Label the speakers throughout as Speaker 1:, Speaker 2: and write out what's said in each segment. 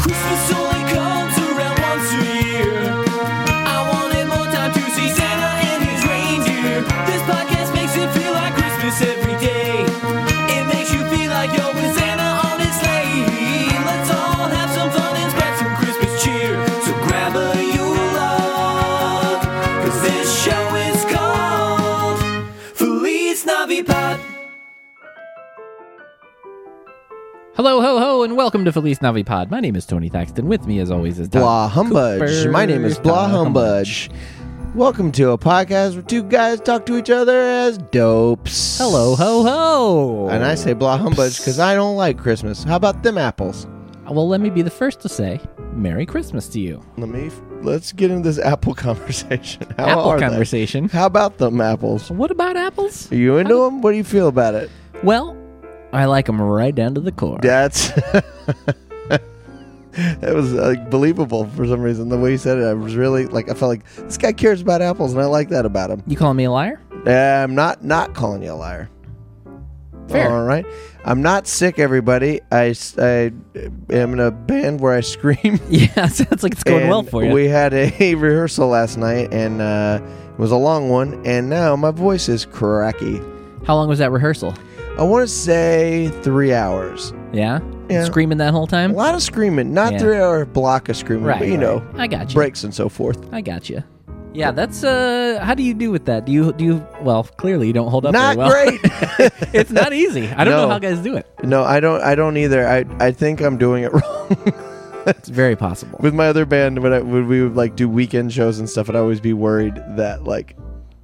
Speaker 1: Christmas only comes around once a year. I wanted more time to see Santa and his reindeer. This podcast makes it feel like Christmas every day. It makes you feel like you're with Santa on his sleigh. Let's all have some fun and spread some Christmas cheer. So grab a Yule log, 'cause this show is called Feliz Navidad.
Speaker 2: Hello, ho, ho, and welcome to Felice Navipod. My name is Tony Thaxton. With me, as always, is Tom
Speaker 3: Blah Humbudge.
Speaker 2: Cooper.
Speaker 3: My name is Blah
Speaker 2: Tom
Speaker 3: Humbudge. Welcome to a podcast where two guys talk to each other as dopes.
Speaker 2: Hello, ho, ho.
Speaker 3: And I say Blah Humbudge because I don't like Christmas. How about them apples?
Speaker 2: Well, let me be the first to say Merry Christmas to you.
Speaker 3: Let me. Let's get into this apple conversation. How
Speaker 2: Apple
Speaker 3: are they?
Speaker 2: conversation.
Speaker 3: How about them apples?
Speaker 2: What about apples?
Speaker 3: Are you into them? What do you feel about it?
Speaker 2: Well, I like them right down to the core.
Speaker 3: That's. That was like believable for some reason. The way he said it, I was really like I felt like this guy cares about apples, and I like that about him.
Speaker 2: You calling me a liar?
Speaker 3: Yeah, I'm Um, not not calling you a liar.
Speaker 2: Fair.
Speaker 3: All right. I'm not sick, everybody. I, s- I am in a band where I scream.
Speaker 2: Yeah, sounds like it's going well
Speaker 3: and
Speaker 2: for you.
Speaker 3: We had a rehearsal last night, and uh, it was a long one. And now my voice is cracky.
Speaker 2: How long was that rehearsal?
Speaker 3: I want to say three hours.
Speaker 2: Yeah?
Speaker 3: Yeah.
Speaker 2: Screaming that whole
Speaker 3: A
Speaker 2: time?
Speaker 3: lot of screaming, not
Speaker 2: Yeah.
Speaker 3: three hour block of screaming,
Speaker 2: Right.
Speaker 3: but you know,
Speaker 2: I got you.
Speaker 3: breaks and so forth.
Speaker 2: I got you. Yeah, that's uh. How do you do with that? Do you do you? Well, clearly you don't hold up.
Speaker 3: Not
Speaker 2: very well.
Speaker 3: great.
Speaker 2: it's not easy. I don't know
Speaker 3: No.
Speaker 2: how guys do it.
Speaker 3: no, I don't. I don't either. I I think I'm doing it wrong.
Speaker 2: It's very possible.
Speaker 3: with my other band when, I, when we would like do weekend shows and stuff i'd always be worried that like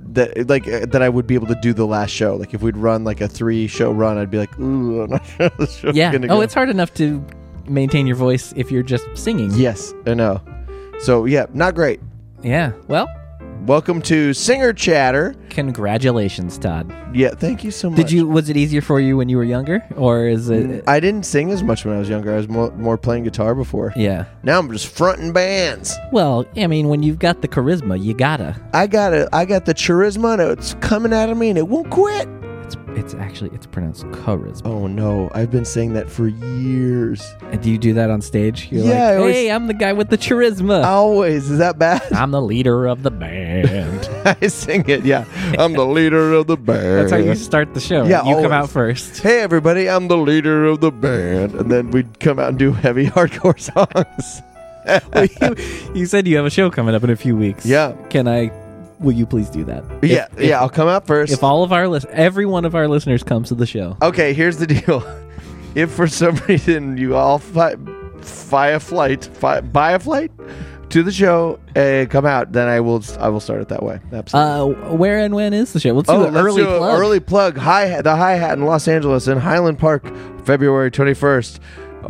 Speaker 3: that like uh, that i would be able to do the last show like if we'd run like a three show run i'd be like ooh i'm not sure how this show's
Speaker 2: yeah.
Speaker 3: gonna
Speaker 2: Oh,
Speaker 3: go
Speaker 2: it's hard enough to maintain your voice if you're just singing.
Speaker 3: yes i know so yeah not great
Speaker 2: Yeah. Well,
Speaker 3: welcome to singer chatter
Speaker 2: congratulations, Todd.
Speaker 3: yeah thank you so much
Speaker 2: Did you? Was it easier for you when you were younger, or is it?
Speaker 3: i didn't sing as much when i was younger i was more, more playing guitar before
Speaker 2: yeah.
Speaker 3: now i'm just fronting bands
Speaker 2: Well, I mean, when you've got the charisma, you gotta.
Speaker 3: i got it i got the charisma and it's coming out of me and it won't quit
Speaker 2: It's it's actually it's pronounced charisma.
Speaker 3: oh no i've been saying that for years
Speaker 2: And Uh, Do you do that on stage? You're
Speaker 3: Yeah, I
Speaker 2: like,
Speaker 3: always-
Speaker 2: hey, I'm the guy with the charisma.
Speaker 3: Always. Is that bad?
Speaker 2: I'm the leader of the band.
Speaker 3: I sing it. Yeah. I'm the leader of the band.
Speaker 2: That's how you start the show.
Speaker 3: Yeah,
Speaker 2: you come
Speaker 3: always.
Speaker 2: out first.
Speaker 3: Hey everybody, I'm the leader of the band, and then we'd come out and do heavy hardcore songs.
Speaker 2: you, you said you have a show coming up in a few weeks.
Speaker 3: Yeah.
Speaker 2: Can I? Will you please do that? If-
Speaker 3: yeah,
Speaker 2: if-
Speaker 3: yeah. I'll come out first.
Speaker 2: If all of our list, every one of our listeners comes to the show,
Speaker 3: okay, here's the deal. If for some reason you all fi- fly a flight, fi- buy a flight to the show and come out, then I will. I will start it that way. Absolutely.
Speaker 2: uh, where and when is the show? Let's do an
Speaker 3: Oh, let's
Speaker 2: early
Speaker 3: do a
Speaker 2: plug.
Speaker 3: Early plug. Hi, the Hi Hat in Los Angeles in Highland Park, February 21st.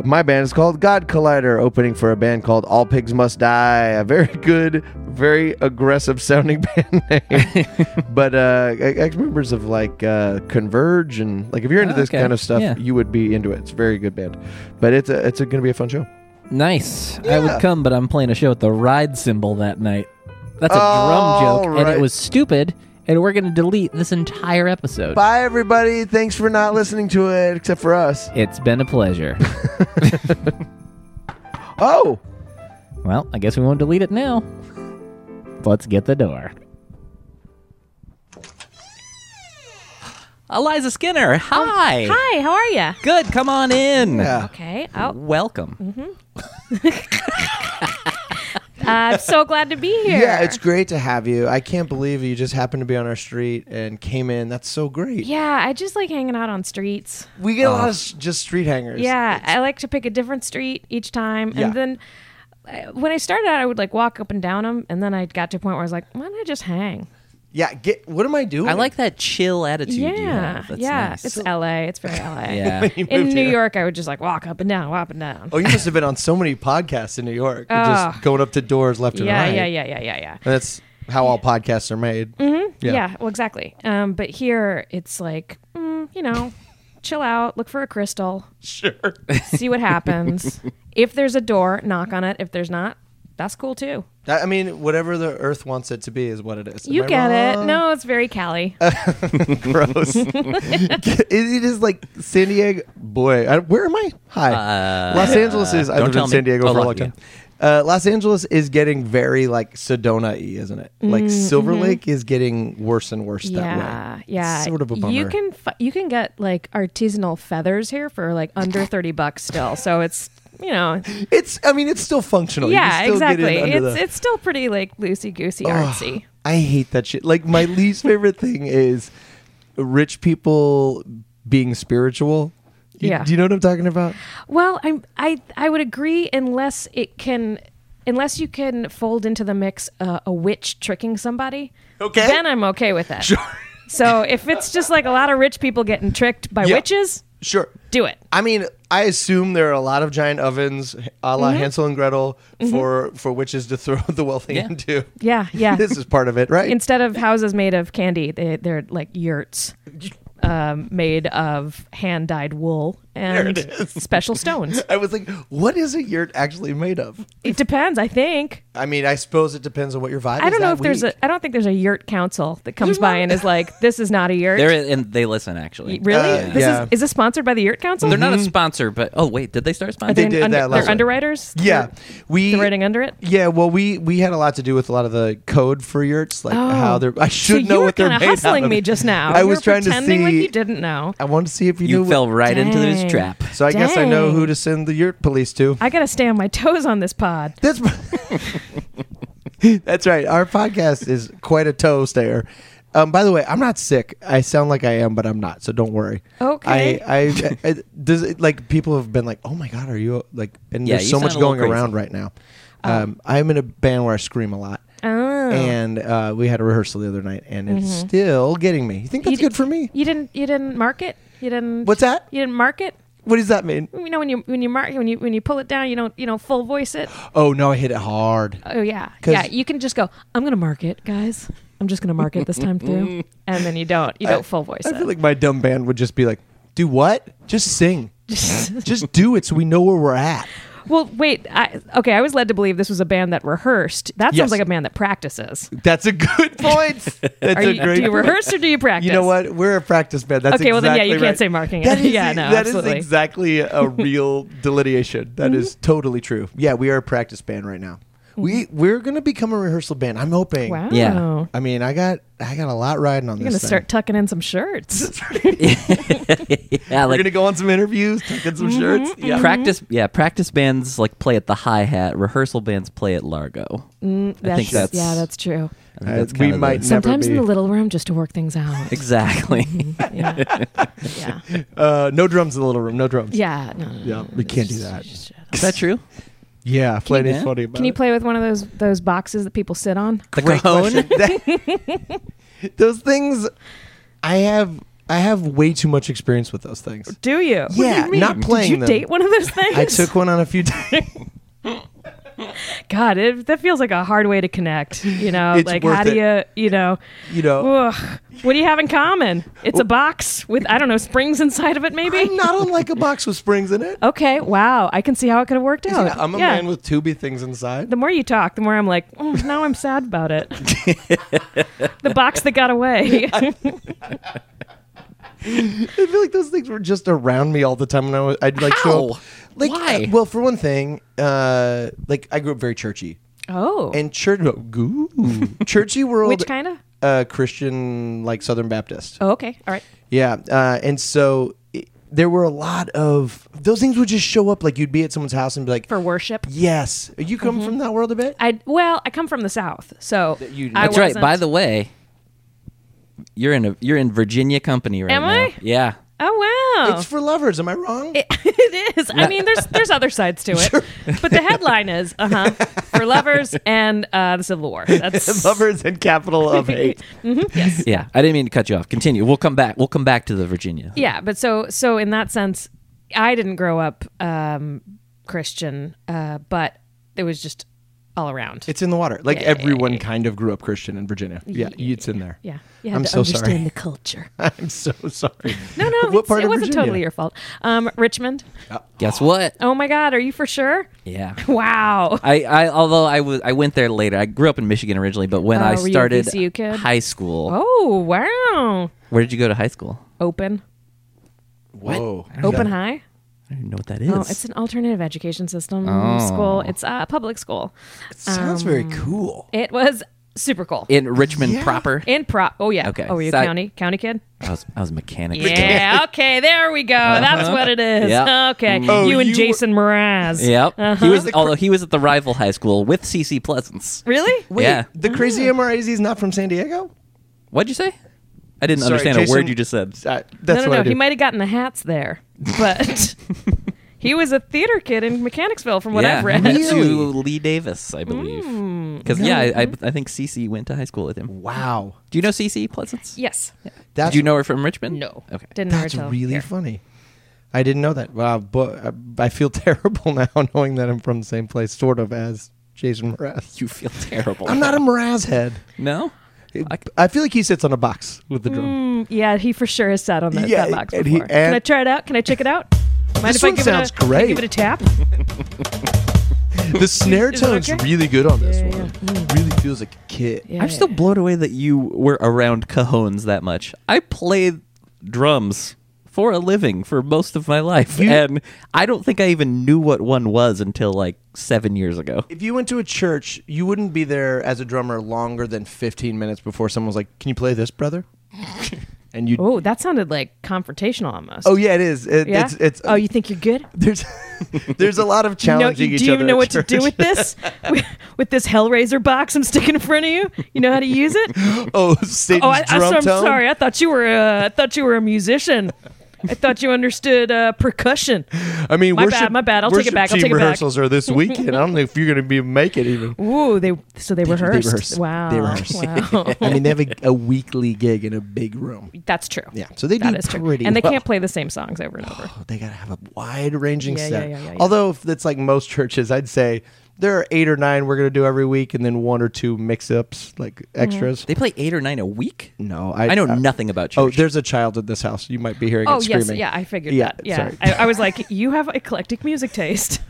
Speaker 3: My band is called God Collider, opening for a band called All Pigs Must Die. A very good, very aggressive sounding band name. but uh, ex members of like uh, Converge and like if you're into
Speaker 2: Oh,
Speaker 3: this
Speaker 2: okay.
Speaker 3: kind of stuff,
Speaker 2: Yeah.
Speaker 3: you would be into it. It's a very good band. But it's a, it's going to be a fun show.
Speaker 2: nice. I would come, but I'm playing a show at the Ride Symbol that night. That's a
Speaker 3: All
Speaker 2: drum joke, and
Speaker 3: Oh, right.
Speaker 2: it was stupid. And we're going to delete this entire episode.
Speaker 3: Bye, everybody. Thanks for not listening to it, except for us.
Speaker 2: It's been a pleasure.
Speaker 3: Oh,
Speaker 2: well, I guess we won't delete it now. Let's get the door. Eliza Skinner, hi.
Speaker 4: Hi, how are you?
Speaker 2: Good, come on in.
Speaker 3: yeah.
Speaker 4: Okay. Oh,
Speaker 2: Welcome.
Speaker 4: uh, I'm so glad to be here.
Speaker 3: Yeah, it's great to have you. I can't believe you just happened to be on our street and came in. That's so great. Oh.
Speaker 4: Yeah, I just like hanging out on streets.
Speaker 3: We get a lot of s- just street hangers.
Speaker 4: Yeah, I like to pick a different street each time, and
Speaker 3: Yeah.
Speaker 4: then uh, when I started out, I would like walk up and down them, and then I got to a point where I was like, why don't I just hang?
Speaker 3: Yeah. Get what am I doing?
Speaker 2: I like that chill attitude you
Speaker 4: yeah,
Speaker 2: have. That's
Speaker 4: yeah.
Speaker 2: nice.
Speaker 4: It's LA. It's very LA.
Speaker 2: yeah.
Speaker 3: You
Speaker 4: In
Speaker 3: moved
Speaker 4: New
Speaker 3: here.
Speaker 4: York, I would just like walk up and down, walk up and down.
Speaker 3: Oh, you must have been on so many podcasts in New York. You're
Speaker 4: Oh.
Speaker 3: Just going up to doors left and
Speaker 4: yeah,
Speaker 3: right.
Speaker 4: yeah, yeah, yeah, yeah, yeah.
Speaker 3: And that's how all podcasts are made.
Speaker 4: Yeah. well, exactly. Um, but here it's like, mm, you know, chill out, look for a crystal,
Speaker 3: Sure.
Speaker 4: see what happens. if there's a door, knock on it. If there's not, that's cool too.
Speaker 3: I I mean, whatever the Earth wants it to be is what it is. Am
Speaker 4: you
Speaker 3: I
Speaker 4: get it.
Speaker 3: wrong?
Speaker 4: No, it's very Cali.
Speaker 3: gross. it it is like San Diego. Boy, I, where am I? Hi.
Speaker 2: Uh,
Speaker 3: Los Angeles is. I've
Speaker 2: don't
Speaker 3: lived
Speaker 2: tell
Speaker 3: in
Speaker 2: me.
Speaker 3: San
Speaker 2: Oh,
Speaker 3: Diego for a long
Speaker 2: lucky
Speaker 3: time. Uh, Los Angeles is getting very like Sedona y, isn't it? Like Silver Lake is getting worse and worse that
Speaker 4: Mm-hmm, yeah,
Speaker 3: way.
Speaker 4: yeah.
Speaker 3: It's sort of a bummer.
Speaker 4: You can fi- you can get like artisanal feathers here for like under thirty bucks still. So it's you know
Speaker 3: It's. I mean, it's still functional. Oh, You can
Speaker 4: yeah
Speaker 3: still get in
Speaker 4: exactly.
Speaker 3: under
Speaker 4: It's
Speaker 3: the-
Speaker 4: it's still pretty like loosey goosey artsy.
Speaker 3: I hate that shit. Like my least favorite thing is rich people being spiritual. You-
Speaker 4: Yeah.
Speaker 3: Do you know what I'm talking about?
Speaker 4: Well, I'm, I I would agree unless it can unless you can fold into the mix uh, a witch tricking somebody.
Speaker 3: Okay.
Speaker 4: Then I'm okay with that. So if it's just like a lot of rich people getting tricked by
Speaker 3: Yeah.
Speaker 4: witches,
Speaker 3: Sure.
Speaker 4: do it.
Speaker 3: I mean, I assume there are a lot of giant ovens, a
Speaker 4: Mm-hmm.
Speaker 3: la Hansel and Gretel, for for witches to throw the wealthy
Speaker 2: Yeah.
Speaker 3: into.
Speaker 4: Yeah, yeah.
Speaker 3: This is part of it, right?
Speaker 4: Instead of houses made of candy, they, they're like yurts um, made of hand dyed wool and special stones.
Speaker 3: I was like, what is a yurt actually made of?
Speaker 4: It depends, I think.
Speaker 3: I mean, I suppose it depends on what your vibe is.
Speaker 4: I don't know
Speaker 3: that
Speaker 4: if there's
Speaker 3: week.
Speaker 4: a. I don't think there's a yurt council that comes by and is like, "This is not a yurt."
Speaker 2: They're and they listen actually.
Speaker 4: Really?
Speaker 3: Uh,
Speaker 4: this
Speaker 3: yeah.
Speaker 4: is is this sponsored by the Yurt Council?
Speaker 2: They're not a sponsor, but oh wait, did they start
Speaker 4: Are
Speaker 2: sponsoring?
Speaker 4: they,
Speaker 3: They did
Speaker 4: an under,
Speaker 3: that last
Speaker 4: they're
Speaker 3: year.
Speaker 4: underwriters.
Speaker 3: Yeah, we
Speaker 4: they're writing under it.
Speaker 3: Yeah, well, we we had a lot to do with a lot of the code for yurts, like how they're. I
Speaker 4: Oh. So
Speaker 3: should
Speaker 4: you
Speaker 3: know
Speaker 4: were
Speaker 3: what they're
Speaker 4: kind of
Speaker 3: made out
Speaker 4: hustling
Speaker 3: of.
Speaker 4: me just now.
Speaker 3: I
Speaker 4: You
Speaker 3: was
Speaker 4: were
Speaker 3: trying to
Speaker 4: pretending like
Speaker 3: see-
Speaker 4: you didn't know.
Speaker 3: I wanted to see if you,
Speaker 2: You
Speaker 3: knew.
Speaker 2: fell
Speaker 3: What,
Speaker 2: right into this
Speaker 4: Dang.
Speaker 2: trap.
Speaker 3: so I guess I know
Speaker 4: Dang.
Speaker 3: who to send the yurt police to.
Speaker 4: I gotta stay on my toes on this pod.
Speaker 3: That's that's right. Our podcast is quite a toe stayer. Um, by the way, I'm not sick. I sound like I am, but I'm not. So don't worry.
Speaker 4: Okay.
Speaker 3: I, I, I does it, like people have been like, "Oh my god, are you like?" And
Speaker 2: Yeah,
Speaker 3: there's
Speaker 2: you
Speaker 3: so
Speaker 2: sound
Speaker 3: much
Speaker 2: a little
Speaker 3: going
Speaker 2: crazy.
Speaker 3: around right now. Um, I'm in a band where I scream a lot,
Speaker 4: Oh. Mm-hmm.
Speaker 3: and uh, we had a rehearsal the other night, and it's still getting me. You think that's
Speaker 4: You d-
Speaker 3: good for me?
Speaker 4: you didn't. You didn't mark it. You didn't.
Speaker 3: What's that?
Speaker 4: You didn't mark it.
Speaker 3: What does that mean?
Speaker 4: You know when you when you mark when you when you pull it down, you don't you know full voice it.
Speaker 3: Oh no, I hit it hard.
Speaker 2: Uh,
Speaker 4: Oh yeah,
Speaker 3: 'Cause-
Speaker 4: yeah. You can just go. I'm gonna mark it, guys. I'm just gonna mark it this time through, and then you don't. You don't full voice
Speaker 3: I
Speaker 4: it.
Speaker 3: feel like my dumb band would just be like, "Do what? Just sing." Just do it so we know where we're at.
Speaker 4: Well, wait. I, okay, I was led to believe this was a band that rehearsed. That
Speaker 3: Yes.
Speaker 4: sounds like a band that practices.
Speaker 3: That's a good point. That's
Speaker 4: Are
Speaker 3: a
Speaker 4: you,
Speaker 3: great.
Speaker 4: do you rehearse or do you practice?
Speaker 3: You know what? We're a practice band. That's
Speaker 4: Okay, well then, yeah,
Speaker 3: exactly
Speaker 4: you can't
Speaker 3: right.
Speaker 4: say marking it.
Speaker 3: That is,
Speaker 4: Yeah, no,
Speaker 3: that is
Speaker 4: absolutely. Mm-hmm.
Speaker 3: exactly a real delineation. That is totally true. Yeah, we are a practice band right now. We we're gonna become a rehearsal band. I'm hoping.
Speaker 4: Mm-hmm. Wow.
Speaker 2: Yeah.
Speaker 4: You're
Speaker 3: I mean, I got I got a lot riding on
Speaker 4: gonna
Speaker 3: this.
Speaker 4: start tucking in some shirts.
Speaker 2: yeah,
Speaker 3: We're
Speaker 2: like
Speaker 3: gonna Mm-hmm. go on some interviews, tuck in some
Speaker 4: Mm-hmm.
Speaker 3: shirts. Yeah.
Speaker 2: practice. Yeah, practice bands like play at the hi hat. Rehearsal bands play at largo. I think that's
Speaker 4: yeah, that's true.
Speaker 2: I think
Speaker 3: Uh,
Speaker 2: that's
Speaker 3: we
Speaker 2: kinda the-
Speaker 3: might never
Speaker 4: Sometimes in
Speaker 3: be-
Speaker 4: the little room just to work things out.
Speaker 2: exactly.
Speaker 4: yeah. yeah,
Speaker 3: Uh, no drums in the little room. No drums.
Speaker 4: yeah. No, no,
Speaker 3: Yeah,
Speaker 4: no,
Speaker 3: we can't do
Speaker 4: just-
Speaker 3: that.
Speaker 4: just shut up.
Speaker 2: Is that true?
Speaker 3: Yeah, Flanny's
Speaker 2: yeah.
Speaker 3: funny about
Speaker 4: Can you
Speaker 3: it.
Speaker 4: play with one of those those boxes that people sit on?
Speaker 2: The
Speaker 3: Great
Speaker 2: cajon.
Speaker 3: question. That- those things, I have I have way too much experience with those things.
Speaker 4: Do you? What do
Speaker 3: Yeah,
Speaker 4: you mean?
Speaker 3: not playing
Speaker 4: Did you
Speaker 3: them.
Speaker 4: date one of those things?
Speaker 3: I took one on a few days.
Speaker 4: God, it, that feels like a hard way to connect. You know,
Speaker 3: It's
Speaker 4: like
Speaker 3: worth
Speaker 4: how do you, you know,
Speaker 3: You know,
Speaker 4: ugh, what do you have in common? It's a box with I don't know springs inside of it, maybe.
Speaker 3: not unlike a box with springs in it.
Speaker 4: Okay, wow, I can see how it could have worked out.
Speaker 3: Yeah, I'm a man with tubey things inside.
Speaker 4: The more you talk, the more I'm like, oh, now I'm sad about it. the box that got away.
Speaker 3: I feel like those things were just around me all the time, and I was, I'd like show up.
Speaker 2: How?
Speaker 3: Like,
Speaker 2: Why?
Speaker 3: Well, for one thing, uh, like I grew up very churchy,
Speaker 4: oh,
Speaker 3: and church, ooh, churchy world,
Speaker 4: which kind of?
Speaker 3: uh, Christian, like Southern Baptist.
Speaker 4: Oh, okay, all right.
Speaker 3: Yeah, uh, and so it, there were a lot of those things would just show up. Like you'd be at someone's house and be like,
Speaker 4: For Mm-hmm. worship,
Speaker 3: "Yes, you come from that world a bit."
Speaker 4: I well, I come from the south, so
Speaker 3: you-
Speaker 4: I
Speaker 2: That's right.
Speaker 4: wasn't-
Speaker 2: By the way, you're in a you're in Virginia Company right
Speaker 4: Am
Speaker 2: now.
Speaker 4: I?
Speaker 2: Yeah.
Speaker 4: oh wow,
Speaker 3: It's for lovers. Am I wrong?
Speaker 4: It is. I mean, there's there's other sides to it, but the headline is uh huh for lovers and uh, the Civil War. That's
Speaker 3: lovers and capital of hate.
Speaker 2: Yeah. I didn't mean to cut you off. Continue. We'll come back. We'll come back to the Virginia.
Speaker 4: yeah. But so so in that sense, I didn't grow up um, Christian, uh, but it was just all around.
Speaker 3: It's in the water. Like everyone kind of grew up Christian in Virginia. Yeah, it's in there.
Speaker 4: yeah, you have
Speaker 3: I'm
Speaker 4: to
Speaker 3: so
Speaker 4: understand
Speaker 3: sorry.
Speaker 4: the culture.
Speaker 3: I'm so sorry.
Speaker 4: No,
Speaker 3: What
Speaker 4: no, it's-
Speaker 3: part
Speaker 4: it
Speaker 3: of
Speaker 4: wasn't
Speaker 3: Virginia?
Speaker 4: totally your fault. Um, Richmond.
Speaker 2: Guess what?
Speaker 4: Oh my God, are you for sure?
Speaker 2: Yeah.
Speaker 4: Wow.
Speaker 2: I, I although I was I went there later. I grew up in Michigan originally, but when
Speaker 4: Oh,
Speaker 2: I
Speaker 4: were you a
Speaker 2: started
Speaker 4: VCU kid?
Speaker 2: high school,
Speaker 4: Oh wow.
Speaker 2: where did you go to high school?
Speaker 4: Open,
Speaker 3: Whoa.
Speaker 4: open high.
Speaker 2: I don't even know what that is.
Speaker 4: Oh, it's an alternative education system
Speaker 2: Oh.
Speaker 4: school. It's a public school.
Speaker 3: Sounds very
Speaker 4: Um,
Speaker 3: cool.
Speaker 4: It was super cool.
Speaker 2: in Richmond proper.
Speaker 4: in prop. Oh yeah.
Speaker 2: Okay,
Speaker 4: Oh, were you a
Speaker 2: so I-
Speaker 4: county county kid?
Speaker 2: I was I was a mechanic.
Speaker 4: Yeah. Okay. There we go. That's what it is.
Speaker 2: Uh-huh. Yeah. Mm.
Speaker 4: Okay.
Speaker 3: Oh,
Speaker 4: you and
Speaker 3: you
Speaker 4: Jason Mraz.
Speaker 2: Yep.
Speaker 4: Uh-huh.
Speaker 2: He was although he was at the rival high school with CC Pleasance.
Speaker 4: Really?
Speaker 2: yeah.
Speaker 3: The crazy MRAZ is not from San Diego?
Speaker 2: What'd you say? I didn't
Speaker 3: Sorry,
Speaker 2: understand a
Speaker 3: Jason-
Speaker 2: word you just said.
Speaker 3: Uh, that's
Speaker 4: no,
Speaker 3: what
Speaker 4: no,
Speaker 3: I
Speaker 4: no.
Speaker 3: do.
Speaker 4: He might have gotten the hats there, but he was a theater kid in Mechanicsville, from what
Speaker 2: yeah,
Speaker 4: I've read. Mm,
Speaker 2: he went
Speaker 3: Really?
Speaker 2: to Lee Davis, I believe. Because yeah, I, I, I think CC went to high school with him.
Speaker 3: wow.
Speaker 2: Do you know CC Pleasance?
Speaker 4: Yes.
Speaker 3: That's,
Speaker 2: Did you know her from Richmond?
Speaker 4: No.
Speaker 2: Okay.
Speaker 4: Didn't know her
Speaker 3: that's
Speaker 4: till
Speaker 3: really
Speaker 4: here.
Speaker 3: funny. I didn't know that. Wow, but I, I feel terrible now knowing that I'm from the same place, sort of, as Jason Mraz.
Speaker 2: You feel terrible.
Speaker 3: I'm not a Mraz head.
Speaker 2: No. I-
Speaker 3: I feel like he sits on a box with the drum.
Speaker 4: Mm, Yeah, he for sure has sat on that,
Speaker 3: Yeah,
Speaker 4: that box
Speaker 3: and he-
Speaker 4: before. Can
Speaker 3: and-
Speaker 4: I try it out? Can I check it out? Mind
Speaker 3: This
Speaker 4: if I
Speaker 3: one
Speaker 4: give
Speaker 3: sounds
Speaker 4: it a, can I
Speaker 3: great.
Speaker 4: give it a tap?
Speaker 3: The snare
Speaker 4: Hmm. Is it
Speaker 3: tone's
Speaker 4: okay?
Speaker 3: really good on this
Speaker 4: Yeah,
Speaker 3: one. Really feels like a kid.
Speaker 4: Yeah,
Speaker 2: I'm still
Speaker 4: yeah.
Speaker 2: blown away that you were around cajones that much. I played drums for a living for most of my life, and I don't think I even knew what one was until like seven years ago.
Speaker 3: If you went to a church, you wouldn't be there as a drummer longer than 15 minutes before someone's like, "Can you play this, brother?" And you,
Speaker 4: Oh, that sounded like confrontational almost.
Speaker 3: oh yeah, it is. It,
Speaker 4: yeah.
Speaker 3: It's uh, it's
Speaker 4: oh, you think you're good?
Speaker 3: there's there's a lot of
Speaker 4: You know,
Speaker 3: challenging
Speaker 4: you,
Speaker 3: each
Speaker 4: do you
Speaker 3: other
Speaker 4: know
Speaker 3: at
Speaker 4: what to
Speaker 3: church.
Speaker 4: do with this? with, with this Hellraiser box I'm sticking in front of you? You know how to use it?
Speaker 3: oh, Satan's
Speaker 4: Oh, I, I,
Speaker 3: drum
Speaker 4: am
Speaker 3: tone.
Speaker 4: sorry. I thought you were. Uh, I thought you were a musician. I thought you understood uh, percussion.
Speaker 3: I mean,
Speaker 4: My
Speaker 3: worship,
Speaker 4: bad, my bad. I'll take it
Speaker 3: worship
Speaker 4: back, I'll
Speaker 3: team
Speaker 4: take it back.
Speaker 3: rehearsals are this weekend. I don't know if you're going to be make it even.
Speaker 4: Ooh, they so they, rehearsed.
Speaker 3: rehearse.
Speaker 4: Wow,
Speaker 3: They rehearse.
Speaker 4: Wow.
Speaker 3: I mean, they have a, a weekly gig in a big room.
Speaker 4: That's true.
Speaker 3: Yeah, so they
Speaker 4: That
Speaker 3: do
Speaker 4: is true.
Speaker 3: pretty
Speaker 4: And they
Speaker 3: well.
Speaker 4: can't play the same songs over and over.
Speaker 3: But Oh, they got to have a wide ranging
Speaker 4: Yeah, yeah,
Speaker 3: set.
Speaker 4: yeah, yeah, yeah.
Speaker 3: Although if it's like most churches, I'd say there are eight or nine we're gonna do every week, and then one or two mix ups like
Speaker 4: Mm-hmm.
Speaker 3: extras.
Speaker 2: They play eight or nine a week.
Speaker 3: No,
Speaker 2: I,
Speaker 3: I,
Speaker 2: know nothing about
Speaker 3: Oh,
Speaker 2: church.
Speaker 3: there's a child in this house. You might be hearing
Speaker 4: Oh
Speaker 3: it
Speaker 4: yes,
Speaker 3: screaming.
Speaker 4: yeah, I figured
Speaker 3: Yeah,
Speaker 4: that. Yeah,
Speaker 3: sorry.
Speaker 4: I, I was like, you have eclectic music taste,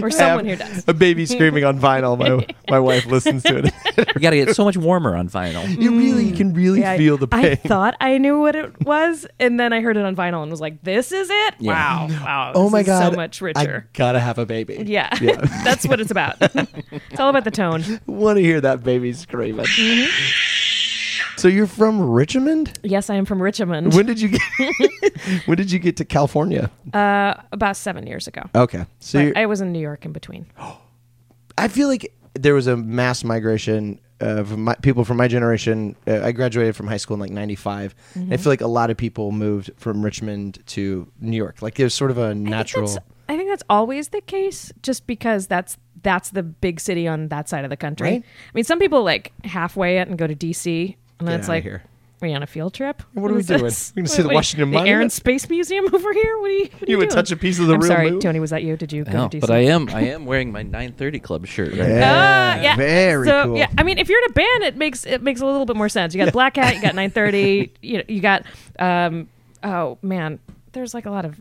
Speaker 4: or someone here does.
Speaker 3: A baby screaming on vinyl. My my wife listens to it.
Speaker 2: you got to get so much warmer on vinyl.
Speaker 3: you really you can really
Speaker 4: Yeah, I-
Speaker 3: feel the
Speaker 4: Mm. I
Speaker 3: pain.
Speaker 4: thought I knew what it was, and then I heard it on vinyl and was like, "This is it!
Speaker 2: Yeah.
Speaker 4: Wow, wow!
Speaker 3: oh
Speaker 4: this
Speaker 3: my
Speaker 4: is
Speaker 3: god,
Speaker 4: so much richer."
Speaker 3: I gotta have a baby.
Speaker 4: yeah, that's what it's about. it's all about the tone.
Speaker 3: want to hear that baby screaming. So you're from Richmond?
Speaker 4: Yes, I am from Richmond.
Speaker 3: When did you get? when did you get to California?
Speaker 4: uh, about seven years ago,
Speaker 3: Okay, Oh, so you're,
Speaker 4: but I was in New York in between.
Speaker 3: I feel like there was a mass migration of my, people from my generation. Uh, I graduated from high school in like '95. and
Speaker 4: Mm-hmm.
Speaker 3: I feel like a lot of people moved from Richmond to New York. Like there's sort of a
Speaker 4: I
Speaker 3: natural.
Speaker 4: think, that's, I think that's always the case, just because that's that's the big city on that side of the country.
Speaker 3: Right.
Speaker 4: I mean, some people like halfway it and go to DC, and
Speaker 3: Get
Speaker 4: then it's
Speaker 3: outta
Speaker 4: like,
Speaker 3: here.
Speaker 4: are you on a field trip?
Speaker 3: What are we
Speaker 4: is
Speaker 3: doing?
Speaker 4: this?
Speaker 3: We're gonna see the
Speaker 4: What-
Speaker 3: Washington
Speaker 4: the Air
Speaker 3: Monument?
Speaker 4: and Space Museum over here. What are you? What are
Speaker 3: You would
Speaker 4: doing?
Speaker 3: touch a piece of the
Speaker 4: I'm
Speaker 3: real
Speaker 4: sorry,
Speaker 3: moon.
Speaker 4: Tony. Was that you? Did you go
Speaker 2: No,
Speaker 4: to DC?
Speaker 2: but I am I am wearing my 930 Club shirt. Right now.
Speaker 4: Ah, yeah.
Speaker 3: Very
Speaker 4: so,
Speaker 3: cool.
Speaker 4: Yeah, I mean, if you're in a band, it makes it makes a little bit more sense. You got Black Hat, you got 930, you know, you got um, oh man, there's like a lot of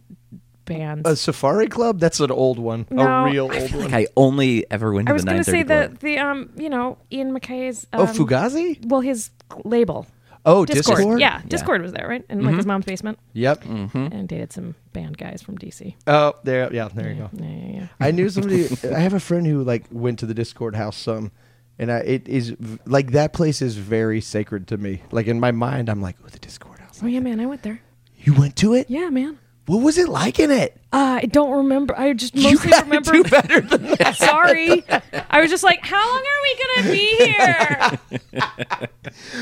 Speaker 4: bands.
Speaker 3: A Safari Club? That's an old one.
Speaker 4: No,
Speaker 3: a real
Speaker 4: I
Speaker 3: old one.
Speaker 2: Like I only ever went to
Speaker 4: I was
Speaker 2: the
Speaker 4: going to
Speaker 2: 930
Speaker 4: say
Speaker 2: Club.
Speaker 4: the the um you know Ian McKay's um,
Speaker 3: oh, Fugazi?
Speaker 4: Well, his label.
Speaker 3: Oh,
Speaker 4: Discord.
Speaker 3: Discord.
Speaker 4: Yeah, Discord was there, right? In
Speaker 2: Mm-hmm.
Speaker 4: like his mom's basement,
Speaker 3: Yep.
Speaker 4: and dated some band guys from DC.
Speaker 3: Oh, there. Yeah, there you go.
Speaker 4: Yeah, yeah, yeah.
Speaker 3: I knew somebody. I have a friend who like went to the Discord house some, and I, it is v- like that place is very sacred to me. Like in my mind, I'm like, oh, the Discord house.
Speaker 4: Oh yeah, man, I went there.
Speaker 3: You went to it?
Speaker 4: Yeah, man.
Speaker 3: What was it like in it?
Speaker 4: Uh, I don't remember. I just mostly
Speaker 3: gotta
Speaker 4: remember.
Speaker 3: do better than
Speaker 4: Sorry, I was just like, how long are we gonna be here?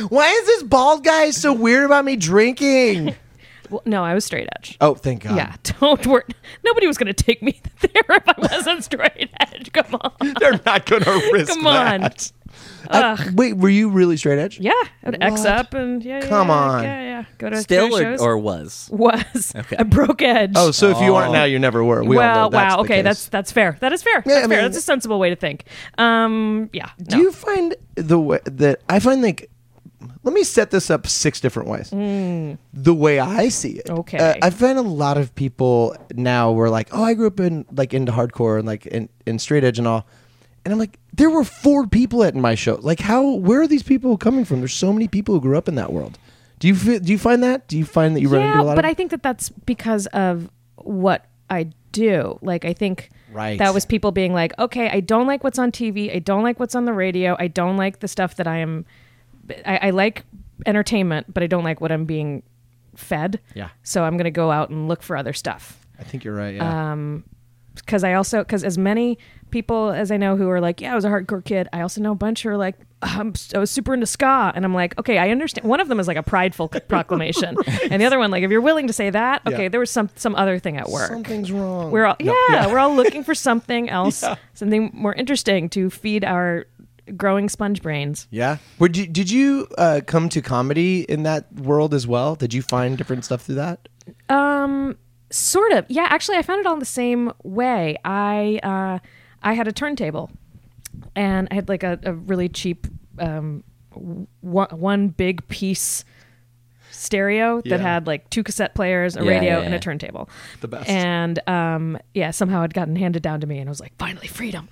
Speaker 3: Why is this bald guy so weird about me drinking?
Speaker 4: well, no, I was straight edge.
Speaker 3: oh, thank God.
Speaker 4: Yeah, don't worry. Nobody was gonna take me there if I wasn't straight edge. Come on,
Speaker 3: They're not going to risk
Speaker 4: come on.
Speaker 3: that. I- wait, were you really straight edge?
Speaker 4: Yeah, I'd X
Speaker 3: What?
Speaker 4: up and yeah. yeah,
Speaker 3: Come
Speaker 4: yeah,
Speaker 3: on.
Speaker 4: Yeah, yeah. Go to
Speaker 2: Still
Speaker 4: theater
Speaker 2: or,
Speaker 4: shows.
Speaker 2: or was?
Speaker 4: was
Speaker 2: Okay.
Speaker 4: a broke edge.
Speaker 3: Oh, so if you aren't
Speaker 2: Oh.
Speaker 3: now, you never were. We all
Speaker 4: well,
Speaker 3: know that's
Speaker 4: wow.
Speaker 3: the
Speaker 4: Okay,
Speaker 3: case.
Speaker 4: that's that's fair. That is fair.
Speaker 3: Yeah,
Speaker 4: that's
Speaker 3: I
Speaker 4: fair.
Speaker 3: mean-
Speaker 4: That's a sensible way to think. Um, yeah.
Speaker 3: Do you find the way that I find like, let me set this up six different ways. The way I see it.
Speaker 4: Mm. Okay.
Speaker 3: Uh, I find a lot of people now were like, oh, I grew up in like into hardcore and like in, in straight edge and all. And I'm like, there were four people at my show. Like, how, where are these people coming from? There's so many people who grew up in that world. Do you feel, do you find that? Do you find that you run into a
Speaker 4: yeah,
Speaker 3: lot
Speaker 4: but
Speaker 3: of
Speaker 4: I think that that's because of what I do. Like, I think
Speaker 3: Right.
Speaker 4: that was people being like, okay, I don't like what's on TV. I don't like what's on the radio. I don't like the stuff that I am. I, I like entertainment, but I don't like what I'm being fed.
Speaker 3: Yeah.
Speaker 4: So I'm going to go out and look for other stuff.
Speaker 3: I think you're right. Yeah.
Speaker 4: Um, because I also because as many people as I know who are like, yeah, I was a hardcore kid. I also know a bunch who are like, I'm s- I was super into ska, and I'm like, okay, I understand. One of them is like a prideful c- proclamation, and the other one, like, if you're willing to say that, okay, there was some some other thing at work.
Speaker 3: Something's wrong.
Speaker 4: We're all yeah, we're all looking for something else, something more interesting to feed our growing sponge brains.
Speaker 3: Yeah. Were, did, did you uh, come to comedy in that world as well? Did you find different stuff through that?
Speaker 4: Um, sort of. Yeah, actually, I found it all the same way. I uh, I had a turntable, and I had like a, a really cheap um, w- one, one big piece stereo that had like two cassette players, a
Speaker 2: Yeah,
Speaker 4: radio,
Speaker 2: yeah,
Speaker 4: and
Speaker 2: yeah.
Speaker 4: a turntable. The
Speaker 3: best.
Speaker 4: And um, yeah, somehow it would gotten handed down to me, and I was like, finally freedom.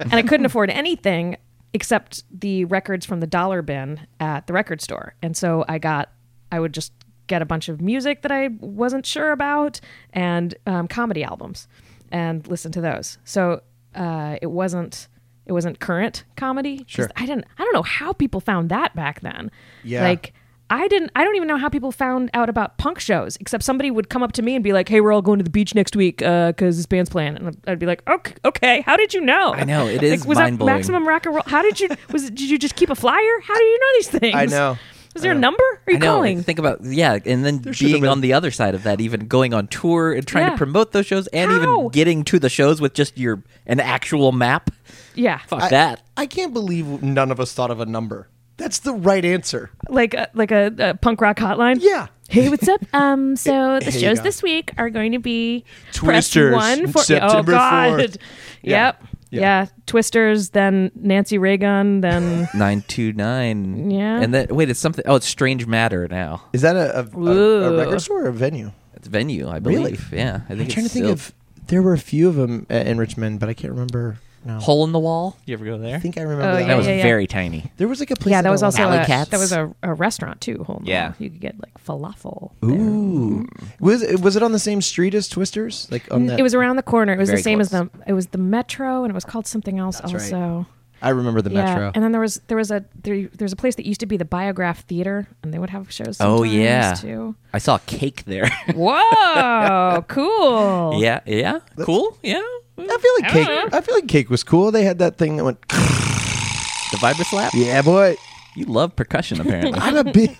Speaker 4: and I couldn't afford anything except the records from the dollar bin at the record store. And so I got, I would just get a bunch of music that I wasn't sure about and um, comedy albums and listen to those. So uh, it wasn't. It wasn't current comedy. 'cause
Speaker 3: Sure.
Speaker 4: I didn't. I don't know how people found that back then.
Speaker 3: Yeah.
Speaker 4: Like I didn't. I don't even know how people found out about punk shows. Except somebody would come up to me and be like, "Hey, we're all going to the beach next week because this band's playing," and I'd be like, "Okay, okay. How did you know?" I
Speaker 2: know, it is
Speaker 4: was
Speaker 2: mind-blowing.
Speaker 4: that maximum rock and roll? How did you? Was it, did you just keep a flyer? How do you know these things?
Speaker 3: I know.
Speaker 4: Is there a number? Are you
Speaker 2: I know.
Speaker 4: calling?
Speaker 2: Think about yeah, and then
Speaker 3: should have
Speaker 2: being
Speaker 3: been-
Speaker 2: on the other side of that, even going on tour and trying
Speaker 4: Yeah.
Speaker 2: to promote those shows, and
Speaker 4: How?
Speaker 2: even getting to the shows with just your an actual map.
Speaker 4: yeah.
Speaker 2: Fuck that.
Speaker 3: I can't believe none of us thought of a number. That's the right answer.
Speaker 4: like a, like a, a punk rock hotline.
Speaker 3: Yeah.
Speaker 4: Hey, what's up? Um, so the
Speaker 3: Hey,
Speaker 4: shows
Speaker 3: guys.
Speaker 4: this week are going to be
Speaker 3: Twisters,
Speaker 4: press one for
Speaker 3: September
Speaker 4: oh god,
Speaker 3: 4th.
Speaker 4: yep, yeah. Twisters, then Nancy Reagan, then
Speaker 2: Nine two nine.
Speaker 4: Yeah.
Speaker 2: And then wait, it's something. Oh, it's Strange Matter now.
Speaker 3: Is that a, a, a, a
Speaker 4: Ooh.
Speaker 3: record store or a venue?
Speaker 2: It's venue, I
Speaker 3: Really?
Speaker 2: believe. Yeah, I think
Speaker 3: I'm
Speaker 2: it's
Speaker 3: trying to think
Speaker 2: still-
Speaker 3: of. There were a few of them in Richmond, but I can't remember. No.
Speaker 2: hole in the wall. You ever go
Speaker 3: I
Speaker 2: there?
Speaker 3: think I remember
Speaker 4: Oh,
Speaker 3: that.
Speaker 2: That was
Speaker 4: Yeah, yeah.
Speaker 2: very tiny.
Speaker 3: There was like a place.
Speaker 4: yeah, that
Speaker 3: I
Speaker 4: was also
Speaker 3: loved.
Speaker 2: Alley
Speaker 4: a,
Speaker 2: Cats?
Speaker 4: that was a, a restaurant too. Hold on.
Speaker 2: Yeah.
Speaker 4: you could get like falafel.
Speaker 3: Ooh.
Speaker 2: Mm-hmm.
Speaker 3: Was it, was it on the same street as Twisters? Like on that?
Speaker 4: It was around the corner. It was
Speaker 2: Very
Speaker 4: the same as
Speaker 2: close.
Speaker 4: the. It was the Metro, and it was called something else
Speaker 3: That's right.
Speaker 4: also.
Speaker 3: I remember the
Speaker 4: Yeah,
Speaker 3: Metro.
Speaker 4: and then there was there was a there, there's a place that used to be the Biograph Theater, and they would have shows.
Speaker 2: Oh
Speaker 4: sometimes,
Speaker 2: yeah.
Speaker 4: too.
Speaker 2: I saw a cake there.
Speaker 4: Whoa, cool.
Speaker 2: yeah, yeah. Cool. Yeah.
Speaker 3: I feel like cake.
Speaker 4: don't know.
Speaker 3: I feel like cake was cool. They had that thing that went.
Speaker 2: The vibra slap.
Speaker 3: Yeah, boy.
Speaker 2: You love percussion apparently.
Speaker 3: I'm a big.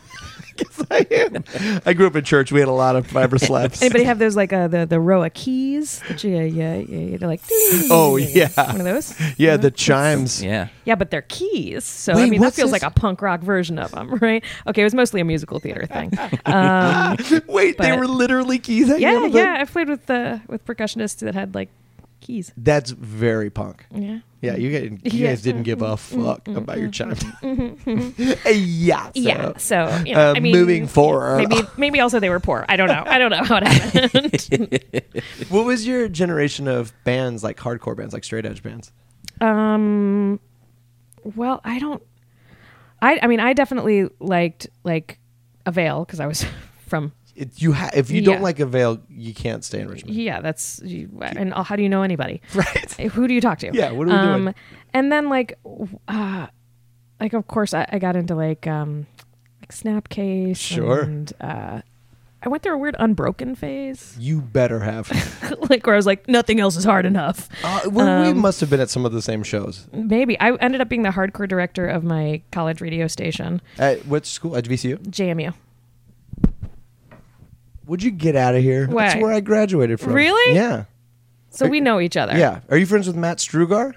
Speaker 3: Yes, I am. I grew up in church. We had a lot of fiber slaps.
Speaker 4: Anybody have those like uh, the the row of keys? That you, yeah, yeah, they're like
Speaker 3: Oh yeah,
Speaker 4: one of those.
Speaker 3: yeah. The chimes.
Speaker 2: yeah.
Speaker 4: Yeah, but they're keys. So I
Speaker 3: Wait,
Speaker 4: mean, that
Speaker 3: what's
Speaker 4: feels
Speaker 3: this?
Speaker 4: like a punk rock version of them, right? Okay, it was mostly a musical theater thing. Um,
Speaker 3: Wait, they
Speaker 4: But-
Speaker 3: were literally keys. hanging
Speaker 4: yeah,
Speaker 3: out of the-
Speaker 4: yeah, I played with uh, with percussionists that had like keys.
Speaker 3: That's very punk.
Speaker 4: Yeah.
Speaker 3: Yeah, you guys, you
Speaker 4: Yeah. Mm-hmm.
Speaker 3: guys didn't give a fuck about your chime. yeah. So.
Speaker 4: yeah, so you know,
Speaker 3: uh,
Speaker 4: I mean,
Speaker 3: moving forward.
Speaker 4: maybe maybe also they were poor. I don't know. I don't know how it happened.
Speaker 3: What was your generation of bands like hardcore bands, like straight edge bands?
Speaker 4: Um, well, I don't. I I mean, I definitely liked like Avail because I was from.
Speaker 3: It, you ha- if you
Speaker 4: Yeah.
Speaker 3: don't like a veil, you can't stay in Richmond.
Speaker 4: Yeah, that's you- and how do you know anybody?
Speaker 3: Right.
Speaker 4: Who do you talk to? Um,
Speaker 3: Yeah, what are we doing?
Speaker 4: And then like, w- uh, like of course I, I got into like um, like Snapcase.
Speaker 3: Sure.
Speaker 4: And uh, I went through a weird Unbroken phase,
Speaker 3: You better have.
Speaker 4: like where I was like nothing else is hard enough.
Speaker 3: Uh, we, we
Speaker 4: Um,
Speaker 3: must have been at some of the same shows.
Speaker 4: Maybe I ended up being the hardcore director of my college radio station,
Speaker 3: At what school? At VCU?
Speaker 4: JMU.
Speaker 3: Would you get out of here? That's
Speaker 4: Why?
Speaker 3: where I graduated from.
Speaker 4: Really?
Speaker 3: Yeah.
Speaker 4: So we know each other.
Speaker 3: Yeah. Are you friends with Matt Strugar?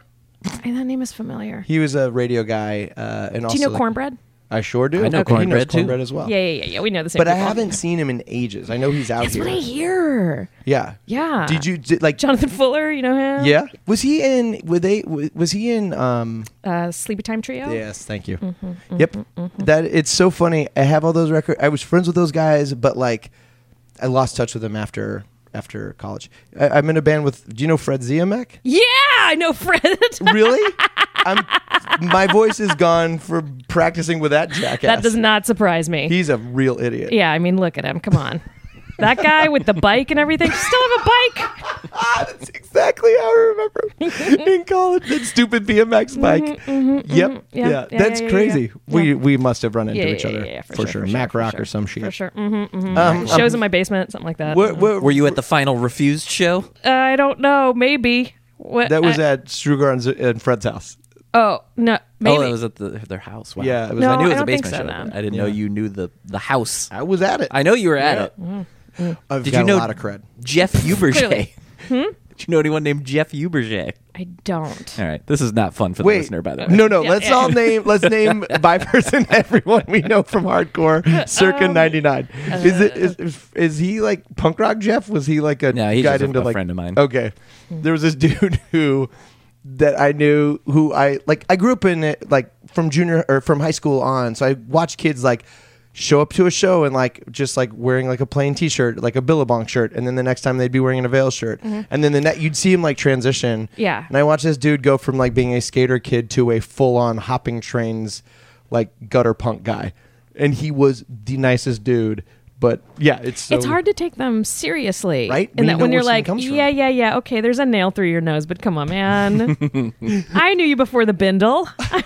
Speaker 4: Hey, that name is familiar.
Speaker 3: He was a radio guy, uh, and also
Speaker 4: Do you know
Speaker 3: like-
Speaker 4: cornbread?
Speaker 3: I sure do.
Speaker 2: I know
Speaker 3: Okay. He knows
Speaker 2: cornbread, too.
Speaker 3: cornbread as well.
Speaker 4: Yeah, yeah, yeah, yeah. We know the same.
Speaker 3: but I
Speaker 4: people.
Speaker 3: haven't seen him in ages. I know he's out
Speaker 4: That's
Speaker 3: here.
Speaker 4: what I hear.
Speaker 3: Yeah.
Speaker 4: Yeah.
Speaker 3: Did you did, like?
Speaker 4: Jonathan Fuller, you know him?
Speaker 3: Yeah. Was he in? Were they? wa- Was he in? Um.
Speaker 4: Uh, Sleepy Time Trio.
Speaker 3: Yes. Thank you.
Speaker 4: Mm-hmm,
Speaker 3: yep. That it's so funny. I have all those records. I was friends with those guys, but like, I lost touch with them after after college. I, I'm in a band with. Do you know Fred Ziemek?
Speaker 4: Yeah, I know Fred.
Speaker 3: really? I'm. My voice is gone for practicing with that jackass.
Speaker 4: that does not surprise me.
Speaker 3: He's a real idiot.
Speaker 4: yeah, I mean, look at him. Come on. That guy with the bike and everything. You still have a bike?
Speaker 3: Ah, that's exactly how I remember him in college. That stupid BMX bike. yep.
Speaker 4: Mm-hmm, Yeah,
Speaker 3: Yeah.
Speaker 4: yeah, yeah,
Speaker 3: That's
Speaker 4: yeah, yeah.
Speaker 3: crazy. We
Speaker 4: Yeah.
Speaker 3: we must have run into
Speaker 4: Yeah,
Speaker 3: each
Speaker 4: yeah,
Speaker 3: other
Speaker 4: yeah, yeah, for
Speaker 3: for,
Speaker 4: sure,
Speaker 3: sure,
Speaker 4: for sure,
Speaker 3: Mac
Speaker 4: for
Speaker 3: Rock
Speaker 4: sure,
Speaker 3: or some shit.
Speaker 4: For sure. hmm
Speaker 3: Um,
Speaker 4: Shows in my basement, something like that.
Speaker 3: Where, where,
Speaker 2: Were you at the final refused show? Oh,
Speaker 4: Uh, I don't know. Maybe. What,
Speaker 3: that was
Speaker 4: I-
Speaker 3: at Strugar and, Z- and Fred's house.
Speaker 4: Oh no. Maybe.
Speaker 2: Oh, it was at the, their house. Wow.
Speaker 3: Yeah, it was-
Speaker 4: No,
Speaker 2: I knew it was
Speaker 4: I
Speaker 2: a
Speaker 4: don't think
Speaker 2: basement
Speaker 4: so,
Speaker 2: show.
Speaker 4: no.
Speaker 2: but I didn't know
Speaker 3: Yeah.
Speaker 2: you knew the the house.
Speaker 3: I was at it.
Speaker 2: I know you were at it.
Speaker 3: I've
Speaker 2: Did
Speaker 3: got
Speaker 2: you know
Speaker 3: a lot of cred.
Speaker 2: Jeff Uberge.
Speaker 4: Clearly. Hmm?
Speaker 2: Did you know anyone named Jeff Uberge?
Speaker 4: I don't.
Speaker 2: All right, this is not fun for the
Speaker 3: Wait,
Speaker 2: listener, by the way.
Speaker 3: no, no.
Speaker 4: Yeah,
Speaker 3: let's
Speaker 4: yeah.
Speaker 3: all name. Let's name by person everyone we know from hardcore circa
Speaker 4: Um,
Speaker 3: '99.
Speaker 4: uh,
Speaker 3: is it is, is is he like punk rock Jeff? Was he like a
Speaker 2: No, he's
Speaker 3: guy
Speaker 2: just a-
Speaker 3: into
Speaker 2: a
Speaker 3: like
Speaker 2: friend of mine.
Speaker 3: Okay, there was this dude who that I knew who I like. I grew up in it like from junior or from high school on, so I watched kids like show up to a show and like just like wearing like a plain t-shirt like a billabong shirt and then the next time they'd be wearing an avail shirt and then the net you'd see him like transition
Speaker 4: Mm-hmm. Yeah.
Speaker 3: and I watched this dude go from like being a skater kid to a full on hopping trains, like gutter punk guy. And he was the nicest dude. But yeah, it's so,
Speaker 4: it's hard to take them seriously,
Speaker 3: Right?
Speaker 4: And
Speaker 3: We
Speaker 4: that
Speaker 3: know
Speaker 4: when
Speaker 3: where
Speaker 4: you're
Speaker 3: something
Speaker 4: like,
Speaker 3: comes from.
Speaker 4: yeah, yeah, yeah, okay, there's a nail through your nose, but come on, man, I knew you before the bindle. I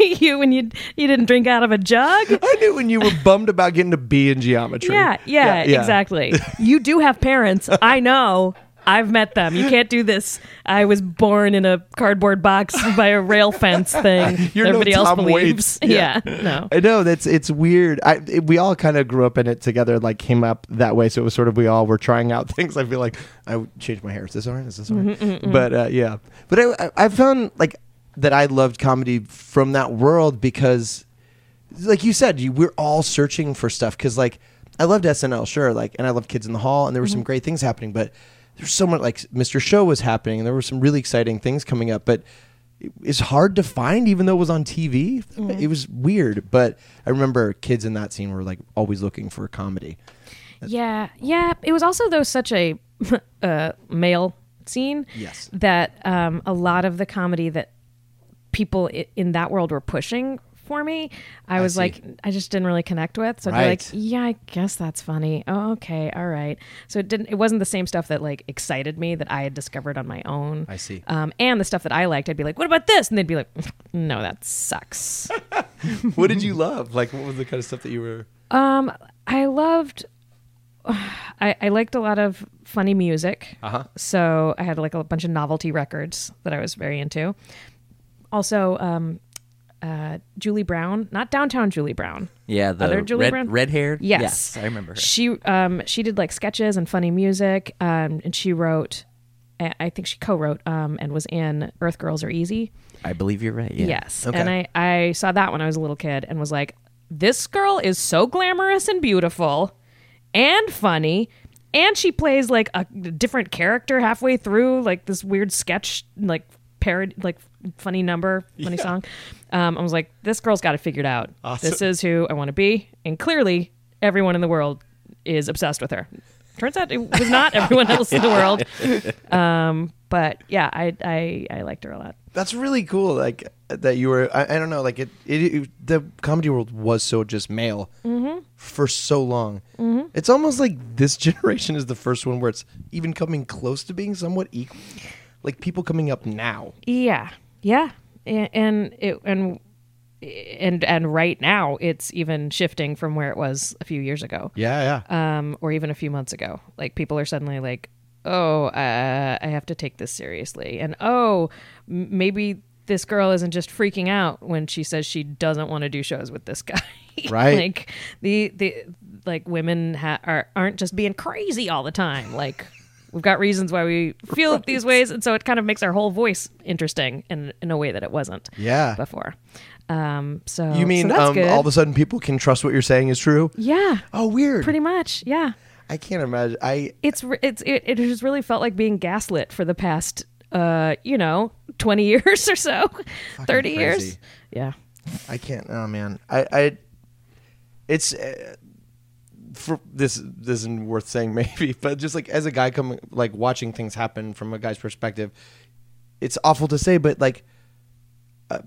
Speaker 4: knew you when you you didn't drink out of a jug.
Speaker 3: I knew when you were bummed about getting a B in geometry.
Speaker 4: Yeah, yeah, exactly. you do have parents. I know. I've met them. You can't do this. I was born in a cardboard box by a rail fence thing.
Speaker 3: You're no
Speaker 4: Everybody else
Speaker 3: Tom
Speaker 4: believes.
Speaker 3: Waits.
Speaker 4: Yeah.
Speaker 3: Yeah.
Speaker 4: no.
Speaker 3: I know that's it's weird. I it- we all kind of grew up in it together, like came up that way. So it was sort of we all were trying out things. I feel like I would change my hair. Is this alright? Is this alright? But uh, yeah, but I- I I found like that I loved comedy from that world because, like you said, you, we're all searching for stuff. Because like I loved SNL, sure, like and I loved Kids in the Hall, and there were some great things happening, but. There's so much like Mr. Show was happening, and there were some really exciting things coming up. But it's hard to find even though it was on TV.
Speaker 4: Mm-hmm.
Speaker 3: It was weird, but I remember kids in that scene were like always looking for comedy.
Speaker 4: Yeah, yeah. It was also though such a uh, male scene.
Speaker 3: Yes.
Speaker 4: That um, a lot of the comedy that people i- in that world were pushing for me, I, was
Speaker 3: see.
Speaker 4: like, I just didn't really connect with. So I'd be like,
Speaker 3: Right.
Speaker 4: yeah, I guess that's funny. Oh, okay, all right. So it didn't. It wasn't the same stuff that like excited me that I had discovered on my own.
Speaker 3: I see.
Speaker 4: Um, and the stuff that I liked, I'd be like, what about this? And they'd be like, no, that sucks.
Speaker 3: what did you love? Like, what was the kind of stuff that you were?
Speaker 4: Um, I loved. I, I liked a lot of funny music.
Speaker 3: Uh-huh.
Speaker 4: So I had like a bunch of novelty records that I was very into. Also, um, uh, Julie Brown, not downtown Julie Brown.
Speaker 2: Yeah, the
Speaker 4: Other Julie Brown?
Speaker 2: red, red haired.
Speaker 4: Yes.
Speaker 2: I remember her.
Speaker 4: She um she did like sketches and funny music. Um, and she wrote, I I think she co-wrote um and was in Earth Girls Are Easy.
Speaker 2: I believe you're right. Yeah.
Speaker 4: Yes.
Speaker 3: Okay.
Speaker 4: And I, I saw that when I was a little kid and was like, this girl is so glamorous and beautiful and funny. And she plays like a different character halfway through, like this weird sketch, like parody, like funny number, funny song. Um, I was like, this girl's got it figured out. This is who I want to be. And clearly, everyone in the world is obsessed with her. Turns out it was not everyone else in the world. Um, but yeah, I, I, I liked her a lot.
Speaker 3: That's really cool. Like that you were. I, I don't know. Like it, it, it- The comedy world was so just male
Speaker 4: Mm-hmm.
Speaker 3: for so long. It's almost like this generation is the first one where it's even coming close to being somewhat equal. Like people coming up now.
Speaker 4: Yeah, yeah, and, and it and and and right now it's even shifting from where it was a few years ago,
Speaker 3: Yeah, yeah.
Speaker 4: um, or even a few months ago. Like people are suddenly like, oh, uh, I have to take this seriously, and oh, m- maybe this girl isn't just freaking out when she says she doesn't want to do shows with this guy.
Speaker 3: Right.
Speaker 4: like the the like women ha- are aren't just being crazy all the time. Like. We've got reasons why we feel these ways, and so it kind of makes our whole voice interesting in in a way that it wasn't.
Speaker 3: Yeah.
Speaker 4: Before. Um. So
Speaker 3: You mean
Speaker 4: so that's
Speaker 3: um,
Speaker 4: good.
Speaker 3: all of a sudden people can trust what you're saying is true?
Speaker 4: Yeah.
Speaker 3: Oh, weird.
Speaker 4: Pretty much. Yeah.
Speaker 3: I can't imagine. I
Speaker 4: It's re- it's it, it has really felt like being gaslit for the past uh you know twenty years or so, thirty years.
Speaker 3: crazy.
Speaker 4: Yeah.
Speaker 3: I can't. Oh man, I, I it's uh, for this. This isn't worth saying maybe, but just like as a guy coming, like watching things happen from a guy's perspective, it's awful to say, but like, uh,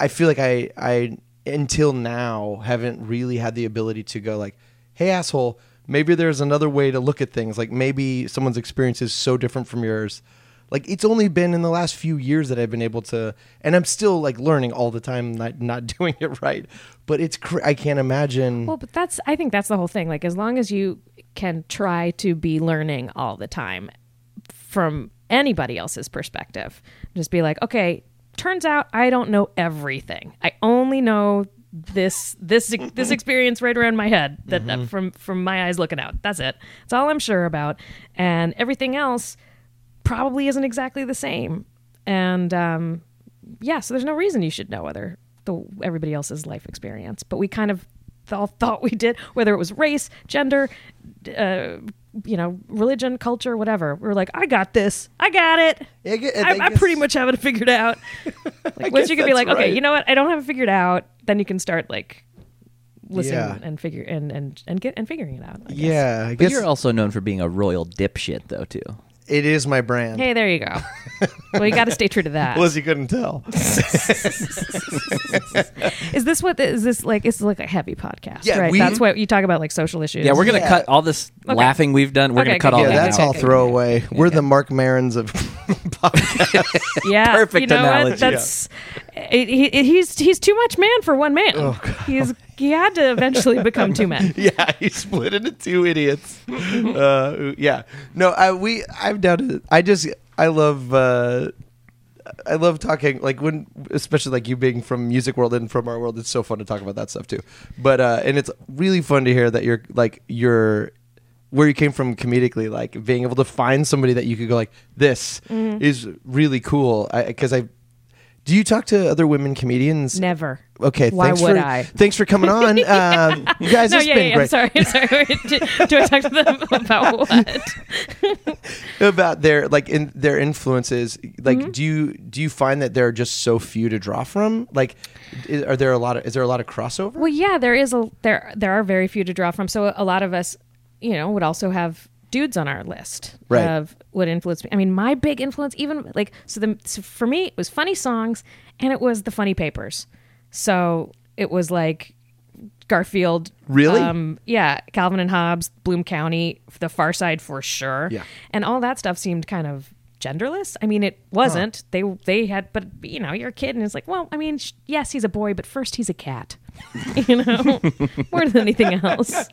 Speaker 3: I feel like I, I until now haven't really had the ability to go like, hey asshole, maybe there's another way to look at things. Like maybe someone's experience is so different from yours. Like it's only been in the last few years that I've been able to, and I'm still like learning all the time, not not doing it right. But it's cr- I can't imagine.
Speaker 4: Well, but that's I think that's the whole thing. Like as long as you can try to be learning all the time from anybody else's perspective, just be like, okay, turns out I don't know everything. I only know this this this experience right around my head that from from my eyes looking out. That's it. That's all I'm sure about. And everything else probably isn't exactly the same. And um, yeah, so there's no reason you should know other the everybody else's life experience. But we kind of all thought we did, whether it was race, gender, d- uh, you know, religion, culture, whatever. We were like, I got this, I got it.
Speaker 3: Yeah, I gue- I
Speaker 4: I, I
Speaker 3: guess-
Speaker 4: pretty much have it figured out. like once you can be
Speaker 3: that's
Speaker 4: like, okay,
Speaker 3: right.
Speaker 4: you know what, I don't have it figured out, then you can start like listening
Speaker 3: Yeah.
Speaker 4: and figure and and and get and figuring it out. I guess.
Speaker 3: yeah, I
Speaker 2: But
Speaker 3: guess
Speaker 2: you're also known for being a royal dipshit, though, too.
Speaker 3: it is my brand.
Speaker 4: Hey, there you go. well, you got to stay true to that.
Speaker 3: Liz, you couldn't tell.
Speaker 4: Is this what is this like? It's like a heavy podcast,
Speaker 3: Yeah,
Speaker 4: right?
Speaker 3: we-
Speaker 4: That's what you talk about, like social issues.
Speaker 2: Yeah, we're gonna
Speaker 3: Yeah.
Speaker 2: cut all this laughing we've done. We're
Speaker 4: Okay,
Speaker 2: gonna cut
Speaker 4: good,
Speaker 2: all
Speaker 3: yeah,
Speaker 4: okay,
Speaker 2: that
Speaker 3: that's
Speaker 2: out.
Speaker 3: all throwaway. We're the Mark Marins of
Speaker 4: yeah,
Speaker 2: perfect
Speaker 4: you know
Speaker 2: analogy.
Speaker 4: What? That's it, he, it- he's he's too much man for one man.
Speaker 3: Oh,
Speaker 4: he's he had to eventually become two men.
Speaker 3: yeah, he split into two idiots. uh, who- yeah, no, I we I'm down to. I just I love uh, I love talking like when especially like you being from music world and from our world. It's so fun to talk about that stuff too. But uh, and it's really fun to hear that you're like you're where you came from comedically, like being able to find somebody that you could go like this
Speaker 4: Mm-hmm.
Speaker 3: is really cool. Because I, do you talk to other women comedians?
Speaker 4: Never.
Speaker 3: Okay,
Speaker 4: Why
Speaker 3: thanks
Speaker 4: would
Speaker 3: for
Speaker 4: I?
Speaker 3: thanks for coming on. Um, you guys,
Speaker 4: No,
Speaker 3: it's
Speaker 4: yeah,
Speaker 3: been
Speaker 4: yeah,
Speaker 3: great.
Speaker 4: I'm sorry. I'm sorry. do, do I talk to them about what?
Speaker 3: about their like in their influences like
Speaker 4: Mm-hmm.
Speaker 3: do you do you find that there are just so few to draw from like is, are there a lot of is there a lot of crossover
Speaker 4: Well, yeah, there is a there there are very few to draw from. So a lot of us, you know, would also have dudes on our list
Speaker 3: Right.
Speaker 4: of what influenced me. I mean, my big influence, even like so, the so for me it was funny songs and it was the funny papers. So it was like Garfield,
Speaker 3: Really?
Speaker 4: um, yeah, Calvin and Hobbes, Bloom County, The Far Side for sure,
Speaker 3: Yeah.
Speaker 4: and all that stuff seemed kind of genderless. I mean, it wasn't. They they had, but you know, you're a kid, and it's like, well, I mean, sh- yes, he's a boy, but first he's a cat. you know, more than anything else.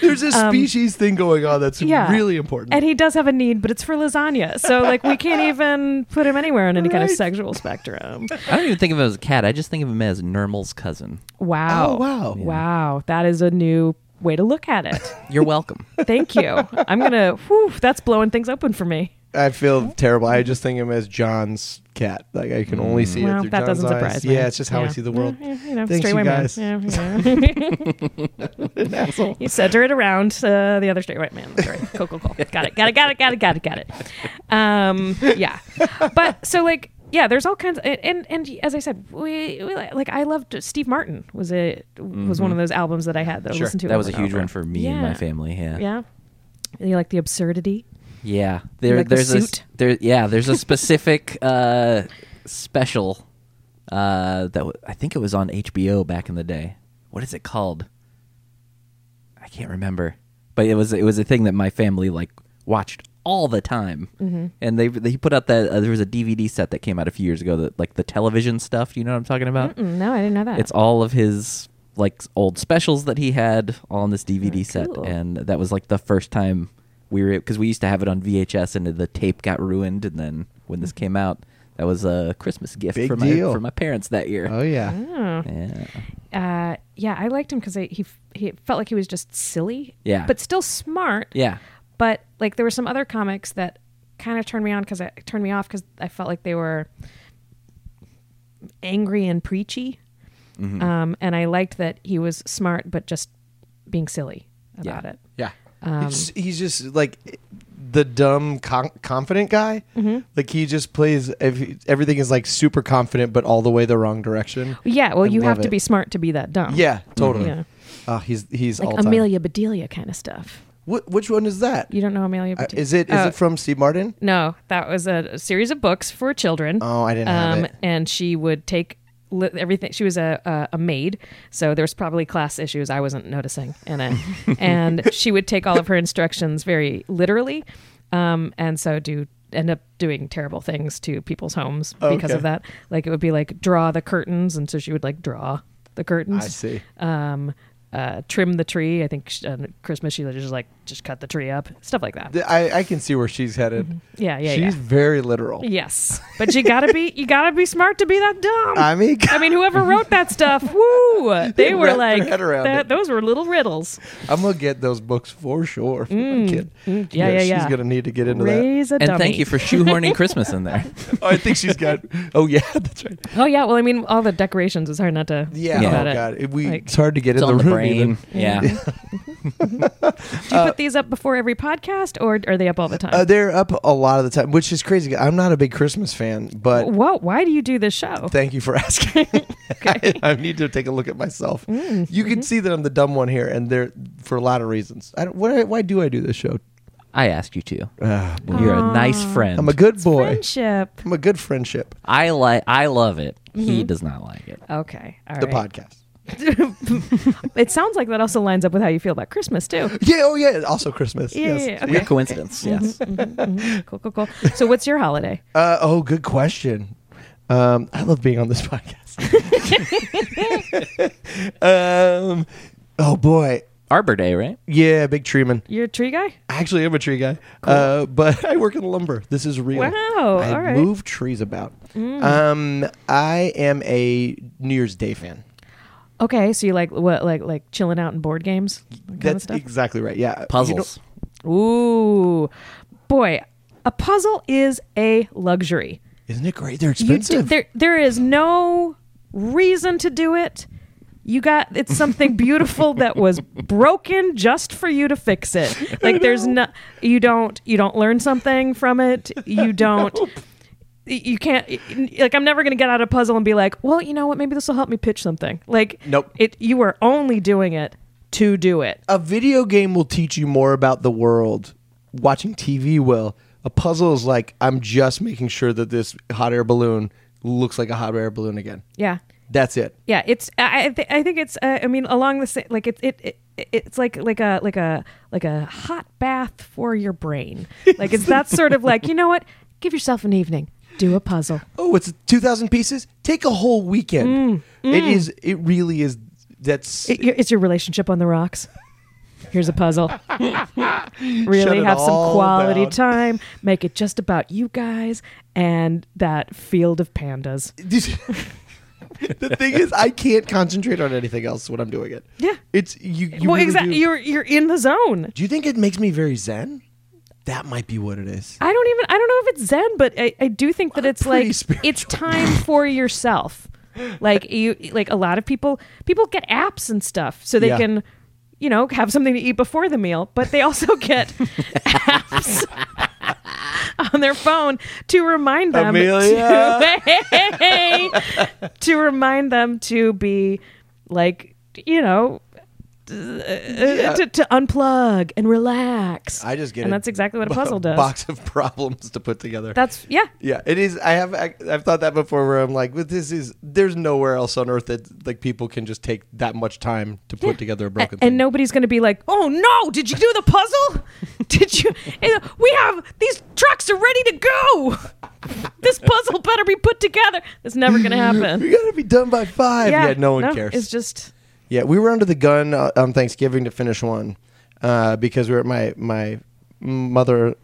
Speaker 3: there's a species thing going on that's
Speaker 4: Um, Yeah,
Speaker 3: really important
Speaker 4: And he does have a need, but it's for lasagna. So like, we can't even put him anywhere on any kind of sexual spectrum.
Speaker 2: I don't even think of him as a cat. I just think of him as Nermal's cousin.
Speaker 4: Wow.
Speaker 3: Oh, wow. Yeah.
Speaker 4: Wow. That is a new way to look at it.
Speaker 2: You're welcome.
Speaker 4: Thank you. I'm gonna. Whew, that's blowing things open for me.
Speaker 3: i feel terrible i just think him as john's cat like i can only see it
Speaker 4: Well,
Speaker 3: through
Speaker 4: that
Speaker 3: John's
Speaker 4: doesn't
Speaker 3: eyes.
Speaker 4: surprise me.
Speaker 3: yeah it's just how i
Speaker 4: Yeah.
Speaker 3: see the world
Speaker 4: Yeah, you know,
Speaker 3: Thanks,
Speaker 4: straight
Speaker 3: you
Speaker 4: white man.
Speaker 3: guys.
Speaker 4: Yeah, yeah. you center it around uh, the other straight white man. That's right. Cool, cool, cool. Got it. Got it. Got it. Got it. Got it. Got it. Um, yeah. But so like yeah, there's all kinds. and and, and as I said, we, we like I loved Steve Martin was a was one of those albums that I had that I listened to.
Speaker 2: Mm-hmm. that was a
Speaker 4: over and
Speaker 2: huge
Speaker 4: over.
Speaker 2: one for me and my
Speaker 4: Yeah.
Speaker 2: family. Yeah.
Speaker 4: Yeah. You like the absurdity?
Speaker 2: Yeah. There,
Speaker 4: like the
Speaker 2: there's a
Speaker 4: suit?
Speaker 2: there. Yeah, there's a specific uh, special uh, that w- I think it was on HBO back in the day. What is it called? I can't remember, but it was it was a thing that my family like watched all the time. Mm-hmm. And they they put out that uh, there was a DVD set that came out a few years ago that like the television stuff. Do you know what I'm talking about?
Speaker 4: Mm, No, I didn't know that.
Speaker 2: It's all of his like old specials that he had all on this DVD set,
Speaker 4: cool.
Speaker 2: and that was like the first time we were because we used to have it on VHS, and the tape got ruined, and then when
Speaker 4: Mm-hmm.
Speaker 2: this came out, that was a Christmas gift
Speaker 3: Big
Speaker 2: for
Speaker 3: deal.
Speaker 2: my for my parents that year.
Speaker 3: oh yeah
Speaker 4: Ah.
Speaker 2: yeah.
Speaker 4: uh, yeah, I liked him because he he felt like he was just silly.
Speaker 2: Yeah.
Speaker 4: But still smart.
Speaker 2: yeah,
Speaker 4: But like there were some other comics that kind of turned me on because I turned me off because I felt like they were angry and preachy.
Speaker 3: Mm-hmm.
Speaker 4: Um, and I liked that he was smart but just being silly about it.
Speaker 3: Yeah.
Speaker 4: Um,
Speaker 3: he's, he's just like the dumb, con- confident guy.
Speaker 4: Mm-hmm.
Speaker 3: Like he just plays, ev- everything is like super confident, but all the way the wrong direction.
Speaker 4: Yeah, well,
Speaker 3: I
Speaker 4: you have
Speaker 3: love
Speaker 4: to
Speaker 3: it.
Speaker 4: be smart to be that
Speaker 2: Oh.
Speaker 4: dumb.
Speaker 3: Yeah,
Speaker 2: Mm-hmm.
Speaker 3: totally.
Speaker 4: Yeah.
Speaker 3: Uh, he's he's all
Speaker 4: Like
Speaker 3: time.
Speaker 4: Amelia Bedelia kind of stuff.
Speaker 3: Wh- which one is that?
Speaker 4: You don't know Amelia
Speaker 3: Uh,
Speaker 4: Bedelia?
Speaker 3: is it is
Speaker 4: Oh,
Speaker 3: it from Steve Martin?
Speaker 4: no, that was a, a series of books for children.
Speaker 3: Oh, I didn't have it.
Speaker 4: Um, And she would take li- everything. She was a, a a maid, so there was probably class issues I wasn't noticing in it. and she would take all of her instructions very literally, um, and so do end up doing terrible things to people's homes because
Speaker 3: Okay.
Speaker 4: of that. Like it would be like draw the curtains, and so she would like draw the curtains
Speaker 3: I see.
Speaker 4: um, uh, trim the tree. I think sh- on Christmas she just like just cut the tree up, stuff like that.
Speaker 3: Th- I, I can see where she's headed.
Speaker 4: Yeah, Mm-hmm. yeah,
Speaker 3: she's
Speaker 4: yeah.
Speaker 3: very literal.
Speaker 4: Yes, but you gotta be you gotta be smart to be that dumb.
Speaker 3: I mean,
Speaker 4: I mean, whoever wrote that stuff, woo! They,
Speaker 3: They
Speaker 4: were
Speaker 3: wrapped their
Speaker 4: like,
Speaker 3: head around
Speaker 4: that,
Speaker 3: it.
Speaker 4: those were little riddles.
Speaker 3: I'm gonna get those books for sure for my kid.
Speaker 4: Mm. yeah, yeah, yeah.
Speaker 3: She's gonna need to get into
Speaker 4: Raise a
Speaker 2: And
Speaker 4: dummy.
Speaker 2: thank you for shoehorning Christmas in there.
Speaker 3: that. Oh, I think she's got. Oh yeah, that's right.
Speaker 4: Oh yeah, well, I mean, all the decorations. It's hard not to.
Speaker 3: Yeah.
Speaker 4: think
Speaker 2: Yeah.
Speaker 4: about
Speaker 3: Oh
Speaker 4: it.
Speaker 3: god, It- we.
Speaker 4: Like-
Speaker 3: it's hard to get
Speaker 2: It's
Speaker 3: in
Speaker 2: on
Speaker 3: the,
Speaker 2: the
Speaker 3: room.
Speaker 2: brain.
Speaker 3: even.
Speaker 2: Yeah.
Speaker 4: Do you put these up before every podcast, or are they up all the time?
Speaker 3: Uh, they're up a lot of the time, which is crazy. I'm not a big Christmas fan, but
Speaker 4: Whoa! Why do you do this show?
Speaker 3: thank you for asking. I, I need to take a look at myself.
Speaker 4: Mm,
Speaker 3: you
Speaker 4: mm-hmm.
Speaker 3: can see that I'm the dumb one here, and they're for a lot of reasons. I don't. What, why do I do this show?
Speaker 2: I asked you to.
Speaker 3: Ah,
Speaker 2: You're a nice friend.
Speaker 3: I'm a good boy.
Speaker 4: Friendship.
Speaker 3: I'm a good friendship.
Speaker 2: I like. I love it.
Speaker 4: Mm-hmm.
Speaker 2: He does not like it.
Speaker 4: Okay. all
Speaker 3: The
Speaker 4: right.
Speaker 3: podcast.
Speaker 4: It sounds like that also lines up with how you feel about Christmas too.
Speaker 3: Yeah. Oh yeah. Also Christmas.
Speaker 4: Yeah,
Speaker 3: yes.
Speaker 4: yeah, yeah. Okay. Mm-hmm.
Speaker 2: Weird coincidence. Yes.
Speaker 4: Cool, cool, cool. So, what's your holiday?
Speaker 3: Uh, oh, good question. Um, I love being on this podcast. um, oh boy,
Speaker 2: Arbor Day, right?
Speaker 3: yeah, big tree man.
Speaker 4: You're a tree guy?
Speaker 3: Actually, I'm a tree guy, uh, but I work in lumber. This is real.
Speaker 4: Wow,
Speaker 3: I
Speaker 4: all right. Mm.
Speaker 3: move trees about. Um, I am a New Year's Day fan.
Speaker 4: Okay, so you like what, like like chilling out in board games, that kind of
Speaker 3: That's
Speaker 4: stuff.
Speaker 3: exactly right. Yeah, You
Speaker 2: Puzzles.
Speaker 4: Ooh, boy, a puzzle is a luxury.
Speaker 3: know- isn't it great? They're
Speaker 4: You do,
Speaker 3: expensive.
Speaker 4: there, there is no reason to do it. You got it's something beautiful that was broken just for you to fix it. Like there's no you don't you don't learn something from it. You don't you can't like I'm never going to get out of a puzzle and be like, "Well, you know what? Maybe this will help me pitch something." Like
Speaker 3: Nope. Uh,
Speaker 4: It you are only doing it to do it.
Speaker 3: a video game will teach you more about the world. Watching TV will. A puzzle is like I'm just making sure that this hot air balloon looks like a hot air balloon again.
Speaker 4: Yeah.
Speaker 3: That's it.
Speaker 4: Yeah, it's I I, th- I think it's uh, I mean along the same like it, it it it's like like a like a like a hot bath for your brain. Like it's that sort of like you know what? Give yourself an evening, do a puzzle.
Speaker 3: Oh, it's 2,000 pieces. Take a whole weekend. It is. It really is. That's
Speaker 4: Mm. It, your- it's your relationship on the rocks. Here's a puzzle. really
Speaker 3: it
Speaker 4: have some
Speaker 3: all
Speaker 4: quality
Speaker 3: down.
Speaker 4: time. Make it just about you guys and that field of pandas.
Speaker 3: This- the thing is, I can't concentrate on anything else when I'm doing it.
Speaker 4: Yeah.
Speaker 3: It's you. you
Speaker 4: well,
Speaker 3: really
Speaker 4: exactly.
Speaker 3: do.
Speaker 4: You're you're in the zone.
Speaker 3: do you think it makes me very zen? That might be what it is.
Speaker 4: I don't even I don't know if it's Zen, but I, I do think that it's
Speaker 3: pretty
Speaker 4: like
Speaker 3: spiritual.
Speaker 4: it's time for yourself. Like you like a lot of people people get apps and stuff so they
Speaker 3: Yeah.
Speaker 4: can you know have something to eat before the meal, but they also get apps on their phone to remind them
Speaker 3: Amelia.
Speaker 4: to to remind them to be like you know uh, to, to unplug and relax.
Speaker 3: I just get
Speaker 4: and
Speaker 3: a
Speaker 4: that's exactly what a
Speaker 3: bo-
Speaker 4: puzzle does.
Speaker 3: Box of problems to put together.
Speaker 4: That's yeah.
Speaker 3: Yeah, it is. I have I, I've thought that before, where I'm like, well, this is there's nowhere else on earth that like people can just take that much time to put together a broken
Speaker 4: A- and
Speaker 3: thing.
Speaker 4: nobody's going to be like, "Oh no, did you do the puzzle? did you? and, uh, We have these trucks are ready to go. this puzzle better be put together. It's never going to
Speaker 3: we
Speaker 4: happen."
Speaker 3: gotta be done by five. Yeah, no one cares.
Speaker 4: It's just
Speaker 3: yeah, we were under the gun uh, on Thanksgiving to finish one uh, because we were at my my mother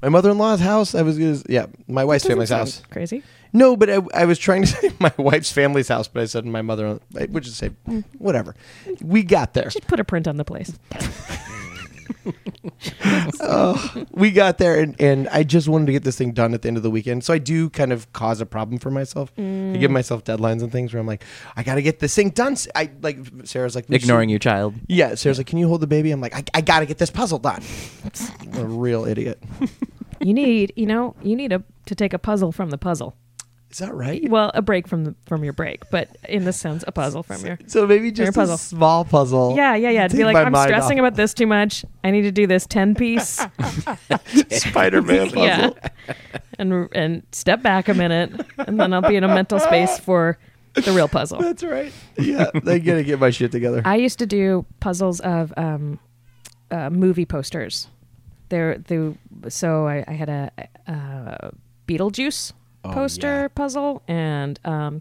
Speaker 3: my mother in law's house. I was gonna, yeah my wife's family's
Speaker 4: doesn't
Speaker 3: house.
Speaker 4: sound crazy.
Speaker 3: No, but I, I was trying to say my wife's family's house, but I said my
Speaker 4: Mm.
Speaker 3: mother, which is say whatever. We got there.
Speaker 4: Just put a print on the place.
Speaker 3: we got there and, and I just wanted to get this thing done at the end of the weekend. So I do kind of cause a problem for myself. I
Speaker 4: Mm.
Speaker 3: give myself deadlines and things where I'm like, I gotta get this thing done. S- I like Sarah's like we should-
Speaker 2: Ignoring your child.
Speaker 3: Yeah, Sarah's like, can you hold the baby? I'm like, I, I gotta get this puzzle done. I'm a real idiot.
Speaker 4: You need, you know, you need a, to take a puzzle from the puzzle.
Speaker 3: Is that right?
Speaker 4: Well, a break from the, from your break, but in this sense, a puzzle from your.
Speaker 3: So maybe just
Speaker 4: puzzle.
Speaker 3: a small puzzle.
Speaker 4: Yeah, yeah, yeah. To be
Speaker 3: Take
Speaker 4: like,
Speaker 3: my
Speaker 4: I'm
Speaker 3: mind
Speaker 4: stressing
Speaker 3: off.
Speaker 4: about this too much. I need to do this ten piece.
Speaker 5: Spider-Man puzzle.
Speaker 4: yeah, and and step back a minute, and then I'll be in a mental space for the real puzzle.
Speaker 3: That's right. Yeah, they gotta get my shit together.
Speaker 4: I used to do puzzles of um, uh, movie posters. There, the so I, I had a, uh Beetlejuice poster
Speaker 3: yeah.
Speaker 4: puzzle and um,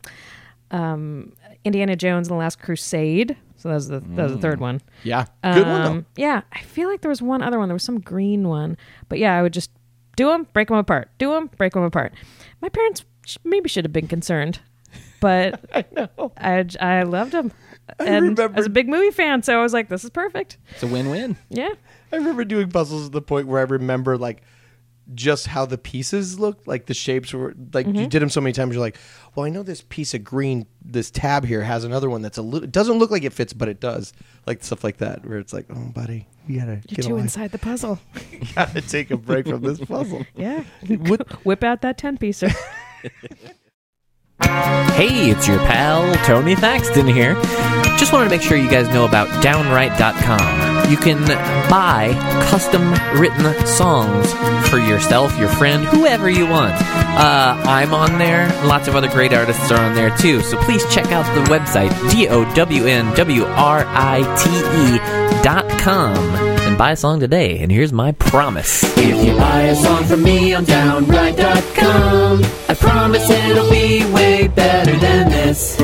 Speaker 4: um, Indiana Jones and the Last Crusade. So that was the that was the third one.
Speaker 3: yeah, good one though.
Speaker 4: Um, Yeah, I feel like there was one other one. There was some green one, but yeah, I would just do them, break them apart, do them, break them apart. My parents sh- maybe should have been concerned, but I know I, I loved them, and I was a big movie fan, so I was like, this is perfect.
Speaker 2: It's a win-win.
Speaker 4: Yeah,
Speaker 3: I remember doing puzzles to the point where I remember like just how the pieces looked, like the shapes were like you did them so many times. You're like, well, I know this piece of green, this tab here has another one that's a little. It doesn't look like it fits, but it does. Like stuff like that, where it's like, oh, buddy, you gotta
Speaker 4: you're
Speaker 3: get a
Speaker 4: too
Speaker 3: life.
Speaker 4: inside the puzzle.
Speaker 3: gotta take a break from this puzzle.
Speaker 4: Yeah,
Speaker 3: What-
Speaker 4: whip out that ten piecer.
Speaker 1: Hey, it's your pal Tony Thaxton here. Just wanted to make sure you guys know about downright.com. You can buy custom written songs for yourself, your friend, whoever you want. Uh, I'm on there. Lots of other great artists are on there too. So please check out the website, D O W N W R I T E dot com, and buy a song today. And here's my promise. If you buy a song from me on downright.com, I promise it'll be way better than this.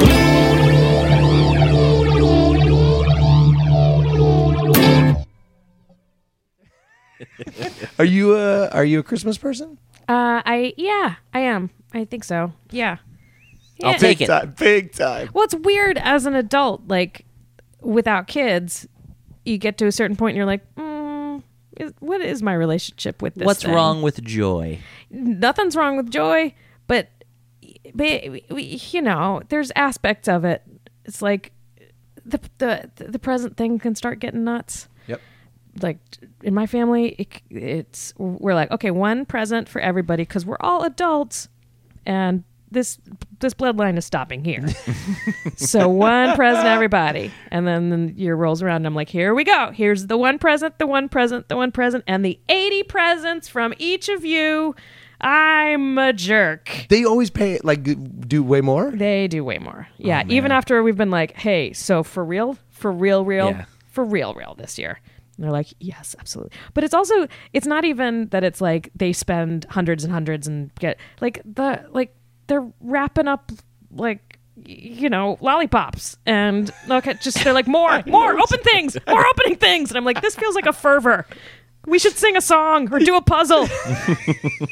Speaker 3: Are you a are you a Christmas person?
Speaker 4: uh, I yeah, I am. I think so. Yeah,
Speaker 1: I'll
Speaker 4: Yeah.
Speaker 1: take it.
Speaker 3: Time, big time.
Speaker 4: Well, it's weird as an adult, like without kids, you get to a certain point and you're like, mm, is, what is my relationship with this?
Speaker 2: What's
Speaker 4: thing?
Speaker 2: wrong with joy?
Speaker 4: Nothing's wrong with joy, but, but we- you know, there's aspects of it. It's like the the the present thing can start getting nuts.
Speaker 3: Yep.
Speaker 4: Like in my family, it, it's we're like, okay, one present for everybody because we're all adults, and this this bloodline is stopping here. So one present, everybody. And then the year rolls around. And I'm like, here we go. Here's the one present, the one present, the one present, and the 80 presents from each of you. I'm a jerk.
Speaker 3: They always pay like do way more.
Speaker 4: They do way more. Yeah. even after we've been like, hey, so for real, for real, real,
Speaker 2: Yeah.
Speaker 4: for real, real this year. And they're like, yes, absolutely. But it's also, it's not even that it's like they spend hundreds and hundreds and get like the, like they're wrapping up like, y- you know, lollipops and okay, just they're like more, more open things, more opening things. And I'm like, this feels like a fervor. We should sing a song or do a puzzle.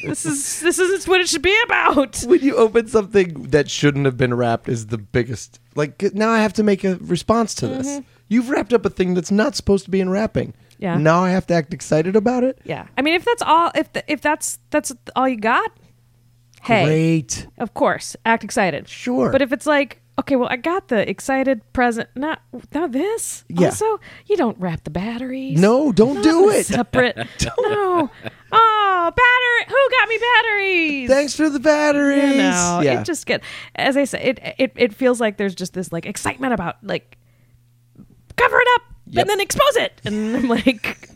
Speaker 4: this is this isn't what it should be about.
Speaker 3: when you open something that shouldn't have been wrapped is the biggest like 'cause now i have to make a response to this you've wrapped up a thing that's not supposed to be in wrapping
Speaker 4: Mm-hmm. Yeah.
Speaker 3: now i have to act excited about it
Speaker 4: Yeah. I mean, if that's all, if th if that's that's all you got, hey,
Speaker 3: great
Speaker 4: of course, act excited.
Speaker 3: Sure.
Speaker 4: But if it's like, okay, well, I got the excited present, not not this.
Speaker 3: Yeah.
Speaker 4: Also, you don't wrap the batteries.
Speaker 3: no don't
Speaker 4: Not
Speaker 3: do
Speaker 4: the
Speaker 3: it
Speaker 4: Separate. no. Oh, battery. Who got me batteries?
Speaker 3: thanks for the batteries
Speaker 4: you know,
Speaker 3: yeah
Speaker 4: it just get as I said, it, it it feels like there's just this like excitement about like cover it up
Speaker 3: Yep.
Speaker 4: and then expose it, and I'm like,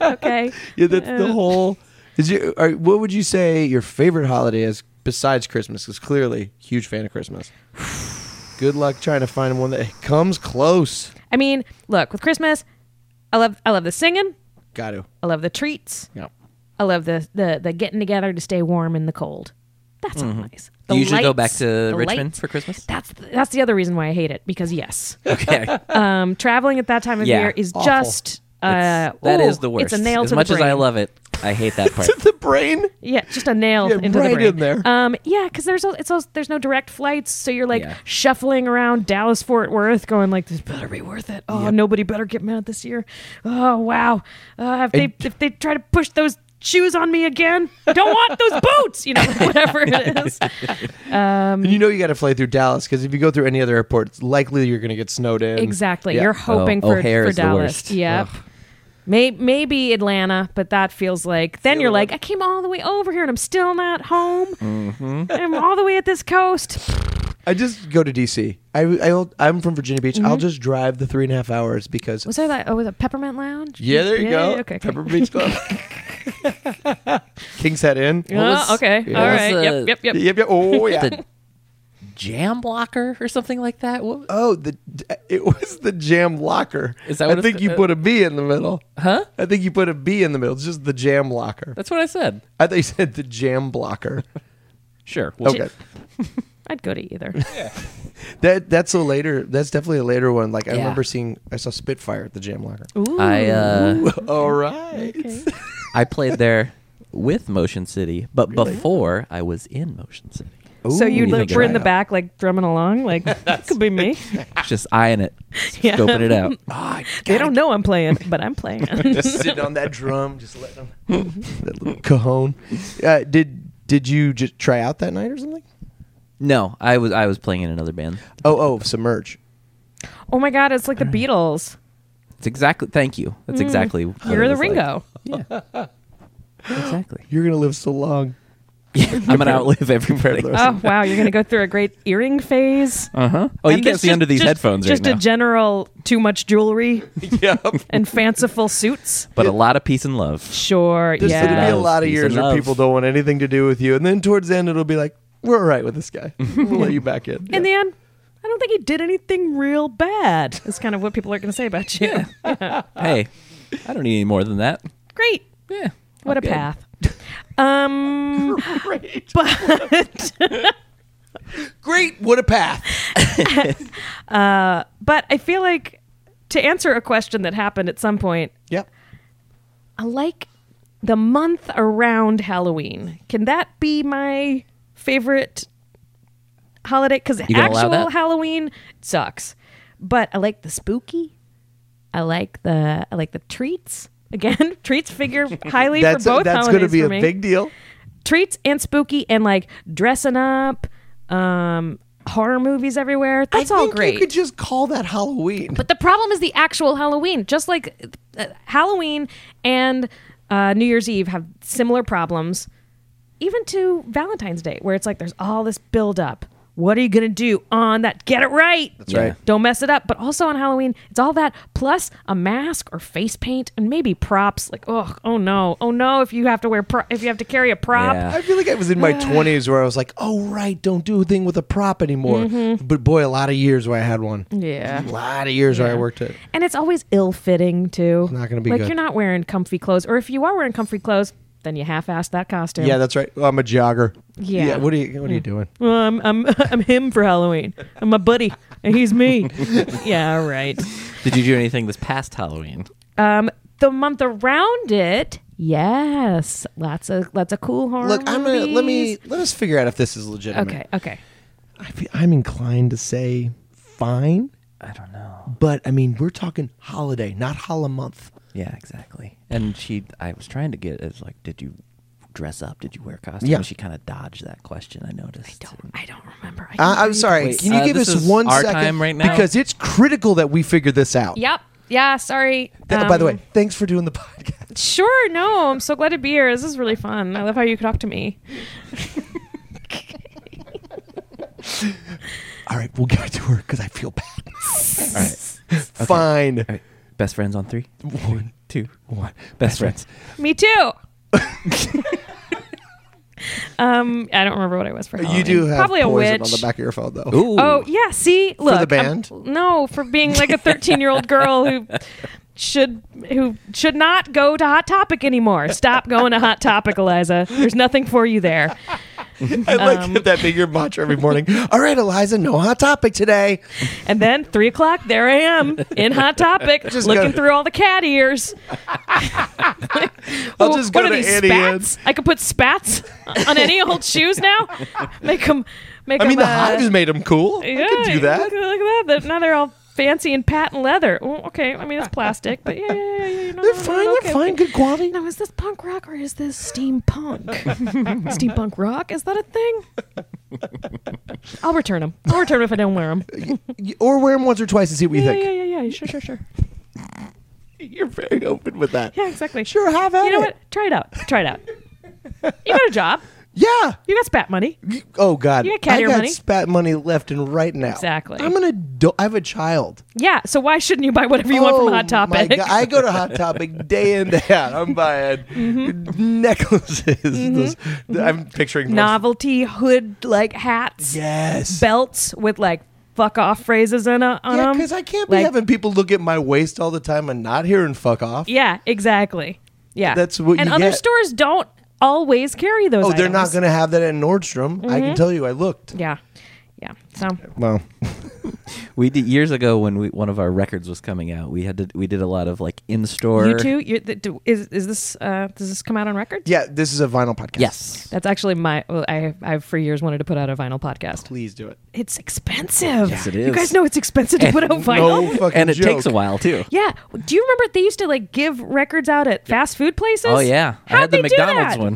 Speaker 4: okay,
Speaker 3: yeah that's the
Speaker 4: Uh,
Speaker 3: whole is you are, what would you say your favorite holiday is besides christmas because clearly huge fan of christmas good luck trying to find one that comes close
Speaker 4: I mean, look with Christmas, I love I love the singing,
Speaker 3: got to
Speaker 4: I love the treats,
Speaker 3: no
Speaker 4: I love the the, the getting together to stay warm in the cold. That's all nice. The
Speaker 2: Mm-hmm. you usually go back
Speaker 4: lights,
Speaker 2: to
Speaker 4: the
Speaker 2: Richmond
Speaker 4: lights.
Speaker 2: for Christmas?
Speaker 4: That's the, that's the other reason why I hate it because yes,
Speaker 2: Okay.
Speaker 4: um, traveling at that time of
Speaker 2: Yeah,
Speaker 4: year is
Speaker 3: awful.
Speaker 4: just uh,
Speaker 2: That
Speaker 4: ooh,
Speaker 2: is the worst.
Speaker 4: It's a nail
Speaker 2: as
Speaker 4: to
Speaker 2: much
Speaker 4: the
Speaker 2: as I
Speaker 4: brain.
Speaker 2: love it. I hate that part.
Speaker 3: the brain.
Speaker 4: Yeah, just a nail
Speaker 3: Yeah,
Speaker 4: into
Speaker 3: right
Speaker 4: the brain.
Speaker 3: in there.
Speaker 4: Um, yeah, because there's al- it's also, there's no direct flights, so you're like
Speaker 2: Yeah.
Speaker 4: shuffling around Dallas Fort Worth, going like, "This better be worth it." Oh, nobody better get mad this year. Oh wow, uh, if they if they try to push those shoes on me again, I don't want those boots. You know, whatever it is.
Speaker 3: And you know you got to fly through Dallas because if you go through any other airport, it's likely you're going to get snowed in.
Speaker 4: Exactly.
Speaker 3: Yeah.
Speaker 4: You're hoping
Speaker 2: Oh,
Speaker 4: for,
Speaker 2: O'Hare
Speaker 4: for
Speaker 2: is the
Speaker 4: Dallas.
Speaker 2: worst.
Speaker 4: Yep. May- maybe Atlanta, but that feels like then you're like, I came all the way over here and I'm still not home. I'm all the way at this coast.
Speaker 3: I just go to DC. I, I I'm from Virginia Beach. I'll just drive the three and a half hours because
Speaker 4: Mm-hmm. Was there that? Oh, was it Peppermint Lounge?
Speaker 3: yeah, there you go.
Speaker 4: Okay. okay.
Speaker 3: Pepper Beach Club. King's Head Inn.
Speaker 4: Oh, okay.
Speaker 3: yeah.
Speaker 4: All
Speaker 2: What
Speaker 4: right.
Speaker 2: was
Speaker 4: yep.
Speaker 2: the-
Speaker 4: Yep. Yep.
Speaker 3: Yep, yep. Oh yeah.
Speaker 2: the jam blocker or something like that. What?
Speaker 3: Oh, the it was the jam locker.
Speaker 2: Is that
Speaker 3: I
Speaker 2: what
Speaker 3: think
Speaker 2: it's- uh
Speaker 3: you put a B in the middle.
Speaker 2: Huh?
Speaker 3: I think you put a B in the middle. It's just the jam locker.
Speaker 2: That's what I said.
Speaker 3: I thought you said the jam blocker.
Speaker 2: Sure. Well,
Speaker 3: Okay,
Speaker 4: I'd go to either.
Speaker 3: that that's a later. That's definitely a later one. Like I
Speaker 2: Yeah.
Speaker 3: remember seeing. I saw Spitfire at the jam locker.
Speaker 4: Ooh.
Speaker 2: I uh,
Speaker 3: All right.
Speaker 4: okay.
Speaker 2: I played there with Motion City, but before I was in Motion City.
Speaker 4: So you
Speaker 2: Ooh.
Speaker 4: li-
Speaker 2: Think
Speaker 4: were in the
Speaker 2: about it.
Speaker 4: back, like drumming along, like that could be me.
Speaker 2: Just eyeing it,
Speaker 4: Yeah.
Speaker 2: scoping it out.
Speaker 3: Ah,
Speaker 4: They don't know I'm playing, but I'm playing.
Speaker 3: just sitting on that drum, just letting them that little cajon. Uh, did did you just try out that night or something?
Speaker 2: No, I was I was playing in another band.
Speaker 3: Oh oh, submerge.
Speaker 4: oh my God! It's like the Beatles.
Speaker 2: It's exactly. Thank you. That's exactly. what Oh, it
Speaker 4: Mm. You're the
Speaker 2: was like.
Speaker 4: Ringo.
Speaker 2: Yeah. exactly.
Speaker 3: You're gonna live so long.
Speaker 2: I'm gonna outlive everybody.
Speaker 3: Compared to
Speaker 4: Oh wow, you're gonna go through a great earring phase.
Speaker 2: Uh huh. Oh, you
Speaker 4: And
Speaker 2: can't
Speaker 4: this
Speaker 2: see
Speaker 4: just-
Speaker 2: under these
Speaker 4: just-
Speaker 2: headphones
Speaker 4: Just
Speaker 2: right
Speaker 4: a
Speaker 2: now.
Speaker 4: general too much jewelry
Speaker 3: yep.
Speaker 4: and fanciful suits.
Speaker 2: but a lot of peace and love.
Speaker 4: Sure,
Speaker 3: There's gonna be a
Speaker 4: yeah.
Speaker 3: lot of
Speaker 2: Peace
Speaker 3: years
Speaker 2: and
Speaker 3: where
Speaker 2: love.
Speaker 3: people don't want anything to do with you, and then towards the end it'll be like, we're all right with this guy. We'll let you back in.
Speaker 4: In the end, I don't think he did anything real bad. Is kind of what people are gonna say about you.
Speaker 2: Hey, I don't need any more than that.
Speaker 4: Great.
Speaker 2: Yeah.
Speaker 4: What
Speaker 2: I'm
Speaker 4: a
Speaker 2: good.
Speaker 4: path. Um,
Speaker 3: Oh, Great.
Speaker 4: but
Speaker 3: Great. What a path.
Speaker 4: but I feel like to answer a question that happened at some point,
Speaker 3: Yep.
Speaker 4: I like the month around Halloween. Can that be my favorite holiday? Because
Speaker 2: You gonna allow
Speaker 4: actual
Speaker 2: that?
Speaker 4: Halloween sucks, but I like the spooky. I like the I like the treats. Again, treats figure highly
Speaker 3: That's
Speaker 4: for both
Speaker 3: that's
Speaker 4: holidays
Speaker 3: gonna be
Speaker 4: for
Speaker 3: a
Speaker 4: me.
Speaker 3: big deal.
Speaker 4: treats and spooky and like dressing up, um, horror movies everywhere. That's
Speaker 3: I
Speaker 4: all
Speaker 3: think
Speaker 4: great.
Speaker 3: You could just call that Halloween.
Speaker 4: But the problem is the actual Halloween. Just like uh, Halloween and uh, New Year's Eve have similar problems, even to Valentine's Day, where it's like there's all this buildup. What are you going to do on that? Get it right. That's
Speaker 2: Yeah. right.
Speaker 4: Don't mess it up. But also on Halloween, it's all that plus a mask or face paint and maybe props. Like, oh, oh no, oh no, if you have to wear, pro- if you have to carry a prop.
Speaker 2: Yeah.
Speaker 3: I feel like I was in my 20s where I was like, oh, right, don't do a thing with a prop anymore. But boy, a lot of years where I had one.
Speaker 4: Mm. Yeah.
Speaker 3: A lot of years where I worked it.
Speaker 4: And it's always ill fitting too. It's
Speaker 3: not gonna be
Speaker 4: like
Speaker 3: good.
Speaker 4: you're not wearing comfy clothes, or if you are wearing comfy clothes, then you half-assed that costume.
Speaker 3: Yeah, that's right. Well, I'm a jogger.
Speaker 4: Yeah.
Speaker 3: what are you What are you doing?
Speaker 4: Well, I'm I'm I'm him for Halloween. I'm my buddy, and he's me. yeah, right.
Speaker 2: Did you do anything this past Halloween?
Speaker 4: Um, the month around it, yes, lots of lots of cool horror.
Speaker 3: Look, I'm gonna let me
Speaker 4: movies.
Speaker 3: let us figure out if this is legitimate.
Speaker 4: Okay, okay.
Speaker 3: I feel, I'm inclined to say fine,
Speaker 2: I don't know.
Speaker 3: but I mean we're talking holiday, not hollow month.
Speaker 2: Yeah, exactly. And she, I was trying to get it's like, did you dress up? Did you wear a costume?
Speaker 3: Yeah.
Speaker 2: She kind of dodged that question. I noticed.
Speaker 4: Don't I don't remember. I
Speaker 3: Uh,
Speaker 4: can't
Speaker 3: I'm
Speaker 4: read.
Speaker 3: sorry.
Speaker 2: Wait,
Speaker 3: can you
Speaker 2: uh,
Speaker 3: give
Speaker 2: this
Speaker 3: us
Speaker 2: is
Speaker 3: one
Speaker 2: our
Speaker 3: second?
Speaker 2: time right now?
Speaker 3: because it's critical that we figure this out.
Speaker 4: Yep. Yeah. Sorry.
Speaker 3: Th- by the
Speaker 4: Um,
Speaker 3: way, thanks for doing the podcast.
Speaker 4: Sure. No, I'm so glad to be here. This is really fun. I love how you talk to me.
Speaker 3: All right, we'll give it to her because I feel bad.
Speaker 2: All right.
Speaker 3: Fine.
Speaker 2: All right. Best friends on three.
Speaker 3: One,
Speaker 2: Two.
Speaker 3: one.
Speaker 2: Best friends.
Speaker 4: Me too. um, I don't remember what I was for.
Speaker 3: You
Speaker 4: Halloween.
Speaker 3: do have
Speaker 4: probably a
Speaker 3: poison
Speaker 4: witch
Speaker 3: on the back of your phone, though.
Speaker 2: Ooh.
Speaker 4: Oh yeah, see, look,
Speaker 3: the
Speaker 4: I'm-
Speaker 3: band?
Speaker 4: no, for being like a 13 year old girl who should who should not go to Hot Topic anymore. Stop going to Hot Topic, Eliza. There's nothing for you there.
Speaker 3: I like
Speaker 4: Um.
Speaker 3: that being your mantra every morning. All right, Eliza, no hot topic today.
Speaker 4: And then three o'clock, there I am in Hot Topic, just looking
Speaker 3: gotta-
Speaker 4: through all the cat ears.
Speaker 3: I'll just go
Speaker 4: what
Speaker 3: to
Speaker 4: are
Speaker 3: E
Speaker 4: these
Speaker 3: Annie and-
Speaker 4: spats? I could put spats on any old shoes now. Make them. Make
Speaker 3: I mean, the
Speaker 4: 'em,
Speaker 3: hives
Speaker 4: uh,
Speaker 3: made them cool. I could
Speaker 4: yeah,
Speaker 3: do
Speaker 4: Look,
Speaker 3: that.
Speaker 4: look at that. They're- Now they're all fancy and patent leather. Oh, okay, I mean it's plastic, but yeah, yeah, yeah. yeah, you know,
Speaker 3: They're
Speaker 4: no, no,
Speaker 3: fine.
Speaker 4: no,
Speaker 3: They're
Speaker 4: okay,
Speaker 3: fine.
Speaker 4: okay.
Speaker 3: Good quality.
Speaker 4: Now is this punk rock or is this steampunk? steampunk rock is that a thing? I'll return them. I'll return 'em if I don't wear them.
Speaker 3: Or wear them once or twice and see what you
Speaker 4: Yeah,
Speaker 3: think.
Speaker 4: yeah, yeah, yeah. Sure, sure, sure.
Speaker 3: You're very open with that.
Speaker 4: Yeah, exactly.
Speaker 3: Sure, have at
Speaker 4: You know
Speaker 3: it.
Speaker 4: what? Try it out. Try it out. You got a job.
Speaker 3: Yeah.
Speaker 4: You got spat money.
Speaker 3: You- Oh God!
Speaker 4: You got cat
Speaker 3: I
Speaker 4: ear
Speaker 3: got
Speaker 4: money.
Speaker 3: spat money left and right now.
Speaker 4: Exactly.
Speaker 3: I'm an adult. I have a child.
Speaker 4: Yeah. So why shouldn't you buy whatever you want
Speaker 3: Oh,
Speaker 4: from Hot
Speaker 3: my
Speaker 4: Topic?
Speaker 3: God. I go to Hot Topic day in day out. I'm buying
Speaker 4: Mm-hmm.
Speaker 3: necklaces. Those- I'm picturing those-
Speaker 4: Novelty hood like hats,
Speaker 3: Yes.
Speaker 4: belts with like fuck off phrases in a, on
Speaker 3: Yeah,
Speaker 4: them.
Speaker 3: because I can't be having people look at my waist all the time and not hearing fuck off.
Speaker 4: Yeah, exactly. Yeah.
Speaker 3: That's what
Speaker 4: And
Speaker 3: you
Speaker 4: other
Speaker 3: get.
Speaker 4: stores don't always carry those.
Speaker 3: Oh, they're not
Speaker 4: items. Mm-hmm.
Speaker 3: going to have that at Nordstrom. I can tell you, I looked.
Speaker 4: Yeah. Yeah. So
Speaker 3: Well,
Speaker 2: We did years ago when we, one of our records was coming out. We had to we did a lot of like in store.
Speaker 4: you two, you, th- do, is is this uh, does this come out on record?
Speaker 3: yeah, this is a vinyl podcast.
Speaker 2: Yes.
Speaker 4: That's actually my. Well, I I've for years wanted to put out a vinyl podcast.
Speaker 3: Please do it.
Speaker 4: It's expensive.
Speaker 2: Yes, it
Speaker 4: You
Speaker 2: is.
Speaker 4: guys know it's expensive to put out vinyl.
Speaker 3: No fucking
Speaker 2: and it
Speaker 3: joke.
Speaker 2: takes a while too.
Speaker 4: Yeah. Do you remember they used to like give records out at fast food places?
Speaker 2: Oh yeah,
Speaker 4: How'd
Speaker 2: I had the
Speaker 4: they do
Speaker 2: McDonald's
Speaker 4: that?
Speaker 2: one.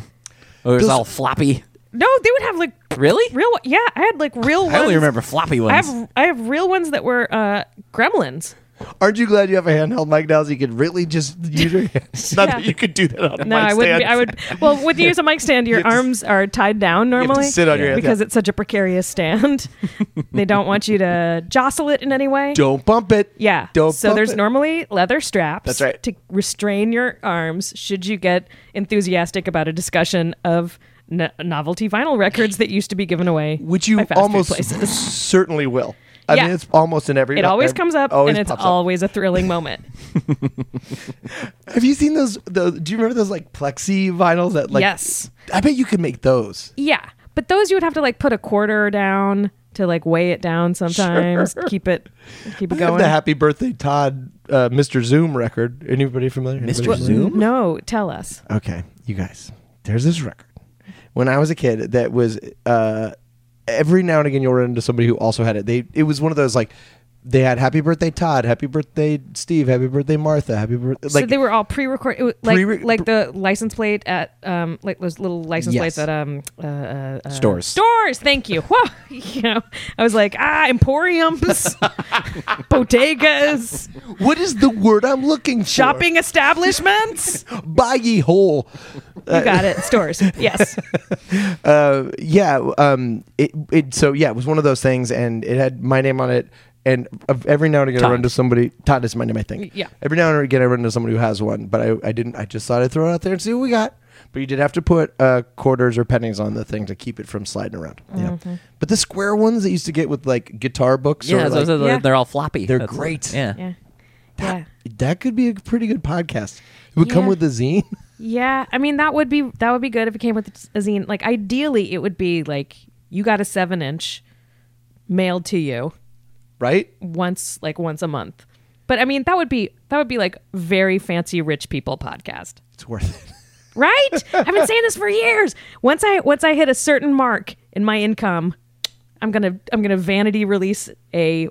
Speaker 2: It was
Speaker 3: Those-
Speaker 2: all floppy.
Speaker 4: No, they would have like
Speaker 2: Really?
Speaker 4: real. Yeah, I had like real. Ones.
Speaker 2: I only remember floppy
Speaker 4: I
Speaker 2: ones.
Speaker 4: have I have real ones that were uh, Gremlins.
Speaker 3: Aren't you glad you have a handheld mic now so you could really just use your hands? Not that
Speaker 4: Yeah.
Speaker 3: you could do that on a
Speaker 4: No,
Speaker 3: mic
Speaker 4: I would.
Speaker 3: stand.
Speaker 4: I would. Well, with you use a mic stand, your
Speaker 3: have to s-
Speaker 4: arms are tied down
Speaker 3: You have
Speaker 4: normally
Speaker 3: to sit on your hands.
Speaker 4: because it's such a precarious stand. they don't want you to jostle it in any way.
Speaker 3: Don't bump it.
Speaker 4: Yeah.
Speaker 3: Don't
Speaker 4: so
Speaker 3: bump
Speaker 4: there's
Speaker 3: it.
Speaker 4: normally leather straps
Speaker 3: That's right.
Speaker 4: to restrain your arms should you get enthusiastic about a discussion of no- novelty vinyl records that used to be given away.
Speaker 3: Which you
Speaker 4: by fast food
Speaker 3: almost
Speaker 4: places.
Speaker 3: certainly will. I
Speaker 4: Yeah.
Speaker 3: mean, it's almost in every.
Speaker 4: It always
Speaker 3: every-
Speaker 4: comes up
Speaker 3: always
Speaker 4: and it's
Speaker 3: pops up.
Speaker 4: always a thrilling moment.
Speaker 3: Have you seen those, those? Do you remember those like plexi vinyls that like?
Speaker 4: yes.
Speaker 3: I bet you could make those.
Speaker 4: Yeah. But those you would have to like put a quarter down to like weigh it down sometimes.
Speaker 3: Sure.
Speaker 4: Keep it keep it
Speaker 3: I have
Speaker 4: going.
Speaker 3: the Happy Birthday Todd, uh, Mr. Zoom record. Anybody familiar? Anybody
Speaker 2: Mr.
Speaker 3: familiar?
Speaker 2: Zoom?
Speaker 4: No, tell us.
Speaker 3: Okay, you guys. There's this record. When I was a kid, that was uh, every now and again you'll run into somebody who also had it. They it was one of those like they had Happy Birthday Todd, Happy Birthday Steve, Happy Birthday Martha, Happy Birthday.
Speaker 4: So
Speaker 3: Like
Speaker 4: they were all pre-recorded, like
Speaker 3: Pre-re-
Speaker 4: like the license plate at um like those little license
Speaker 3: Yes.
Speaker 4: plates at um uh, uh, uh,
Speaker 2: Stores.
Speaker 4: stores. Thank you. Whoa, you know, I was like ah emporiums, bodegas,
Speaker 3: what is the word I'm looking for?
Speaker 4: shopping establishments.
Speaker 3: Buy ye whole.
Speaker 4: You got it. Stores. Yes.
Speaker 3: uh, yeah, um, it, it, so yeah, it was one of those things, and it had my name on it. And of- every now and again, I run
Speaker 4: Todd.
Speaker 3: into somebody. Todd is my name, I think.
Speaker 4: Yeah.
Speaker 3: Every now and again, I run into somebody who has one, but I, I didn't. I just thought I'd throw it out there and see what we got. But you did have to put uh, quarters or pennies on the thing to keep it from sliding around. Yeah. But the square ones that used to get with like guitar books,
Speaker 2: yeah,
Speaker 3: or,
Speaker 2: so- so
Speaker 3: like-
Speaker 2: they're,
Speaker 4: Mm-hmm. Yeah.
Speaker 2: they're all floppy.
Speaker 3: They're
Speaker 2: That's-
Speaker 3: great.
Speaker 2: Yeah.
Speaker 4: Yeah. Yeah.
Speaker 3: that could be a pretty good podcast. It would come
Speaker 4: Yeah.
Speaker 3: with a zine.
Speaker 4: Yeah, I mean that would be that would be good if it came with a zine. Like ideally, it would be like you got a seven inch mailed to you
Speaker 3: Right?
Speaker 4: once, like once a month. But I mean that would be that would be like very fancy rich people podcast,
Speaker 3: It's worth it.
Speaker 4: right? I've been saying this for years. Once I once I hit a certain mark in my income, I'm gonna I'm gonna vanity release a, a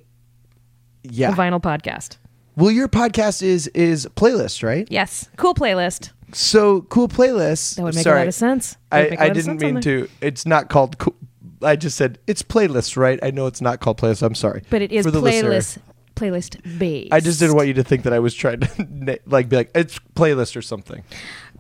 Speaker 3: Yeah.
Speaker 4: vinyl podcast.
Speaker 3: Well, your podcast is is playlist, right?
Speaker 4: Yes, cool playlist.
Speaker 3: So cool playlist.
Speaker 4: That would make a
Speaker 3: Sorry.
Speaker 4: lot of sense. That would
Speaker 3: I,
Speaker 4: make a
Speaker 3: I
Speaker 4: lot of
Speaker 3: didn't
Speaker 4: sense on
Speaker 3: mean
Speaker 4: there.
Speaker 3: to. It's not called. Cool, I just said it's playlist, right? I know it's not called playlist. I'm sorry,
Speaker 4: But it is
Speaker 3: For the listener,
Speaker 4: playlist playlist based.
Speaker 3: I just didn't want you to think that I was trying to na- like be like it's playlist or something.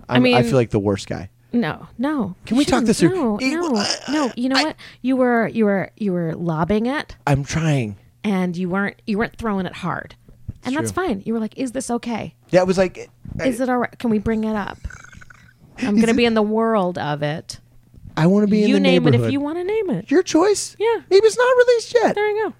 Speaker 3: I'm, I
Speaker 4: mean-
Speaker 3: feel like the worst guy.
Speaker 4: No, no.
Speaker 3: Can
Speaker 4: you
Speaker 3: we talk
Speaker 4: shouldn't.
Speaker 3: this through?
Speaker 4: No,
Speaker 3: It-
Speaker 4: no,
Speaker 3: I-
Speaker 4: no. You know what? You were, you were, you were lobbing it,
Speaker 3: I'm trying.
Speaker 4: and you weren't, you weren't throwing it hard, and that's fine. You were like, "Is this okay?
Speaker 3: That was like I,
Speaker 4: Is it all right? Can we bring it up? I'm gonna be in the world of it.
Speaker 3: I want to be in
Speaker 4: You
Speaker 3: the
Speaker 4: name it
Speaker 3: neighborhood.
Speaker 4: if you want to name it.
Speaker 3: Your choice.
Speaker 4: Yeah.
Speaker 3: Maybe it's not released yet.
Speaker 4: There you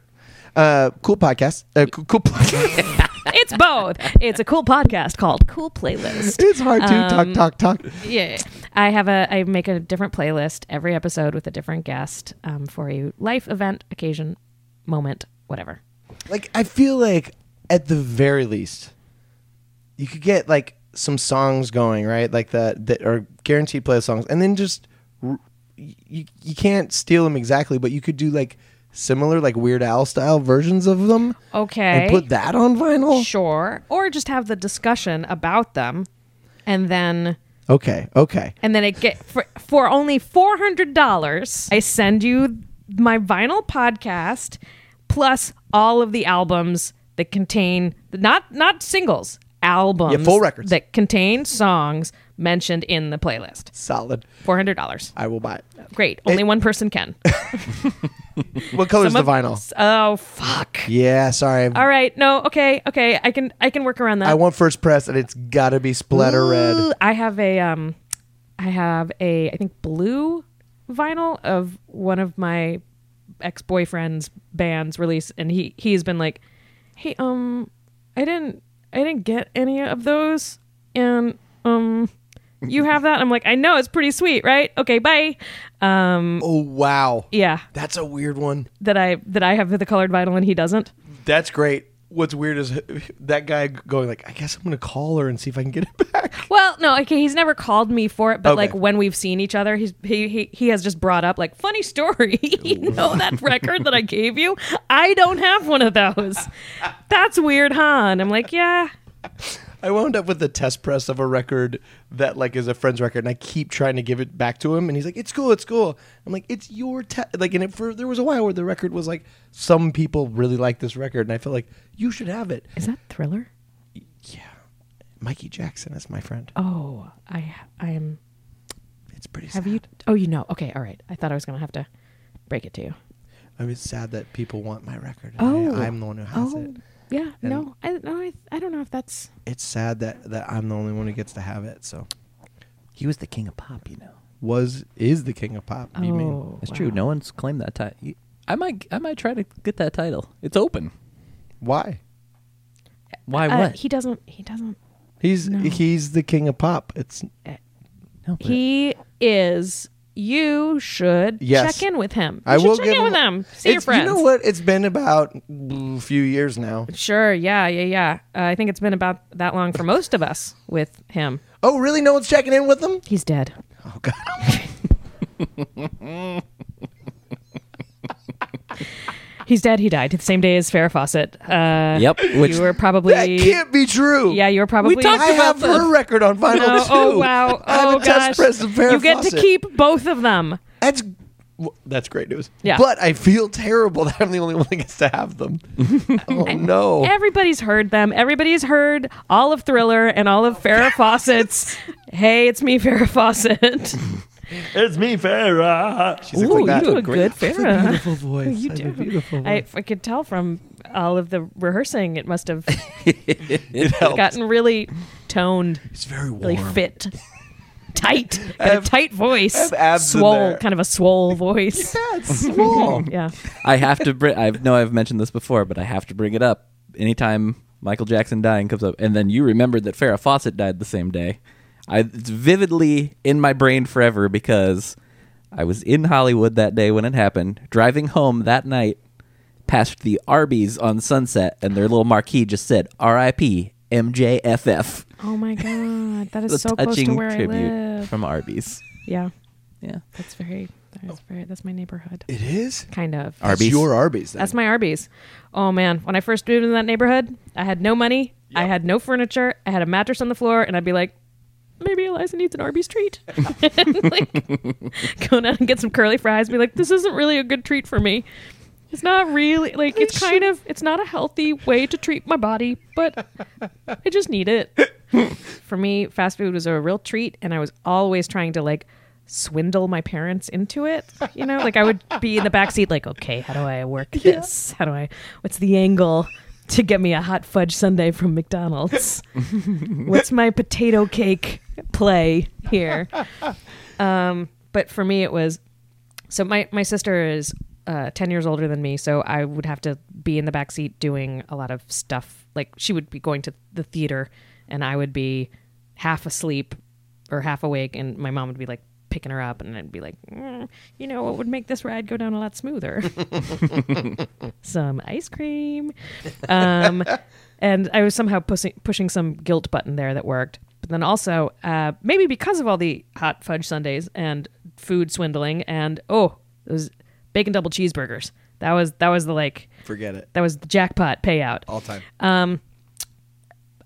Speaker 4: go.
Speaker 3: Uh, cool podcast. Uh, cool, cool podcast.
Speaker 4: it's both. It's a cool podcast called Cool Playlist.
Speaker 3: It's hard to
Speaker 4: Um,
Speaker 3: talk, talk, talk.
Speaker 4: Yeah, I have a I make a different playlist every episode with a different guest um, for a life event, occasion, moment, whatever.
Speaker 3: Like I feel like at the very least, you could get like some songs going, right? Like that that are guaranteed play songs, and then just r- you you can't steal them exactly, but you could do like similar like Weird Al style versions of them.
Speaker 4: Okay.
Speaker 3: And put that on vinyl.
Speaker 4: Sure. Or just have the discussion about them and then
Speaker 3: Okay, okay.
Speaker 4: and then it get for, for only $400, I send you my vinyl podcast plus all of the albums that contain not not singles, albums
Speaker 3: Yeah, full records.
Speaker 4: that contain songs mentioned in the playlist.
Speaker 3: Solid.
Speaker 4: $400.
Speaker 3: I will buy it.
Speaker 4: Great. Only one person can.
Speaker 3: What color is the
Speaker 4: Some of-
Speaker 3: vinyl?
Speaker 4: Oh fuck.
Speaker 3: Yeah, sorry.
Speaker 4: All right. No, okay. Okay. I can I can work around that.
Speaker 3: I want first press, and it's gotta be splatter red.
Speaker 4: Ooh, I have a um, I have a I think blue vinyl of one of my ex boyfriend's band's release, and he he's been like, hey um, I didn't I didn't get any of those, and um, you have that. I'm like, I know it's pretty sweet, right? Okay, bye. Um,
Speaker 3: Oh wow,
Speaker 4: yeah,
Speaker 3: that's a weird one.
Speaker 4: that I that I have the colored vinyl and he doesn't.
Speaker 3: That's great. What's weird is that guy going like, I guess I'm gonna call her and see if I can get it back.
Speaker 4: Well, no, okay, he's never called me for it, but
Speaker 3: Okay.
Speaker 4: like when we've seen each other, he's he he, he has just brought up like funny story. you know that record that I gave you? I don't have one of those. That's weird, huh? And I'm like, yeah.
Speaker 3: I wound up with the test press of a record that like is a friend's record, and I keep trying to give it back to him, and he's like, "It's cool, it's cool." I'm like, "It's your te-. like." And it, for there was a while where the record was like, some people really like this record, and I felt like you should have it.
Speaker 4: Is that Thriller?
Speaker 3: Yeah, Mikey Jackson is my friend.
Speaker 4: Oh, I I am
Speaker 3: It's pretty.
Speaker 4: have
Speaker 3: Sad.
Speaker 4: you Oh, you know. Okay, all right. I thought I was going to have to break it to you.
Speaker 3: I was sad that people want my record.
Speaker 4: Oh.
Speaker 3: and I, I'm the one who has
Speaker 4: Oh.
Speaker 3: it.
Speaker 4: Yeah, no. I no I, I don't know if that's
Speaker 3: It's sad that that I'm the only one who gets to have it. So
Speaker 2: He was the king of pop, you know.
Speaker 3: was is the king of pop.
Speaker 4: Oh,
Speaker 3: You mean
Speaker 2: That's true.
Speaker 4: wow.
Speaker 2: No one's claimed that title. I might, I might try to get that title. It's open.
Speaker 3: why?
Speaker 2: Why?
Speaker 4: Uh,
Speaker 2: what?
Speaker 4: he doesn't he doesn't
Speaker 3: He's he's the king of pop. It's
Speaker 2: no, but-
Speaker 4: He is. You should
Speaker 3: Yes.
Speaker 4: check in with him. You
Speaker 3: I
Speaker 4: should
Speaker 3: will
Speaker 4: check
Speaker 3: give
Speaker 4: in with him. See your
Speaker 3: It's-
Speaker 4: friends.
Speaker 3: You know what? It's been about a few years now.
Speaker 4: Sure. Yeah. Yeah. Yeah. Uh, I think it's been about that long for most of us with him.
Speaker 3: Oh, really? No one's checking in with them.
Speaker 4: He's dead.
Speaker 3: Oh God.
Speaker 4: He's dead. He died the same day as Farrah Fawcett. Uh,
Speaker 2: Yep. Which
Speaker 4: you were probably.
Speaker 3: That can't be true.
Speaker 4: yeah. You were probably.
Speaker 2: talked
Speaker 3: I have
Speaker 2: about
Speaker 3: her record on vinyl
Speaker 4: Oh,
Speaker 3: too.
Speaker 4: oh, wow.
Speaker 3: I have
Speaker 4: Oh
Speaker 3: a test
Speaker 4: gosh.
Speaker 3: press of Farrah
Speaker 4: You get
Speaker 3: Fawcett.
Speaker 4: to keep both of them.
Speaker 3: That's w- that's great news.
Speaker 4: Yeah.
Speaker 3: But I feel terrible that I'm the only one that gets to have them. oh no.
Speaker 4: Everybody's heard them. Everybody's heard all of Thriller and all of Farrah Fawcett's. hey, it's me, Farrah Fawcett.
Speaker 3: It's me, Farrah. She's
Speaker 4: Ooh, you do a good
Speaker 3: a
Speaker 4: Farrah.
Speaker 3: beautiful voice.
Speaker 4: You
Speaker 3: I have a
Speaker 4: do.
Speaker 3: beautiful voice.
Speaker 4: I, I could tell from all of the rehearsing, it must have
Speaker 3: it helps.
Speaker 4: gotten really toned,
Speaker 3: it's very warm.
Speaker 4: really fit, tight, got
Speaker 3: have-
Speaker 4: a tight voice,
Speaker 3: have abs in
Speaker 4: swole,
Speaker 3: there.
Speaker 4: kind of a swole voice.
Speaker 3: That's small.
Speaker 4: Yeah,
Speaker 2: I have to bring. I know I've mentioned this before, but I have to bring it up anytime Michael Jackson dying comes up. And then you remembered that Farrah Fawcett died the same day. I it's vividly in my brain forever because I was in Hollywood that day when it happened, driving home that night past the Arby's on Sunset, and their little marquee just said "R.I.P. MJFF."
Speaker 4: Oh my god, that
Speaker 2: It's a
Speaker 4: is so close
Speaker 2: touching
Speaker 4: to where I
Speaker 2: tribute
Speaker 4: live.
Speaker 2: from Arby's.
Speaker 4: yeah,
Speaker 2: Yeah,
Speaker 4: that's very,
Speaker 3: Oh.
Speaker 4: that's very, that's my neighborhood,
Speaker 3: It is.
Speaker 4: kind of.
Speaker 2: Arby's.
Speaker 3: It's your Arby's. Then.
Speaker 4: That's my Arby's. Oh man, when I first moved in that neighborhood, I had no money, I had no furniture, I had a mattress on the floor, and I'd be like, maybe Eliza needs an Arby's treat. And, like, go down and get some curly fries. And be like, this isn't really a good treat for me. It's not really like it's kind of it's not a healthy way to treat my body, but I just need it. for me, fast food was a real treat, and I was always trying to like swindle my parents into it. You know, like I would be in the back seat, like, okay, how do I work this? How do I? What's the angle to get me a hot fudge sundae from McDonald's? what's my potato cake play here? Um, but for me, it was so my my sister is uh, ten years older than me, so I would have to be in the back seat doing a lot of stuff like she would be going to the theater and I would be half asleep or half awake and my mom would be like picking her up and I'd be like, "Mm, you know, what would make this ride go down a lot smoother? some ice cream. Um, and I was somehow pushing, pushing some guilt button there that worked. But then also, uh, maybe because of all the hot fudge sundaes and food swindling and oh, those bacon double cheeseburgers. That was that was the like
Speaker 3: Forget it.
Speaker 4: that was the jackpot payout.
Speaker 3: All time.
Speaker 4: Uh,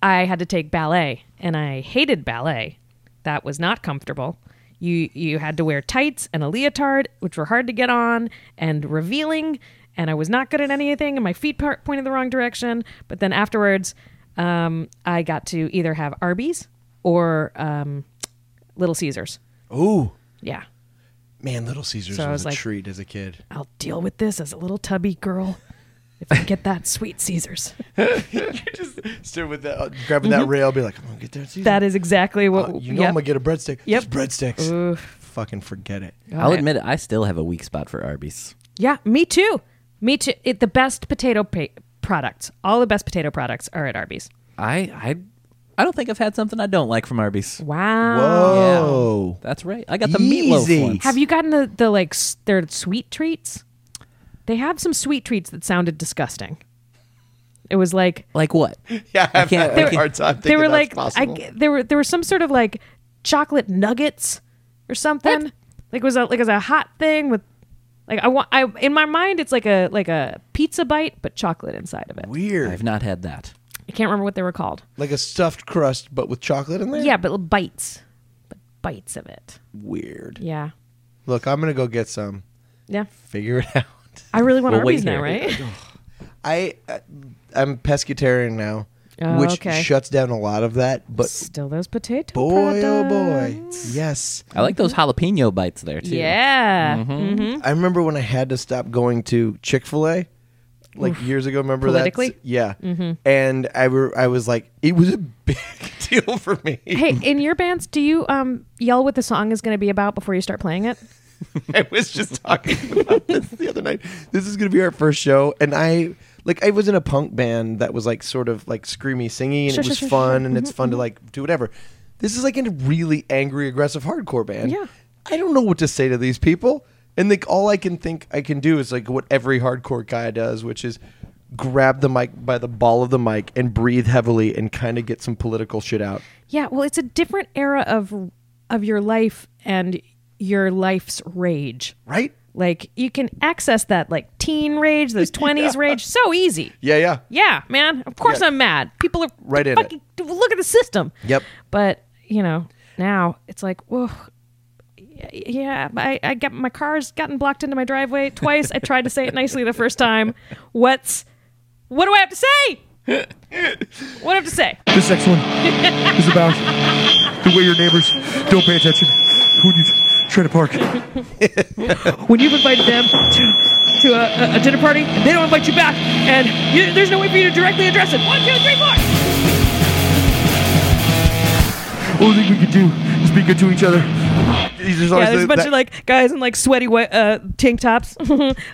Speaker 4: I had to take ballet and I hated ballet. That was not comfortable. You you had to wear tights and a leotard, which were hard to get on and revealing, and I was not good at anything and my feet part pointed the wrong direction. But then afterwards, um, I got to either have Arby's or um, Little Caesars.
Speaker 3: Ooh.
Speaker 4: Yeah.
Speaker 3: Man, Little Caesars
Speaker 4: So I
Speaker 3: was,
Speaker 4: was
Speaker 3: a
Speaker 4: like-
Speaker 3: treat as a kid.
Speaker 4: I'll deal with this as a little tubby girl if I get that sweet Caesars.
Speaker 3: Still with that, grabbing that rail, be like, I'm gonna get there. Caesar.
Speaker 4: Mm-hmm. That is exactly what
Speaker 3: Uh, you know,
Speaker 4: yep.
Speaker 3: I'm gonna get a breadstick.
Speaker 4: Yep.
Speaker 3: Just breadsticks.
Speaker 4: Ooh.
Speaker 3: Fucking forget it.
Speaker 2: I'll admit it, I still have a weak spot for Arby's.
Speaker 4: Yeah, me too. Me too. It, the best potato pa- products, all the best potato products are at Arby's.
Speaker 2: I I I don't think I've had something I don't like from Arby's.
Speaker 4: Wow.
Speaker 3: Oh,
Speaker 2: That's right. I got the
Speaker 3: Easy.
Speaker 2: meatloaf ones.
Speaker 4: Have you gotten the, the like s- their sweet treats? They have some sweet treats that sounded disgusting. It was like
Speaker 2: like what?
Speaker 3: yeah. I have
Speaker 2: can't-
Speaker 3: had
Speaker 2: I
Speaker 3: a
Speaker 2: can't-
Speaker 3: hard time.
Speaker 4: they
Speaker 3: thinking
Speaker 4: were
Speaker 3: that's
Speaker 4: like I,
Speaker 3: possible.
Speaker 4: g- there were there were some sort of like chocolate nuggets or something. Like it was a like it was a hot thing with like I want I in my mind it's like a like a pizza bite but chocolate inside of it.
Speaker 3: weird.
Speaker 2: I've not had that.
Speaker 4: I can't remember what they were called.
Speaker 3: like a stuffed crust, but with chocolate in there.
Speaker 4: Yeah, but bites, but bites of it.
Speaker 3: Weird.
Speaker 4: Yeah.
Speaker 3: Look, I'm gonna go get some.
Speaker 4: Yeah.
Speaker 3: Figure it out.
Speaker 4: I really want
Speaker 2: Well,
Speaker 4: Arby's
Speaker 2: wait
Speaker 4: now,
Speaker 2: here.
Speaker 4: right?
Speaker 3: I, uh, I'm pescatarian now,
Speaker 4: Oh,
Speaker 3: which
Speaker 4: okay.
Speaker 3: shuts down a lot of that. But
Speaker 4: Still those potato
Speaker 3: boy, oh boy,
Speaker 4: products.
Speaker 3: yes.
Speaker 2: I like those jalapeno bites there too.
Speaker 4: Mm-hmm.
Speaker 2: Mm-hmm.
Speaker 4: Yeah. Mhm.
Speaker 3: I remember when I had to stop going to Chick Fil A, like years ago. Remember
Speaker 4: Politically?
Speaker 3: that? Yeah. And I were I was like, it was a big deal for me.
Speaker 4: Hey, in your bands, do you um yell what the song is going to be about before you start playing it?
Speaker 3: I was just talking about this the other night. This is gonna be our first show, and I like I was in a punk band that was like sort of like screamy, singy, and
Speaker 4: Sure,
Speaker 3: it
Speaker 4: sure,
Speaker 3: was
Speaker 4: sure,
Speaker 3: fun,
Speaker 4: sure. Mm-hmm,
Speaker 3: and it's fun to like do whatever. This is like a really angry, aggressive hardcore band.
Speaker 4: Yeah.
Speaker 3: I don't know what to say to these people, and like all I can think I can do is like what every hardcore guy does, which is grab the mic by the ball of the mic and breathe heavily and kind of get some political shit out.
Speaker 4: Yeah, well, it's a different era of of your life and your life's rage.
Speaker 3: Right?
Speaker 4: Like you can access that like teen rage, those 20s rage so easy.
Speaker 3: Yeah, yeah.
Speaker 4: Yeah, man. Of course
Speaker 3: Yeah.
Speaker 4: I'm mad. People are
Speaker 3: Right in it.
Speaker 4: fucking, Look at the system.
Speaker 3: Yep.
Speaker 4: But you know, now it's like, whoa. y- Yeah, I, I got my car's gotten blocked into my driveway twice. I tried to say it nicely the first time. What's what do I have to say? What do I have to say?
Speaker 6: This next one is about the way your neighbors don't pay attention when you try to park.
Speaker 4: When you've invited them to to a, a dinner party, and they don't invite you back, and you, there's no way for you to directly address it. One, two, three, four.
Speaker 6: Only thing we can do is be good to each other.
Speaker 3: He's just
Speaker 4: Yeah,
Speaker 3: always
Speaker 4: there's a bunch
Speaker 3: that-
Speaker 4: of like guys in like sweaty wet, uh, tank tops.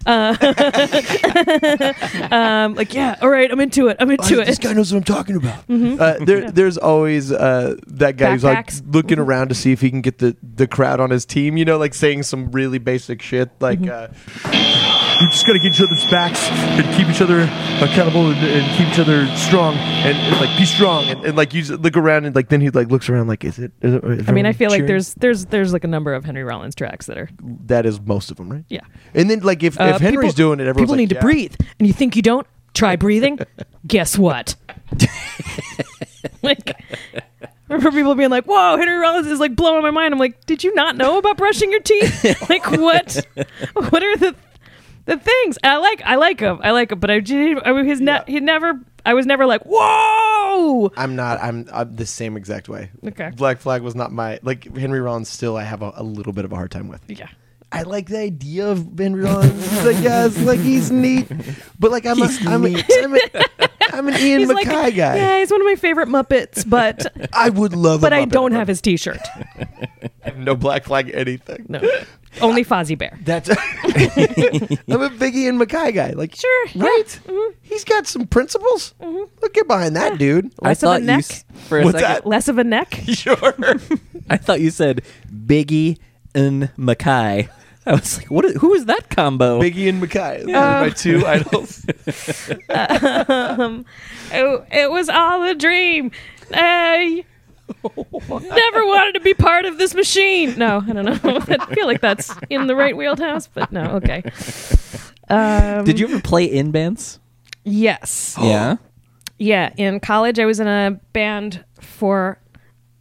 Speaker 4: uh, um, like, yeah, all right, I'm into it. I'm into
Speaker 3: Oh, This
Speaker 4: it. Mm-hmm.
Speaker 3: guy knows what I'm talking about. Uh, there, there's always uh, that guy who's like
Speaker 4: Backpacks. Mm-hmm.
Speaker 3: looking around to see if he can get the, the crowd on his team. You know, like saying some really basic shit. Like,
Speaker 4: Mm-hmm.
Speaker 3: uh,
Speaker 6: We just gotta get each other's backs and keep each other accountable and, and keep each other strong and, and like be strong.
Speaker 3: and, and like you s- look around and like then he like looks around like, is it? Is it is
Speaker 4: I mean, I feel like there's there's there's like a number of Henry Rollins tracks that are
Speaker 3: that is most of them, right?
Speaker 4: yeah.
Speaker 3: And then like if,
Speaker 4: Uh,
Speaker 3: if Henry's
Speaker 4: people-
Speaker 3: doing it, everyone's
Speaker 4: people
Speaker 3: like,
Speaker 4: need
Speaker 3: "Yeah."
Speaker 4: to breathe, and you think you don't. Try breathing. Guess what? like, I remember people being like, "Whoa, Henry Rollins is like blowing my mind." I'm like, "Did you not know about brushing your teeth? like, what? What are the the things?" And I like I like him. I like him, but I, did- I mean, his ne-
Speaker 3: Yeah.
Speaker 4: he never. I was never like, "Whoa."
Speaker 3: I'm not. I'm, I'm the same exact way.
Speaker 4: Okay.
Speaker 3: Black Flag was not my like Henry Rollins. Still, I have a, a little bit of a hard time with.
Speaker 4: Yeah.
Speaker 3: I like the idea of Ben Rollins. like, yes, like he's neat, but like I'm a, I'm, a, I'm, a, I'm an Ian
Speaker 4: He's like,
Speaker 3: Mackay guy.
Speaker 4: yeah, he's one of my favorite Muppets, but
Speaker 3: I would love,
Speaker 4: but
Speaker 3: a
Speaker 4: I
Speaker 3: Muppet.
Speaker 4: don't have his T-shirt.
Speaker 3: no black flag anything.
Speaker 4: No. Only Fozzie Bear.
Speaker 3: That's I'm a Biggie and Mackay guy. Like
Speaker 4: Sure, yeah. Mm-hmm.
Speaker 3: right? He's got some principles. Look at behind that dude.
Speaker 2: I
Speaker 4: Less of a
Speaker 2: thought you
Speaker 4: neck.
Speaker 2: s- for a
Speaker 3: What's
Speaker 2: second.
Speaker 4: Less of a neck.
Speaker 3: Sure.
Speaker 2: I thought you said Biggie and Mackay. I was like, what? Is, who is that combo?
Speaker 3: Biggie and Mackay. My two idols.
Speaker 4: Oh, it was all a dream. I never wanted to be part of this machine. No, I don't know. I feel like that's in the right wheelhouse, but no, okay. Um,
Speaker 2: Did you ever play in bands?
Speaker 4: Yes.
Speaker 2: yeah.
Speaker 4: Yeah. In college, I was in a band for,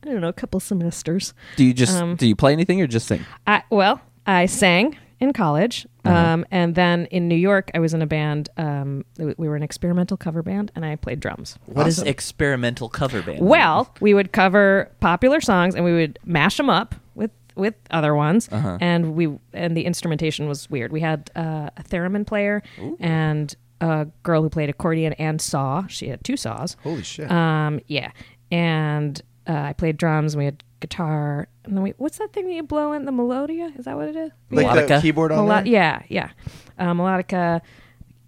Speaker 4: I don't know, a couple semesters.
Speaker 2: Do you just
Speaker 4: Um,
Speaker 2: do you play anything or just sing?
Speaker 4: I, well, I sang in college, um, and then in New York, I was in a band. Um, we we were an experimental cover band, and I played drums.
Speaker 2: What is experimental cover band?
Speaker 4: Well, we would cover popular songs, and we would mash them up with with other ones,
Speaker 3: Uh-huh.
Speaker 4: and we and the instrumentation was weird. We had uh, a theremin player and a girl who played accordion and saw. She had two saws.
Speaker 3: Holy shit.
Speaker 4: Um, yeah, and uh, I played drums. and We had guitar, and then we what's that thing that you blow in the melodia? Is that what it is?
Speaker 3: like the
Speaker 2: Melodica.
Speaker 3: keyboard on
Speaker 4: Melo-
Speaker 3: that.
Speaker 4: yeah, yeah, uh, melodica,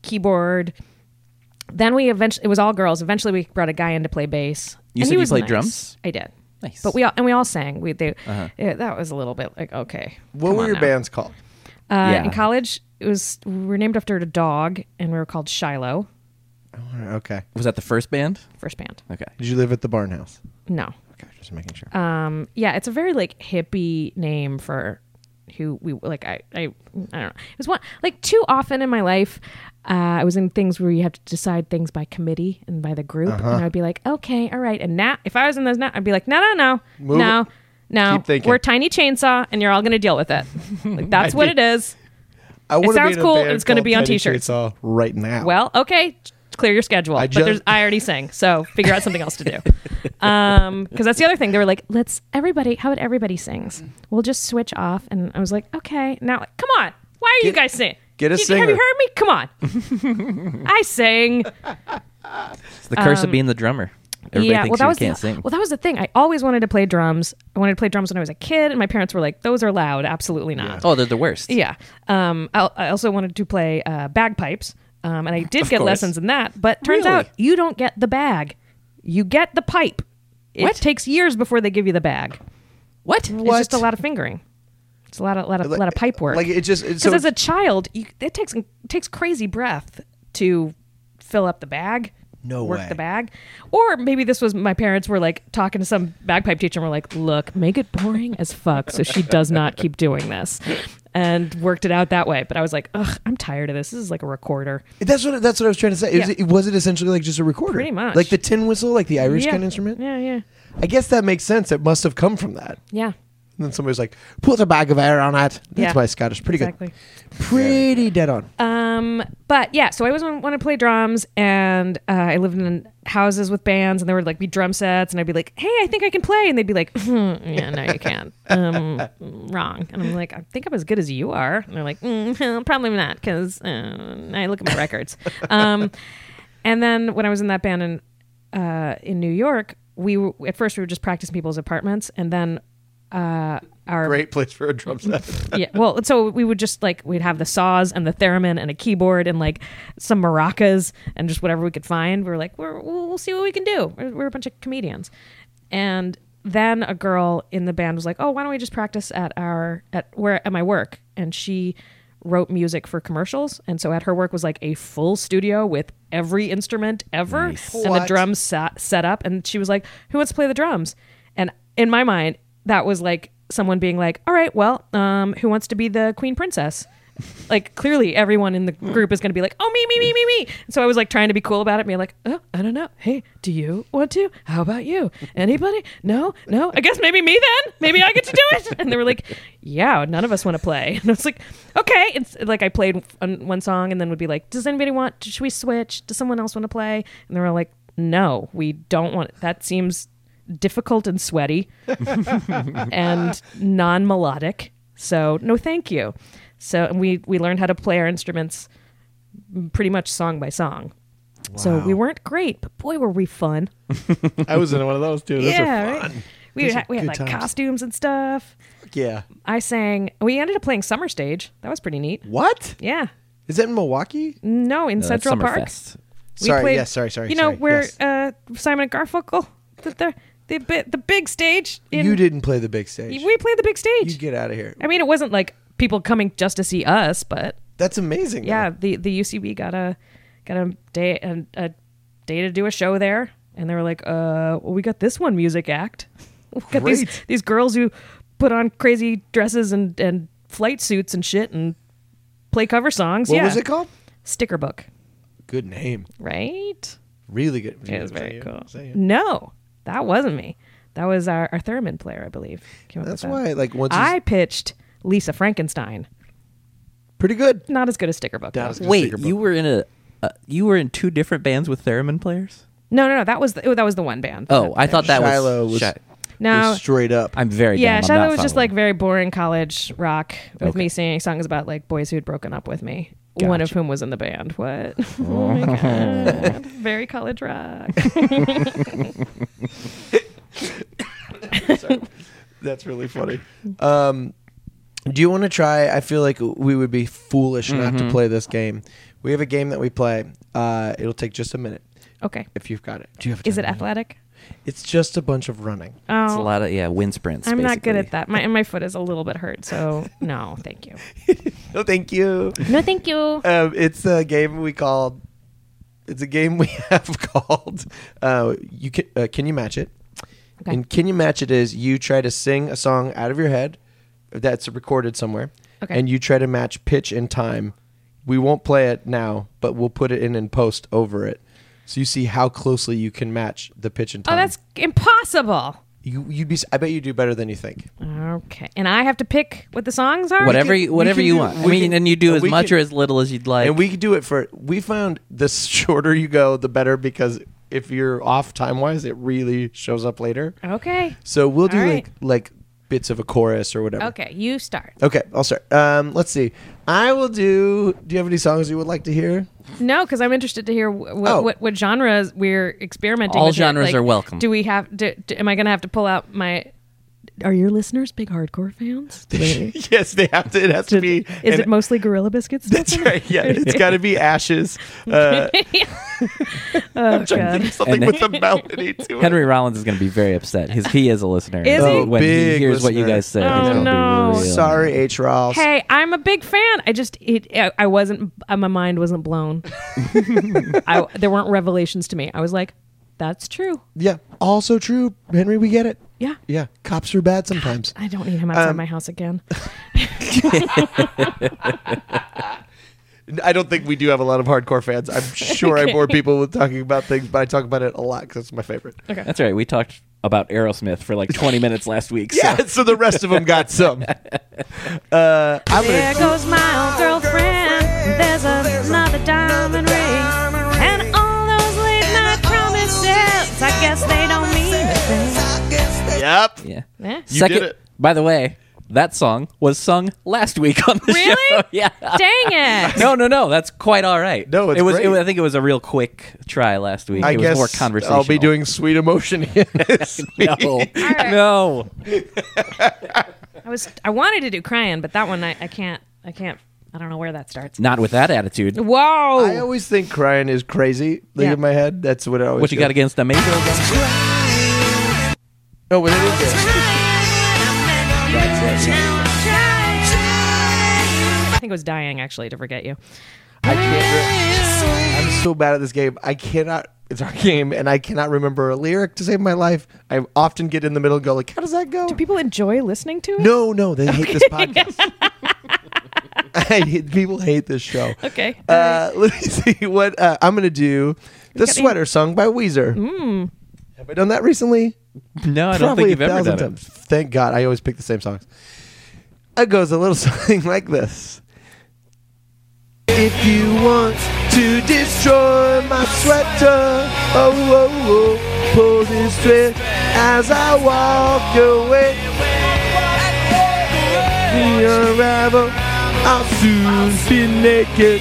Speaker 4: keyboard. Then we eventually it was all girls. Eventually, we brought a guy in to play bass.
Speaker 2: You
Speaker 4: and
Speaker 2: said
Speaker 4: he
Speaker 2: you
Speaker 4: was
Speaker 2: played
Speaker 4: nice.
Speaker 2: drums? Uh-huh.
Speaker 4: I did.
Speaker 2: Nice.
Speaker 4: But we all and we all sang. We they yeah, that was a little bit like okay.
Speaker 3: What
Speaker 4: come
Speaker 3: were
Speaker 4: on
Speaker 3: your
Speaker 4: now.
Speaker 3: bands called?
Speaker 4: Uh,
Speaker 2: Yeah.
Speaker 4: In college, it was we were named after a dog, and we were called Shiloh.
Speaker 3: Okay.
Speaker 2: was that the first band?
Speaker 4: First band.
Speaker 2: Okay.
Speaker 3: Did you live at the barn house?
Speaker 4: No,
Speaker 3: Okay, just making sure.
Speaker 4: um yeah it's a very like hippie name for who we like i i, I don't know it was one like too often in my life uh, i was in things where you have to decide things by committee and by the group
Speaker 3: Uh-huh.
Speaker 4: and i'd be like okay all right and now if i was in those now i'd be like no no no
Speaker 3: Move
Speaker 4: no
Speaker 3: it.
Speaker 4: no
Speaker 3: Keep thinking.
Speaker 4: we're tiny chainsaw and you're all gonna deal with it like that's what it is
Speaker 3: I wanna be
Speaker 4: sounds
Speaker 3: in a
Speaker 4: cool,
Speaker 3: band
Speaker 4: and it's gonna
Speaker 3: called
Speaker 4: be on
Speaker 3: Tiny
Speaker 4: t-shirts.
Speaker 3: Chainsaw right now.
Speaker 4: well okay clear your schedule
Speaker 3: I
Speaker 4: but
Speaker 3: just-
Speaker 4: there's i already sang so figure out something else to do um because that's the other thing they were like let's everybody how about everybody sings we'll just switch off and i was like okay now like, come on why are you
Speaker 3: Get-
Speaker 4: guys singing
Speaker 3: get a
Speaker 4: Did you- have
Speaker 3: singer.
Speaker 4: you heard me come on i sing
Speaker 2: It's the curse of being the drummer. Everybody
Speaker 4: Um, yeah well
Speaker 2: thinks
Speaker 4: that
Speaker 2: you
Speaker 4: was
Speaker 2: can't
Speaker 4: the,
Speaker 2: sing.
Speaker 4: well that was the thing i always wanted to play drums i wanted to play drums when i was a kid and my parents were like those are loud absolutely not
Speaker 2: oh, they're the worst.
Speaker 4: Yeah. Um, I, I also wanted to play uh, bagpipes, um, and I did get
Speaker 2: course.
Speaker 4: lessons in that. But turns
Speaker 2: Really?
Speaker 4: out you don't get the bag; you get the pipe. It takes years before they give you the bag. What? It's just a
Speaker 2: Uh,
Speaker 4: lot of fingering. It's a lot of lot of, lot of pipe work.
Speaker 3: Like it just it's
Speaker 4: because
Speaker 3: so
Speaker 4: as a child, you, it takes it takes crazy breath to fill up the bag.
Speaker 3: No
Speaker 4: work
Speaker 3: way.
Speaker 4: the bag, or maybe this was my parents were like talking to some bagpipe teacher and were like, "Look, make it boring as fuck, so she does not keep doing this," and worked it out that way. But I was like, "Ugh, I'm tired of this. This is like a recorder."
Speaker 3: that's what that's what I was trying to say. It was,
Speaker 4: Yeah.
Speaker 3: it, was it essentially like just a recorder?
Speaker 4: Pretty much.
Speaker 3: Like the tin whistle, like the Irish
Speaker 4: yeah.
Speaker 3: kind of instrument?
Speaker 4: Yeah, yeah,
Speaker 3: I guess that makes sense. It must have come from that.
Speaker 4: yeah.
Speaker 3: And then somebody's like, put a bag of air on it.
Speaker 4: Yeah.
Speaker 3: That's my Scottish. Pretty
Speaker 4: Exactly.
Speaker 3: good. Pretty dead on.
Speaker 4: Um, but yeah, so I always want to play drums, and uh, I lived in houses with bands, and there would like be drum sets, and I'd be like, "Hey, I think I can play," and they'd be like, hmm, "Yeah, no, you can't. Um, wrong." And I'm like, "I think I'm as good as you are," and they're like, mm, "Probably not, because uh, I look at my records." Um, and then when I was in that band in uh, in New York, we were, at first we were just practicing people's apartments, and then uh, our
Speaker 3: Great place for a drum set.
Speaker 4: yeah. Well, so we would just like we'd have the saws and the theremin and a keyboard and like some maracas and just whatever we could find. We were like, we're, we'll, we'll see what we can do. We're, we're a bunch of comedians. And then a girl in the band was like, oh, why don't we just practice at our at where at my work? And she wrote music for commercials, and so at her work was like a full studio with every instrument ever and the
Speaker 3: What?
Speaker 4: drums set, set up. And she was like, who wants to play the drums? And in my mind, that was like someone being like, "All right, well, um, who wants to be the queen princess?" like clearly, everyone in the group is going to be like, "Oh, me, me, me, me, me." So I was like trying to be cool about it, being like, "Oh, I don't know. Hey, do you want to? How about you? Anybody? No, no. I guess maybe me then. Maybe I get to do it." And they were like, "Yeah, none of us want to play." And I was like, "Okay." It's like I played on one song and then would be like, "Does anybody want? Should we switch? Does someone else want to play?" And they were like, "No, we don't want. That seems." difficult and sweaty and non melodic. So no, thank you. So and we we learned how to play our instruments pretty much song by song. So we weren't great, but boy, were we fun!
Speaker 3: I was in one of those too. Those are
Speaker 4: yeah,
Speaker 3: fun.
Speaker 4: right? We
Speaker 3: Those
Speaker 4: had,
Speaker 3: are
Speaker 4: we had
Speaker 3: good
Speaker 4: like
Speaker 3: times.
Speaker 4: costumes and stuff.
Speaker 3: Yeah.
Speaker 4: I sang. We ended up playing Summer Stage. That was pretty neat.
Speaker 3: What?
Speaker 4: Yeah.
Speaker 3: Is that in Milwaukee?
Speaker 4: No, in Central Park.
Speaker 2: Summerfest.
Speaker 4: We
Speaker 3: sorry.
Speaker 4: played-
Speaker 3: yes. Sorry. Sorry.
Speaker 4: You know
Speaker 3: sorry.
Speaker 4: where
Speaker 3: Yes.
Speaker 4: uh, Simon and Garfunkel, the the, the bi- the big stage. In,
Speaker 3: you didn't play the big stage.
Speaker 4: We played the big
Speaker 3: you
Speaker 4: stage.
Speaker 3: get out of here.
Speaker 4: I mean, it wasn't like people coming just to see us, but
Speaker 3: That's amazing.
Speaker 4: yeah,
Speaker 3: though.
Speaker 4: the the UCB got a got a day a, a day to do a show there, and they were like, "Uh, well, we got this one music act. We got these
Speaker 3: Great.
Speaker 4: these girls who put on crazy dresses and and flight suits and shit and play cover songs.
Speaker 3: What
Speaker 4: yeah,
Speaker 3: was it called?
Speaker 4: Sticker book,
Speaker 3: Good name.
Speaker 4: right?
Speaker 3: Really good.
Speaker 4: It
Speaker 3: Is
Speaker 4: was
Speaker 3: that
Speaker 4: very
Speaker 3: you?
Speaker 4: cool. Mm-hmm.
Speaker 3: Is that you?
Speaker 4: No, that wasn't me. That was our, our theremin player, I believe. came up
Speaker 3: That's
Speaker 4: with that.
Speaker 3: why, like, once
Speaker 4: I
Speaker 3: I
Speaker 4: pitched Lisa Frankenstein.
Speaker 3: pretty good.
Speaker 4: Not as good as sticker book.
Speaker 3: Not
Speaker 4: though.
Speaker 3: as good.
Speaker 2: Wait,
Speaker 3: Sticker book.
Speaker 2: you were in a uh, you were in two different bands with theremin players?
Speaker 4: No, no, no. That was the, oh, that was the one band.
Speaker 2: Oh, I thought that
Speaker 3: Shiloh
Speaker 2: was.
Speaker 3: was-
Speaker 2: Shi-
Speaker 4: no.
Speaker 3: Just straight up.
Speaker 2: I'm very dumb.
Speaker 4: yeah,
Speaker 2: I'm
Speaker 4: Shiloh
Speaker 2: not
Speaker 4: was just
Speaker 2: following.
Speaker 4: like very boring college rock with
Speaker 2: Okay.
Speaker 4: me singing songs about like boys who'd broken up with me. One of whom was in the band. What? Oh my god! Very college rock.
Speaker 3: That's really funny. Um, do you want to try? I feel like we would be foolish not to play this game. We have a game that we play. Uh, it'll take just a minute
Speaker 4: Okay.
Speaker 3: if you've got it. Do you have?
Speaker 4: Is it athletic?
Speaker 3: It's just a bunch of running.
Speaker 4: Oh,
Speaker 2: It's a lot of yeah wind sprints.
Speaker 4: I'm not good
Speaker 2: basically.
Speaker 4: at that. My and my foot is a little bit hurt, so no, thank you.
Speaker 3: No, thank you.
Speaker 4: No, thank you.
Speaker 3: Um, it's a game we called. It's a game we have called. Uh, you can uh, can you match it?
Speaker 4: Okay.
Speaker 3: And can you match it is you try to sing a song out of your head that's recorded somewhere,
Speaker 4: Okay.
Speaker 3: and you try to match pitch and time. We won't play it now, but we'll put it in and post over it, so you see how closely you can match the pitch and time.
Speaker 4: Oh, that's impossible.
Speaker 3: you. You'd be. s- I bet you do better than you think.
Speaker 4: Okay. And I have to pick what the songs are?
Speaker 2: Whatever,
Speaker 3: can-
Speaker 2: you,
Speaker 3: we
Speaker 2: whatever
Speaker 3: can
Speaker 2: you
Speaker 3: do-
Speaker 2: want. I
Speaker 3: we
Speaker 2: mean,
Speaker 3: can-
Speaker 2: and you do
Speaker 3: uh,
Speaker 2: as
Speaker 3: we
Speaker 2: much
Speaker 3: can-
Speaker 2: or as little as you'd like.
Speaker 3: and we could do it for we found the shorter you go the better because if you're off time wise it really shows up later
Speaker 4: Okay.
Speaker 3: so we'll do
Speaker 4: All
Speaker 3: like like bits of a chorus or whatever
Speaker 4: Okay, you start.
Speaker 3: okay i'll start um let's see i will do do you have any songs you would like to hear
Speaker 4: No, because I'm interested to hear wh- wh-
Speaker 3: Oh.
Speaker 4: what what genres we're experimenting.
Speaker 2: All
Speaker 4: with here.
Speaker 2: genres are welcome.
Speaker 4: Do we have? Do, do- am I going to have to pull out my? Are your listeners big hardcore fans? Do they-
Speaker 3: yes they have to it has to be
Speaker 4: Is
Speaker 3: an-
Speaker 4: it mostly Gorilla Biscuits?
Speaker 3: that's right yeah it's got to be ashes uh
Speaker 4: oh, God.
Speaker 3: think something
Speaker 2: And-
Speaker 3: with a melody to it
Speaker 2: Henry Rollins is going to be very upset. His he is a listener.
Speaker 4: Is he?
Speaker 2: So Oh, When he
Speaker 3: Big
Speaker 2: hears what you
Speaker 3: listener.
Speaker 2: guys say,
Speaker 4: Oh,
Speaker 2: he's gonna
Speaker 4: no.
Speaker 2: be real.
Speaker 3: sorry h ross
Speaker 4: Hey, I'm a big fan. I just it, I, I wasn't. uh, My mind wasn't blown. I, there weren't revelations to me. I was like, that's true.
Speaker 3: yeah also true henry we get it
Speaker 4: Yeah.
Speaker 3: yeah cops are bad sometimes
Speaker 4: I don't need him outside
Speaker 3: Um,
Speaker 4: my house again.
Speaker 3: I don't think we do have a lot of hardcore fans. I'm sure I bore people with talking about things, but I talk about it a lot because it's my favorite.
Speaker 2: That's right. We talked about Aerosmith for like 20 minutes last week.
Speaker 3: Yeah,
Speaker 2: So.
Speaker 3: so the rest of them got some. Uh, I'm
Speaker 4: There
Speaker 3: gonna,
Speaker 4: goes my old girlfriend. There's another diamond ring. And all those late night promises, I guess they don't mean a thing.
Speaker 3: yep.
Speaker 2: Yeah.
Speaker 4: Eh?
Speaker 3: You
Speaker 2: Second,
Speaker 3: did it.
Speaker 2: by the way, that song was sung last week on the
Speaker 4: Really?
Speaker 2: show. Yeah.
Speaker 4: Dang it.
Speaker 2: No, no, no. That's quite all right.
Speaker 3: No, it's
Speaker 2: it was.
Speaker 3: great.
Speaker 2: It was I think it was a real quick try last week.
Speaker 3: I
Speaker 2: it was
Speaker 3: guess
Speaker 2: more conversational.
Speaker 3: I'll be doing sweet emotion again this
Speaker 2: No,
Speaker 3: week.
Speaker 4: right.
Speaker 2: no.
Speaker 4: I was I wanted to do crying, but that one I, I can't I can't I don't know where that starts.
Speaker 2: Not with that attitude.
Speaker 3: I
Speaker 4: Whoa.
Speaker 3: always think crying is crazy. Like
Speaker 4: Yeah.
Speaker 3: in my head, that's what I always.
Speaker 2: What you got against the Amazing?
Speaker 3: No, what it is.
Speaker 4: I think it was dying actually to forget you.
Speaker 3: I can't. Re- I'm so bad at this game. I cannot. It's our game, and I cannot remember a lyric to save my life. I often get in the middle and go like, "How does that go?"
Speaker 4: Do people enjoy listening to it?
Speaker 3: No, no, they hate this podcast. I hate, people hate this show.
Speaker 4: Okay.
Speaker 3: Uh, let me see what uh, I'm gonna do. The
Speaker 4: got Mm. any-
Speaker 3: sweater song by Weezer. Have I done that recently?
Speaker 2: No, I don't think you've ever done it.
Speaker 3: times. Thank God, I always pick the same songs. It goes a little something like this. If you want to destroy my sweater, oh, oh, oh, pull this thread as I walk away. The unravel, I'll soon be naked.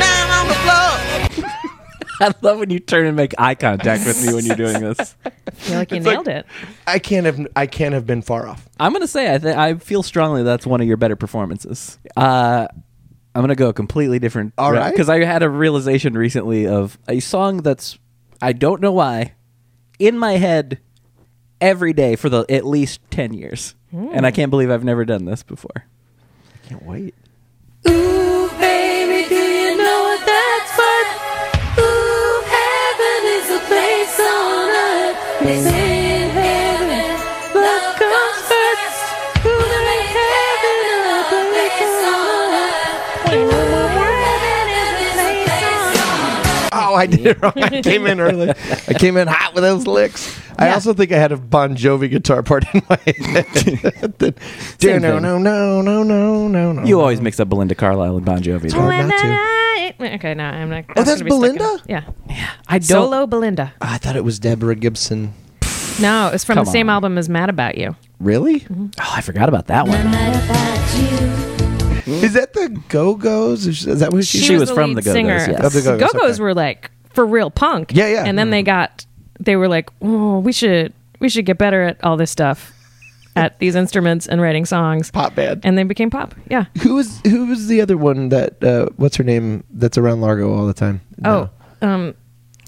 Speaker 3: Down on the floor.
Speaker 2: I love when you turn and make eye contact with me when you're doing this.
Speaker 4: I feel like you
Speaker 3: It's like-
Speaker 4: nailed it.
Speaker 3: I can't have I can't have been far off.
Speaker 2: I'm gonna say I th- I feel strongly that's one of your better performances. Uh, I'm gonna go a completely different.
Speaker 3: All right.
Speaker 2: because I had a realization recently of a song that's I don't know why in my head every day for the at least ten years, and
Speaker 4: Hmm.
Speaker 2: I can't believe I've never done this before.
Speaker 5: Can't wait.
Speaker 7: Ooh, baby, do you know what that's worth? Ooh, heaven is a place on earth. They say in heaven, love comes first. Ooh, they make heaven a place on earth. Ooh, heaven is a place on earth.
Speaker 3: Oh, I did it wrong. I came in early. I came in hot with those licks. I also think I had a Bon Jovi guitar part in my head. Then, no,
Speaker 2: Same
Speaker 3: no,
Speaker 2: thing.
Speaker 3: no, no, no, no, no.
Speaker 2: You always mix up Belinda Carlisle and Bon Jovi. though.
Speaker 3: not
Speaker 4: I- Okay, no, I'm not.
Speaker 3: Oh, that's
Speaker 4: gonna be stuck in
Speaker 3: Belinda?
Speaker 4: it. Yeah.
Speaker 2: I don't.
Speaker 4: Solo Belinda.
Speaker 3: I thought it was Deborah Gibson.
Speaker 4: No, it's from
Speaker 2: Come
Speaker 4: the same
Speaker 2: on.
Speaker 4: album as Mad About You.
Speaker 3: Really?
Speaker 2: Oh, I forgot about that one.
Speaker 7: Not about you.
Speaker 3: Is that the Go Go's? Is that what she?
Speaker 2: She was from the Go-Go's,
Speaker 4: singer.
Speaker 2: yes.
Speaker 3: Of the Go-Go's,
Speaker 4: Go-Go's
Speaker 3: okay.
Speaker 4: were like for real punk.
Speaker 3: Yeah, yeah.
Speaker 4: And then they got they were like, oh, we should we should get better at all this stuff, at these instruments and writing songs.
Speaker 3: Pop band.
Speaker 4: And they became pop. Yeah.
Speaker 3: Who was who was the other one that uh, what's her name that's around Largo all the time?
Speaker 4: Oh.
Speaker 3: No.
Speaker 4: Um,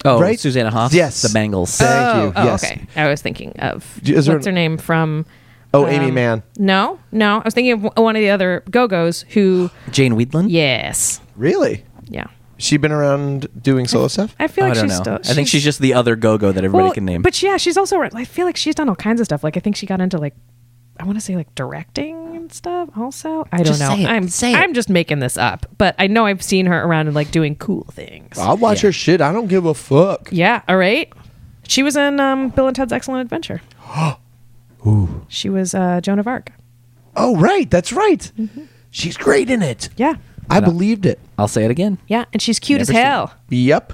Speaker 2: Oh,
Speaker 3: Right?
Speaker 2: Susanna Hoff.
Speaker 3: Yes.
Speaker 2: the Bangles.
Speaker 3: Thank
Speaker 4: oh,
Speaker 3: you.
Speaker 4: oh,
Speaker 3: yes.
Speaker 4: okay. I was thinking of
Speaker 3: Is there
Speaker 4: what's
Speaker 3: an-
Speaker 4: her name from.
Speaker 3: Oh, Amy
Speaker 4: um,
Speaker 3: Mann.
Speaker 4: No, no. I was thinking of one of the other Go Go's who.
Speaker 2: Jane Weedland.
Speaker 4: Yes.
Speaker 3: Really?
Speaker 4: Yeah.
Speaker 3: She been around doing solo stuff?
Speaker 4: I feel
Speaker 2: Oh, I
Speaker 4: like
Speaker 2: don't
Speaker 4: she's
Speaker 2: know.
Speaker 4: still.
Speaker 2: I think she's just the other go-go that everybody can name.
Speaker 4: But yeah, she's also. I feel like she's done all kinds of stuff. Like I think she got into like, I want to say like directing and stuff. Also, I don't
Speaker 2: Just
Speaker 4: know.
Speaker 2: say it.
Speaker 4: I'm
Speaker 2: Say it.
Speaker 4: I'm just making this up, but I know I've seen her around and like doing cool things.
Speaker 3: I'll watch her shit. I don't give a fuck.
Speaker 4: Yeah. All right. She was in um, Bill and Ted's Excellent Adventure. Ooh. She was uh, Joan of Arc.
Speaker 3: Oh, right. That's right. She's great in it.
Speaker 4: Yeah.
Speaker 3: I believed it.
Speaker 2: I'll say it again.
Speaker 4: Yeah, and she's cute
Speaker 2: Never
Speaker 4: as
Speaker 2: seen
Speaker 4: hell.
Speaker 3: Yep.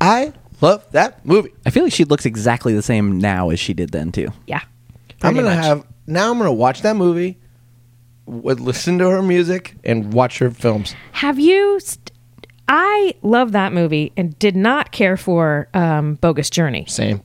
Speaker 3: I love that movie.
Speaker 2: I feel like she looks exactly the same now as she did then too.
Speaker 4: Yeah.
Speaker 3: I'm
Speaker 4: Pretty
Speaker 3: going to
Speaker 4: much.
Speaker 3: have, now I'm going to watch that movie, would listen to her music, and watch her films.
Speaker 4: Have you? St- I love that movie and did not care for um, Bogus Journey.
Speaker 3: Same.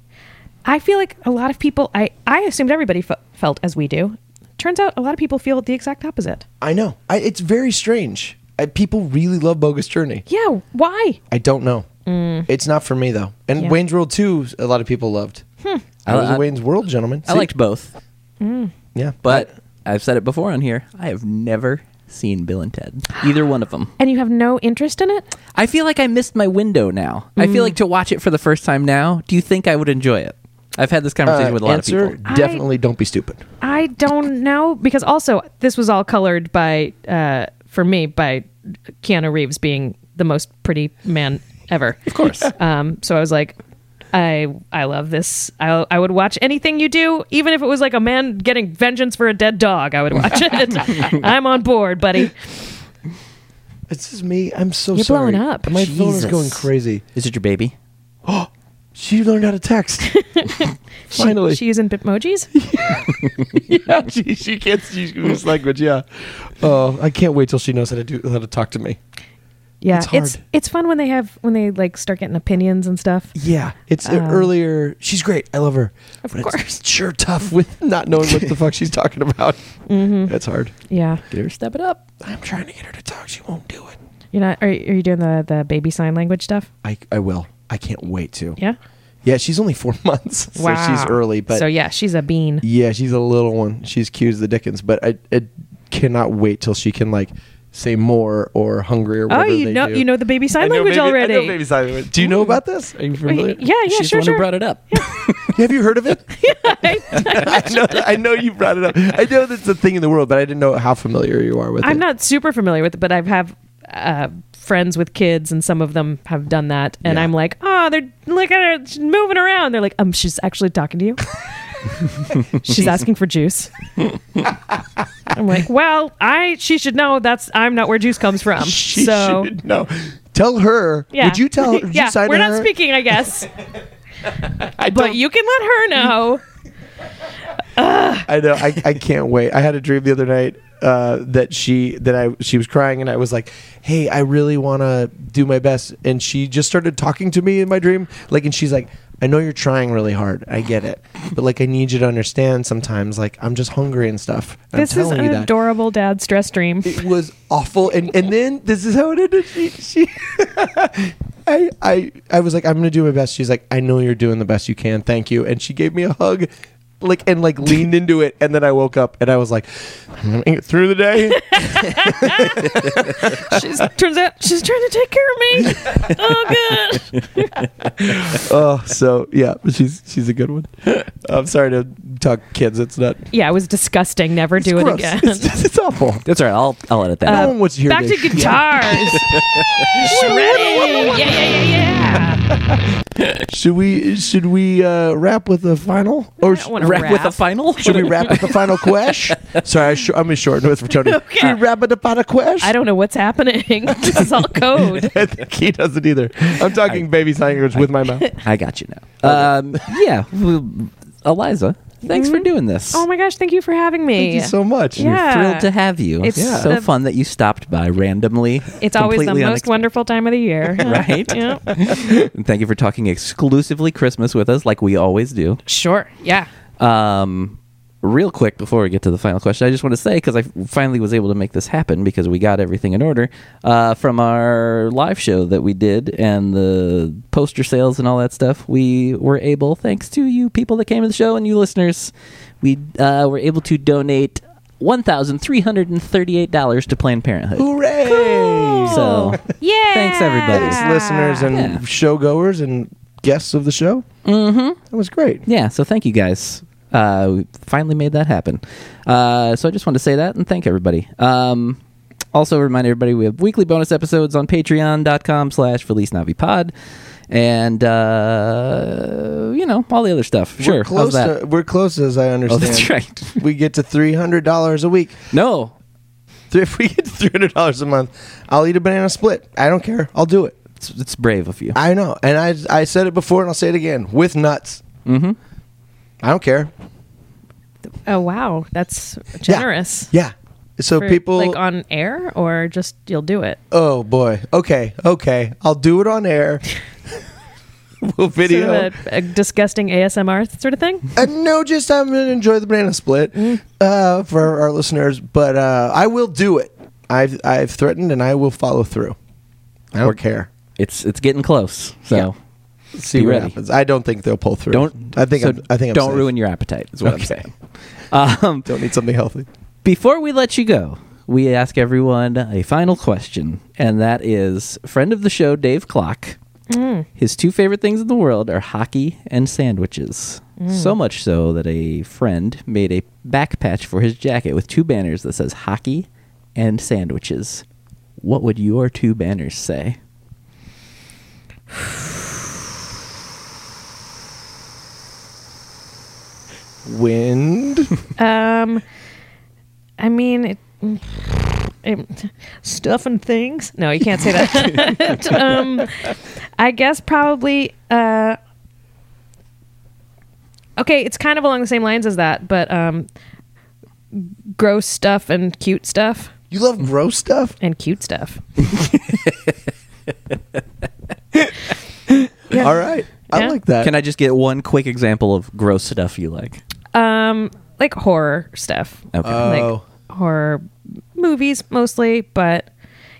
Speaker 4: I feel like a lot of people. I I assumed everybody f- felt as we do. Turns out a lot of people feel the exact opposite.
Speaker 3: I know. I, it's very strange. I, people really love Bogus Journey.
Speaker 4: Yeah. Why?
Speaker 3: I don't know. It's not for me, though. And
Speaker 4: Yeah.
Speaker 3: Wayne's World 2, a lot of people loved. I was
Speaker 2: I-
Speaker 3: a Wayne's World gentleman.
Speaker 2: I
Speaker 3: See?
Speaker 2: liked both,
Speaker 3: Yeah.
Speaker 2: but I've said it before on here. I have never seen Bill and Ted, either one of them.
Speaker 4: And you have no interest in it?
Speaker 2: I feel like I missed my window now. I feel like to watch it for the first time now. Do you think I would enjoy it? I've had this conversation
Speaker 3: Uh,
Speaker 2: with a lot
Speaker 3: answer,
Speaker 2: of people.
Speaker 3: definitely don't be stupid.
Speaker 4: I don't know because also this was all colored by uh, for me by Keanu Reeves being the most pretty man ever. Of course. um, so I was like. I I love this. I I would watch anything you do, even if it was like a man getting vengeance for a dead dog. I would watch it. I'm on board, buddy.
Speaker 3: It's just me. I'm so
Speaker 4: You're
Speaker 3: sorry.
Speaker 4: blowing up.
Speaker 3: My phone is
Speaker 2: Jesus.
Speaker 3: going crazy.
Speaker 2: Is it your baby?
Speaker 3: She learned how to text. Finally.
Speaker 4: She using Bitmojis?
Speaker 3: yeah, she, she can't speak English language. Yeah. Oh, I can't wait till she knows how to do how to talk to me.
Speaker 4: Yeah,
Speaker 3: It's
Speaker 4: it's,
Speaker 3: hard.
Speaker 4: it's fun when they have when they like start getting opinions and stuff.
Speaker 3: Yeah, it's uh, earlier. She's great. I love her. Of
Speaker 4: course.
Speaker 3: sure tough with not knowing what the fuck she's talking about. Mm-hmm. It's hard.
Speaker 4: Yeah,
Speaker 2: Get her, step it up.
Speaker 3: I'm trying to get her to talk. She won't do it.
Speaker 4: you're not. Are, are you doing the the baby sign language stuff?
Speaker 3: I I will. I can't wait to.
Speaker 4: Yeah.
Speaker 3: Yeah, she's only four months, so she's early. But
Speaker 4: so yeah, she's a bean.
Speaker 3: Yeah, she's a little one. She's cute as the Dickens, but I, I cannot wait till she can like say more or hungry or
Speaker 4: Oh,
Speaker 3: whatever.
Speaker 4: you
Speaker 3: they
Speaker 4: know
Speaker 3: do.
Speaker 4: you know the baby
Speaker 3: I
Speaker 4: sign
Speaker 3: know
Speaker 4: language
Speaker 3: baby-
Speaker 4: already.
Speaker 3: I know baby sign language. Do you know about this? Are you familiar?
Speaker 4: Wait, yeah, yeah,
Speaker 2: She's
Speaker 4: sure,
Speaker 2: the one
Speaker 4: sure.
Speaker 2: who brought it up.
Speaker 3: Have you heard of it? I know. I know you brought it up. I know that's a thing in the world, but I didn't know how familiar you are with it.
Speaker 4: I'm not super familiar with it, but I've have uh, friends with kids, and some of them have done that, and
Speaker 3: Yeah.
Speaker 4: I'm like, oh, they're look at her she's moving around. They're like, um, she's actually talking to you. she's asking for juice. I'm like, well, I she should know that's I'm not where juice comes from.
Speaker 3: She
Speaker 4: so
Speaker 3: should know. Tell her.
Speaker 4: yeah,
Speaker 3: Would you tell? Would
Speaker 4: yeah,
Speaker 3: you sign
Speaker 4: we're
Speaker 3: to
Speaker 4: not
Speaker 3: her?
Speaker 4: speaking, I guess,
Speaker 3: I
Speaker 4: but
Speaker 3: don't-
Speaker 4: you can let her know.
Speaker 3: I know. I, I can't wait. I had a dream the other night uh, that she that I she was crying and I was like, "Hey, I really want to do my best." And she just started talking to me in my dream, like, and she's like, "I know you're trying really hard. I get it, but like, I need you to understand. Sometimes, like, I'm just hungry and stuff. And
Speaker 4: This
Speaker 3: I'm
Speaker 4: is
Speaker 3: telling
Speaker 4: an
Speaker 3: you that.
Speaker 4: adorable dad stress dream.
Speaker 3: It was awful. And and then this is how it ended. She, she I, I I was like, I'm gonna do my best. She's like, I know you're doing the best you can. Thank you. And she gave me a hug, like and like leaned into it. And then I woke up and I was like, I'm gonna make it through the day.
Speaker 4: She's, turns out she's trying to take care of me. Oh, good.
Speaker 3: oh, so yeah, she's she's a good one. I'm sorry to talk kids. It's not.
Speaker 4: Yeah, it was disgusting. Never do it
Speaker 3: gross.
Speaker 4: again. Uh,
Speaker 3: It's, just- it's awful.
Speaker 2: That's all right. I'll I'll edit that.
Speaker 3: no
Speaker 2: out.
Speaker 3: one wants to hear
Speaker 4: Back
Speaker 3: this.
Speaker 4: to guitars. Shredding. Yeah, yeah, yeah, yeah.
Speaker 3: Should we should we uh, wrap with the final or
Speaker 4: I
Speaker 3: sh-
Speaker 4: don't wanna
Speaker 2: Wrap with a
Speaker 4: rap.
Speaker 2: final.
Speaker 3: Should we wrap with the final question? Sorry, I sh- I'm shortening with Tony. Should we wrap with the final question?
Speaker 4: I don't know what's happening. this is all code.
Speaker 3: I think he doesn't either. I'm talking baby sign language with my mouth.
Speaker 2: I got you now. Um, yeah, well, Eliza, thanks for Mm-hmm. doing this.
Speaker 4: Oh my gosh, thank you for having me.
Speaker 3: Thank you so much.
Speaker 4: yeah.
Speaker 2: Thrilled to have you.
Speaker 4: It's
Speaker 2: It's
Speaker 4: Yeah.
Speaker 2: so
Speaker 4: the-
Speaker 2: fun that you stopped by randomly.
Speaker 4: It's always the
Speaker 2: completely
Speaker 4: most
Speaker 2: unex-
Speaker 4: wonderful time of the year.
Speaker 2: Right?
Speaker 4: Yeah.
Speaker 2: And Thank you for talking exclusively Christmas with us, like we always do.
Speaker 4: Sure. Yeah.
Speaker 2: Um, real quick before we get to the final question, I just want to say because I finally was able to make this happen because we got everything in order uh, from our live show that we did and the poster sales and all that stuff. We were able, thanks to you people that came to the show and you listeners, we uh, were able to donate. One thousand three hundred and thirty-eight dollars to Planned Parenthood.
Speaker 3: Hooray!
Speaker 2: So,
Speaker 4: yeah.
Speaker 2: Thanks, everybody.
Speaker 3: Thanks, listeners and
Speaker 2: Yeah.
Speaker 3: showgoers and guests of the show. Mm-hmm. That was great.
Speaker 2: yeah. So thank you guys. Uh, we finally made that happen. Uh, so I just want to say that and thank everybody. Um, also remind everybody we have weekly bonus episodes on patreon.com slash Felice Navi Pod. And, uh, you know, all the other stuff. sure.
Speaker 3: We're
Speaker 2: how's
Speaker 3: close.
Speaker 2: that?
Speaker 3: To, we're close, as I
Speaker 2: oh,
Speaker 3: understand.
Speaker 2: that's right.
Speaker 3: We get to three hundred dollars a week.
Speaker 2: No.
Speaker 3: Th- If we get three hundred dollars a month, I'll eat a banana split. I don't care. I'll do it.
Speaker 2: It's, it's brave of you.
Speaker 3: I know, and I I said it before, and I'll say it again. With nuts. Mm-hmm. I don't care.
Speaker 4: Oh wow, that's generous.
Speaker 3: Yeah. So
Speaker 4: For,
Speaker 3: people
Speaker 4: like on air or just you'll do it.
Speaker 3: Oh boy. Okay. Okay. I'll do it on air. we'll video.
Speaker 4: Sort of a, a disgusting ASMR sort of thing.
Speaker 3: Uh, no, just I'm gonna enjoy the banana split
Speaker 4: Mm-hmm.
Speaker 3: uh, for our listeners, but uh, I will do it. I've I've threatened and I will follow through. I don't care.
Speaker 2: It's it's getting close. So
Speaker 3: See
Speaker 2: be
Speaker 3: what
Speaker 2: ready.
Speaker 3: happens. I don't think they'll pull through.
Speaker 2: don't.
Speaker 3: I think
Speaker 2: so
Speaker 3: I'm, I think I'm
Speaker 2: don't
Speaker 3: safe.
Speaker 2: ruin your appetite. Is what I'm
Speaker 3: Okay.
Speaker 2: saying. Um,
Speaker 3: Don't need something healthy.
Speaker 2: Before we let you go, we ask everyone a final question, and that is friend of the show, Dave Clock.
Speaker 4: Mm.
Speaker 2: His two favorite things in the world are hockey and sandwiches.
Speaker 4: Mm.
Speaker 2: So much so that a friend made a back patch for his jacket with two banners that says hockey and sandwiches. What would your two banners say?
Speaker 3: Wind.
Speaker 4: Um, I mean, it, it, stuffing things. No, you can't say that. um, I guess probably. Uh, okay, it's kind of along the same lines as that, but um, gross stuff and cute stuff
Speaker 3: You love gross stuff.
Speaker 4: and cute stuff.
Speaker 3: All right. I
Speaker 4: Yeah.
Speaker 3: like that.
Speaker 2: Uh, Can I just get one quick example of gross stuff you like?
Speaker 4: Um, like horror stuff.
Speaker 2: Okay.
Speaker 3: Oh.
Speaker 4: like horror movies mostly, but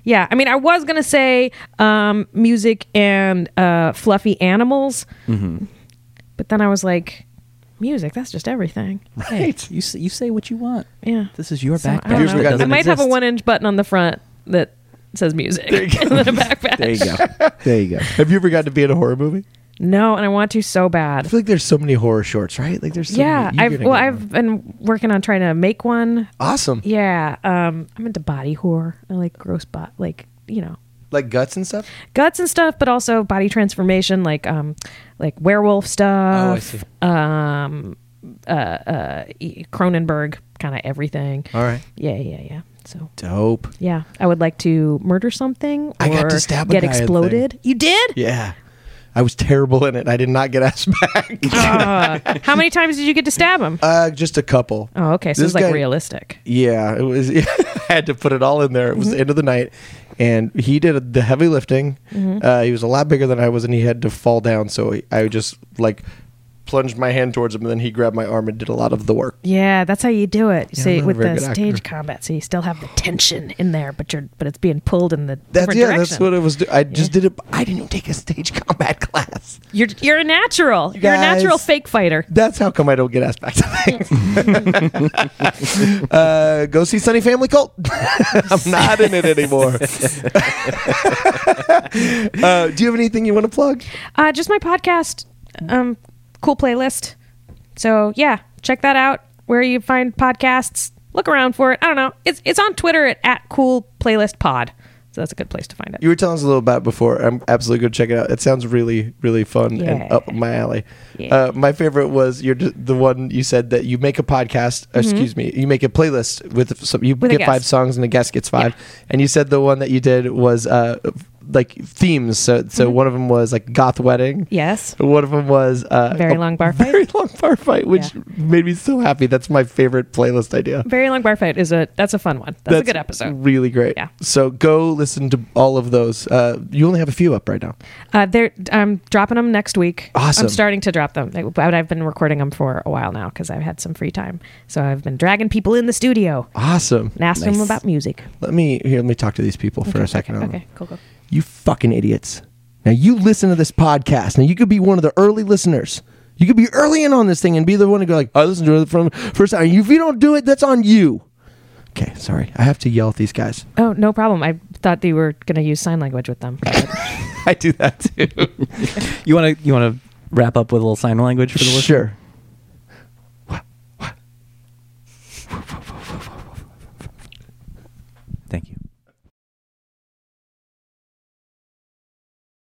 Speaker 4: yeah, I mean, I was gonna say um, music and uh, fluffy animals,
Speaker 2: Mm-hmm.
Speaker 4: but then I was like, music, that's just everything.
Speaker 2: right. You, s- you say what you want.
Speaker 4: Yeah,
Speaker 2: This is your
Speaker 4: So, I
Speaker 2: back
Speaker 4: don't
Speaker 2: patch.
Speaker 4: know.
Speaker 2: that
Speaker 3: gotten-
Speaker 4: I
Speaker 2: doesn't
Speaker 4: might have a
Speaker 2: exist.
Speaker 4: one-inch button on the front that says music and then a back patch.
Speaker 2: There you go.
Speaker 3: There you go. Have you ever gotten to be in a horror movie?
Speaker 4: No, and I want to so
Speaker 3: I
Speaker 4: bad.
Speaker 3: feel like there's so many horror shorts, right? Like there's so
Speaker 4: yeah,
Speaker 3: many. You're gonna
Speaker 4: I've well,
Speaker 3: get
Speaker 4: I've
Speaker 3: one.
Speaker 4: been working on trying to make one.
Speaker 3: awesome.
Speaker 4: Yeah, um, I'm into body horror. I like gross bot, like you know,
Speaker 3: Like guts and stuff.
Speaker 4: guts and stuff, but also body transformation, like um, like werewolf stuff.
Speaker 3: Oh, I see.
Speaker 4: Um, uh, uh, e- Cronenberg, kind of everything.
Speaker 3: All right.
Speaker 4: Yeah, yeah, yeah. So
Speaker 3: Dope.
Speaker 4: yeah, I would like to murder something or
Speaker 3: I got to stab a
Speaker 4: get
Speaker 3: guy and
Speaker 4: exploded. You did?
Speaker 3: Yeah. I was terrible in it. I did not get asked back.
Speaker 4: Uh, how many times did you get to stab him?
Speaker 3: uh, just a couple.
Speaker 4: Oh, okay. So
Speaker 3: this
Speaker 4: it's like
Speaker 3: guy-
Speaker 4: realistic.
Speaker 3: Yeah, it was. I had to put it all in there. It was the end of the night, and he did the heavy lifting.
Speaker 4: Mm-hmm.
Speaker 3: Uh, he was a lot bigger than I was, and he had to fall down. So he- I just like plunged my hand towards him, and then he grabbed my arm and did a lot of the work.
Speaker 4: Yeah, that's how you do it. You
Speaker 3: Yeah,
Speaker 4: See,
Speaker 3: I'm not a
Speaker 4: with
Speaker 3: very
Speaker 4: the
Speaker 3: good actor.
Speaker 4: stage combat, so you still have the tension in there, but you're but it's being pulled in the
Speaker 3: That's
Speaker 4: different
Speaker 3: yeah.
Speaker 4: direction.
Speaker 3: That's what it was. Do- I just did it. I didn't even take a stage combat class.
Speaker 4: you're you're a natural. You're a natural
Speaker 3: guys-
Speaker 4: fake fighter.
Speaker 3: That's how come I don't get asked back to things. uh, go see Sunny Family Cult. I'm not in it anymore. uh, do you have anything you want to plug?
Speaker 4: Uh, just my podcast, um, cool playlist. So yeah, check that out. Where you find podcasts, look around for it. I don't know. It's it's on Twitter at, at cool playlist pod. So that's a good place to find it.
Speaker 3: You were telling us a little about it before. I'm absolutely going to check it out. It sounds really, really fun and
Speaker 4: Yeah.
Speaker 3: up my alley.
Speaker 4: Yeah.
Speaker 3: Uh, my favorite was your the one you said that you make a podcast. Excuse me, you make a playlist with some. You
Speaker 4: Mm-hmm. a
Speaker 3: get five
Speaker 4: guest.
Speaker 3: songs and a guest gets five. And you said the one that you did was uh, like themes. So, so one of them was like goth wedding.
Speaker 4: Mm-hmm. yes.
Speaker 3: One of them was uh,
Speaker 4: Very
Speaker 3: a
Speaker 4: long bar fight.
Speaker 3: Very long bar fight, which
Speaker 4: Yeah.
Speaker 3: made me so happy. That's my favorite playlist idea.
Speaker 4: Very long bar fight is a that's a fun one. That's, a good episode.
Speaker 3: Really great.
Speaker 4: Yeah.
Speaker 3: So go listen to all of those. Uh, you only have a few up right now.
Speaker 4: Uh, there, I'm dropping them next week.
Speaker 3: Awesome.
Speaker 4: I'm starting to drop them, but I've been recording them for a while now because I've had some free time. So I've been dragging people in the studio
Speaker 3: Awesome.
Speaker 4: and asking them about music.
Speaker 3: Let me here. Let me talk to these people for a second.
Speaker 4: Okay,
Speaker 3: on
Speaker 4: okay, cool, cool.
Speaker 3: You fucking idiots. Now you listen to this podcast. Now you could be one of the early listeners. You could be early in on this thing and be the one to go like, I listened to it from first time. If you don't do it, that's on you. Okay, sorry. I have to yell at these guys.
Speaker 4: Oh, no problem. I thought you were going to use sign language with them.
Speaker 3: I do that too.
Speaker 2: You want to you want to wrap up with a little sign language for the listener?
Speaker 3: Sure.
Speaker 2: Thank you.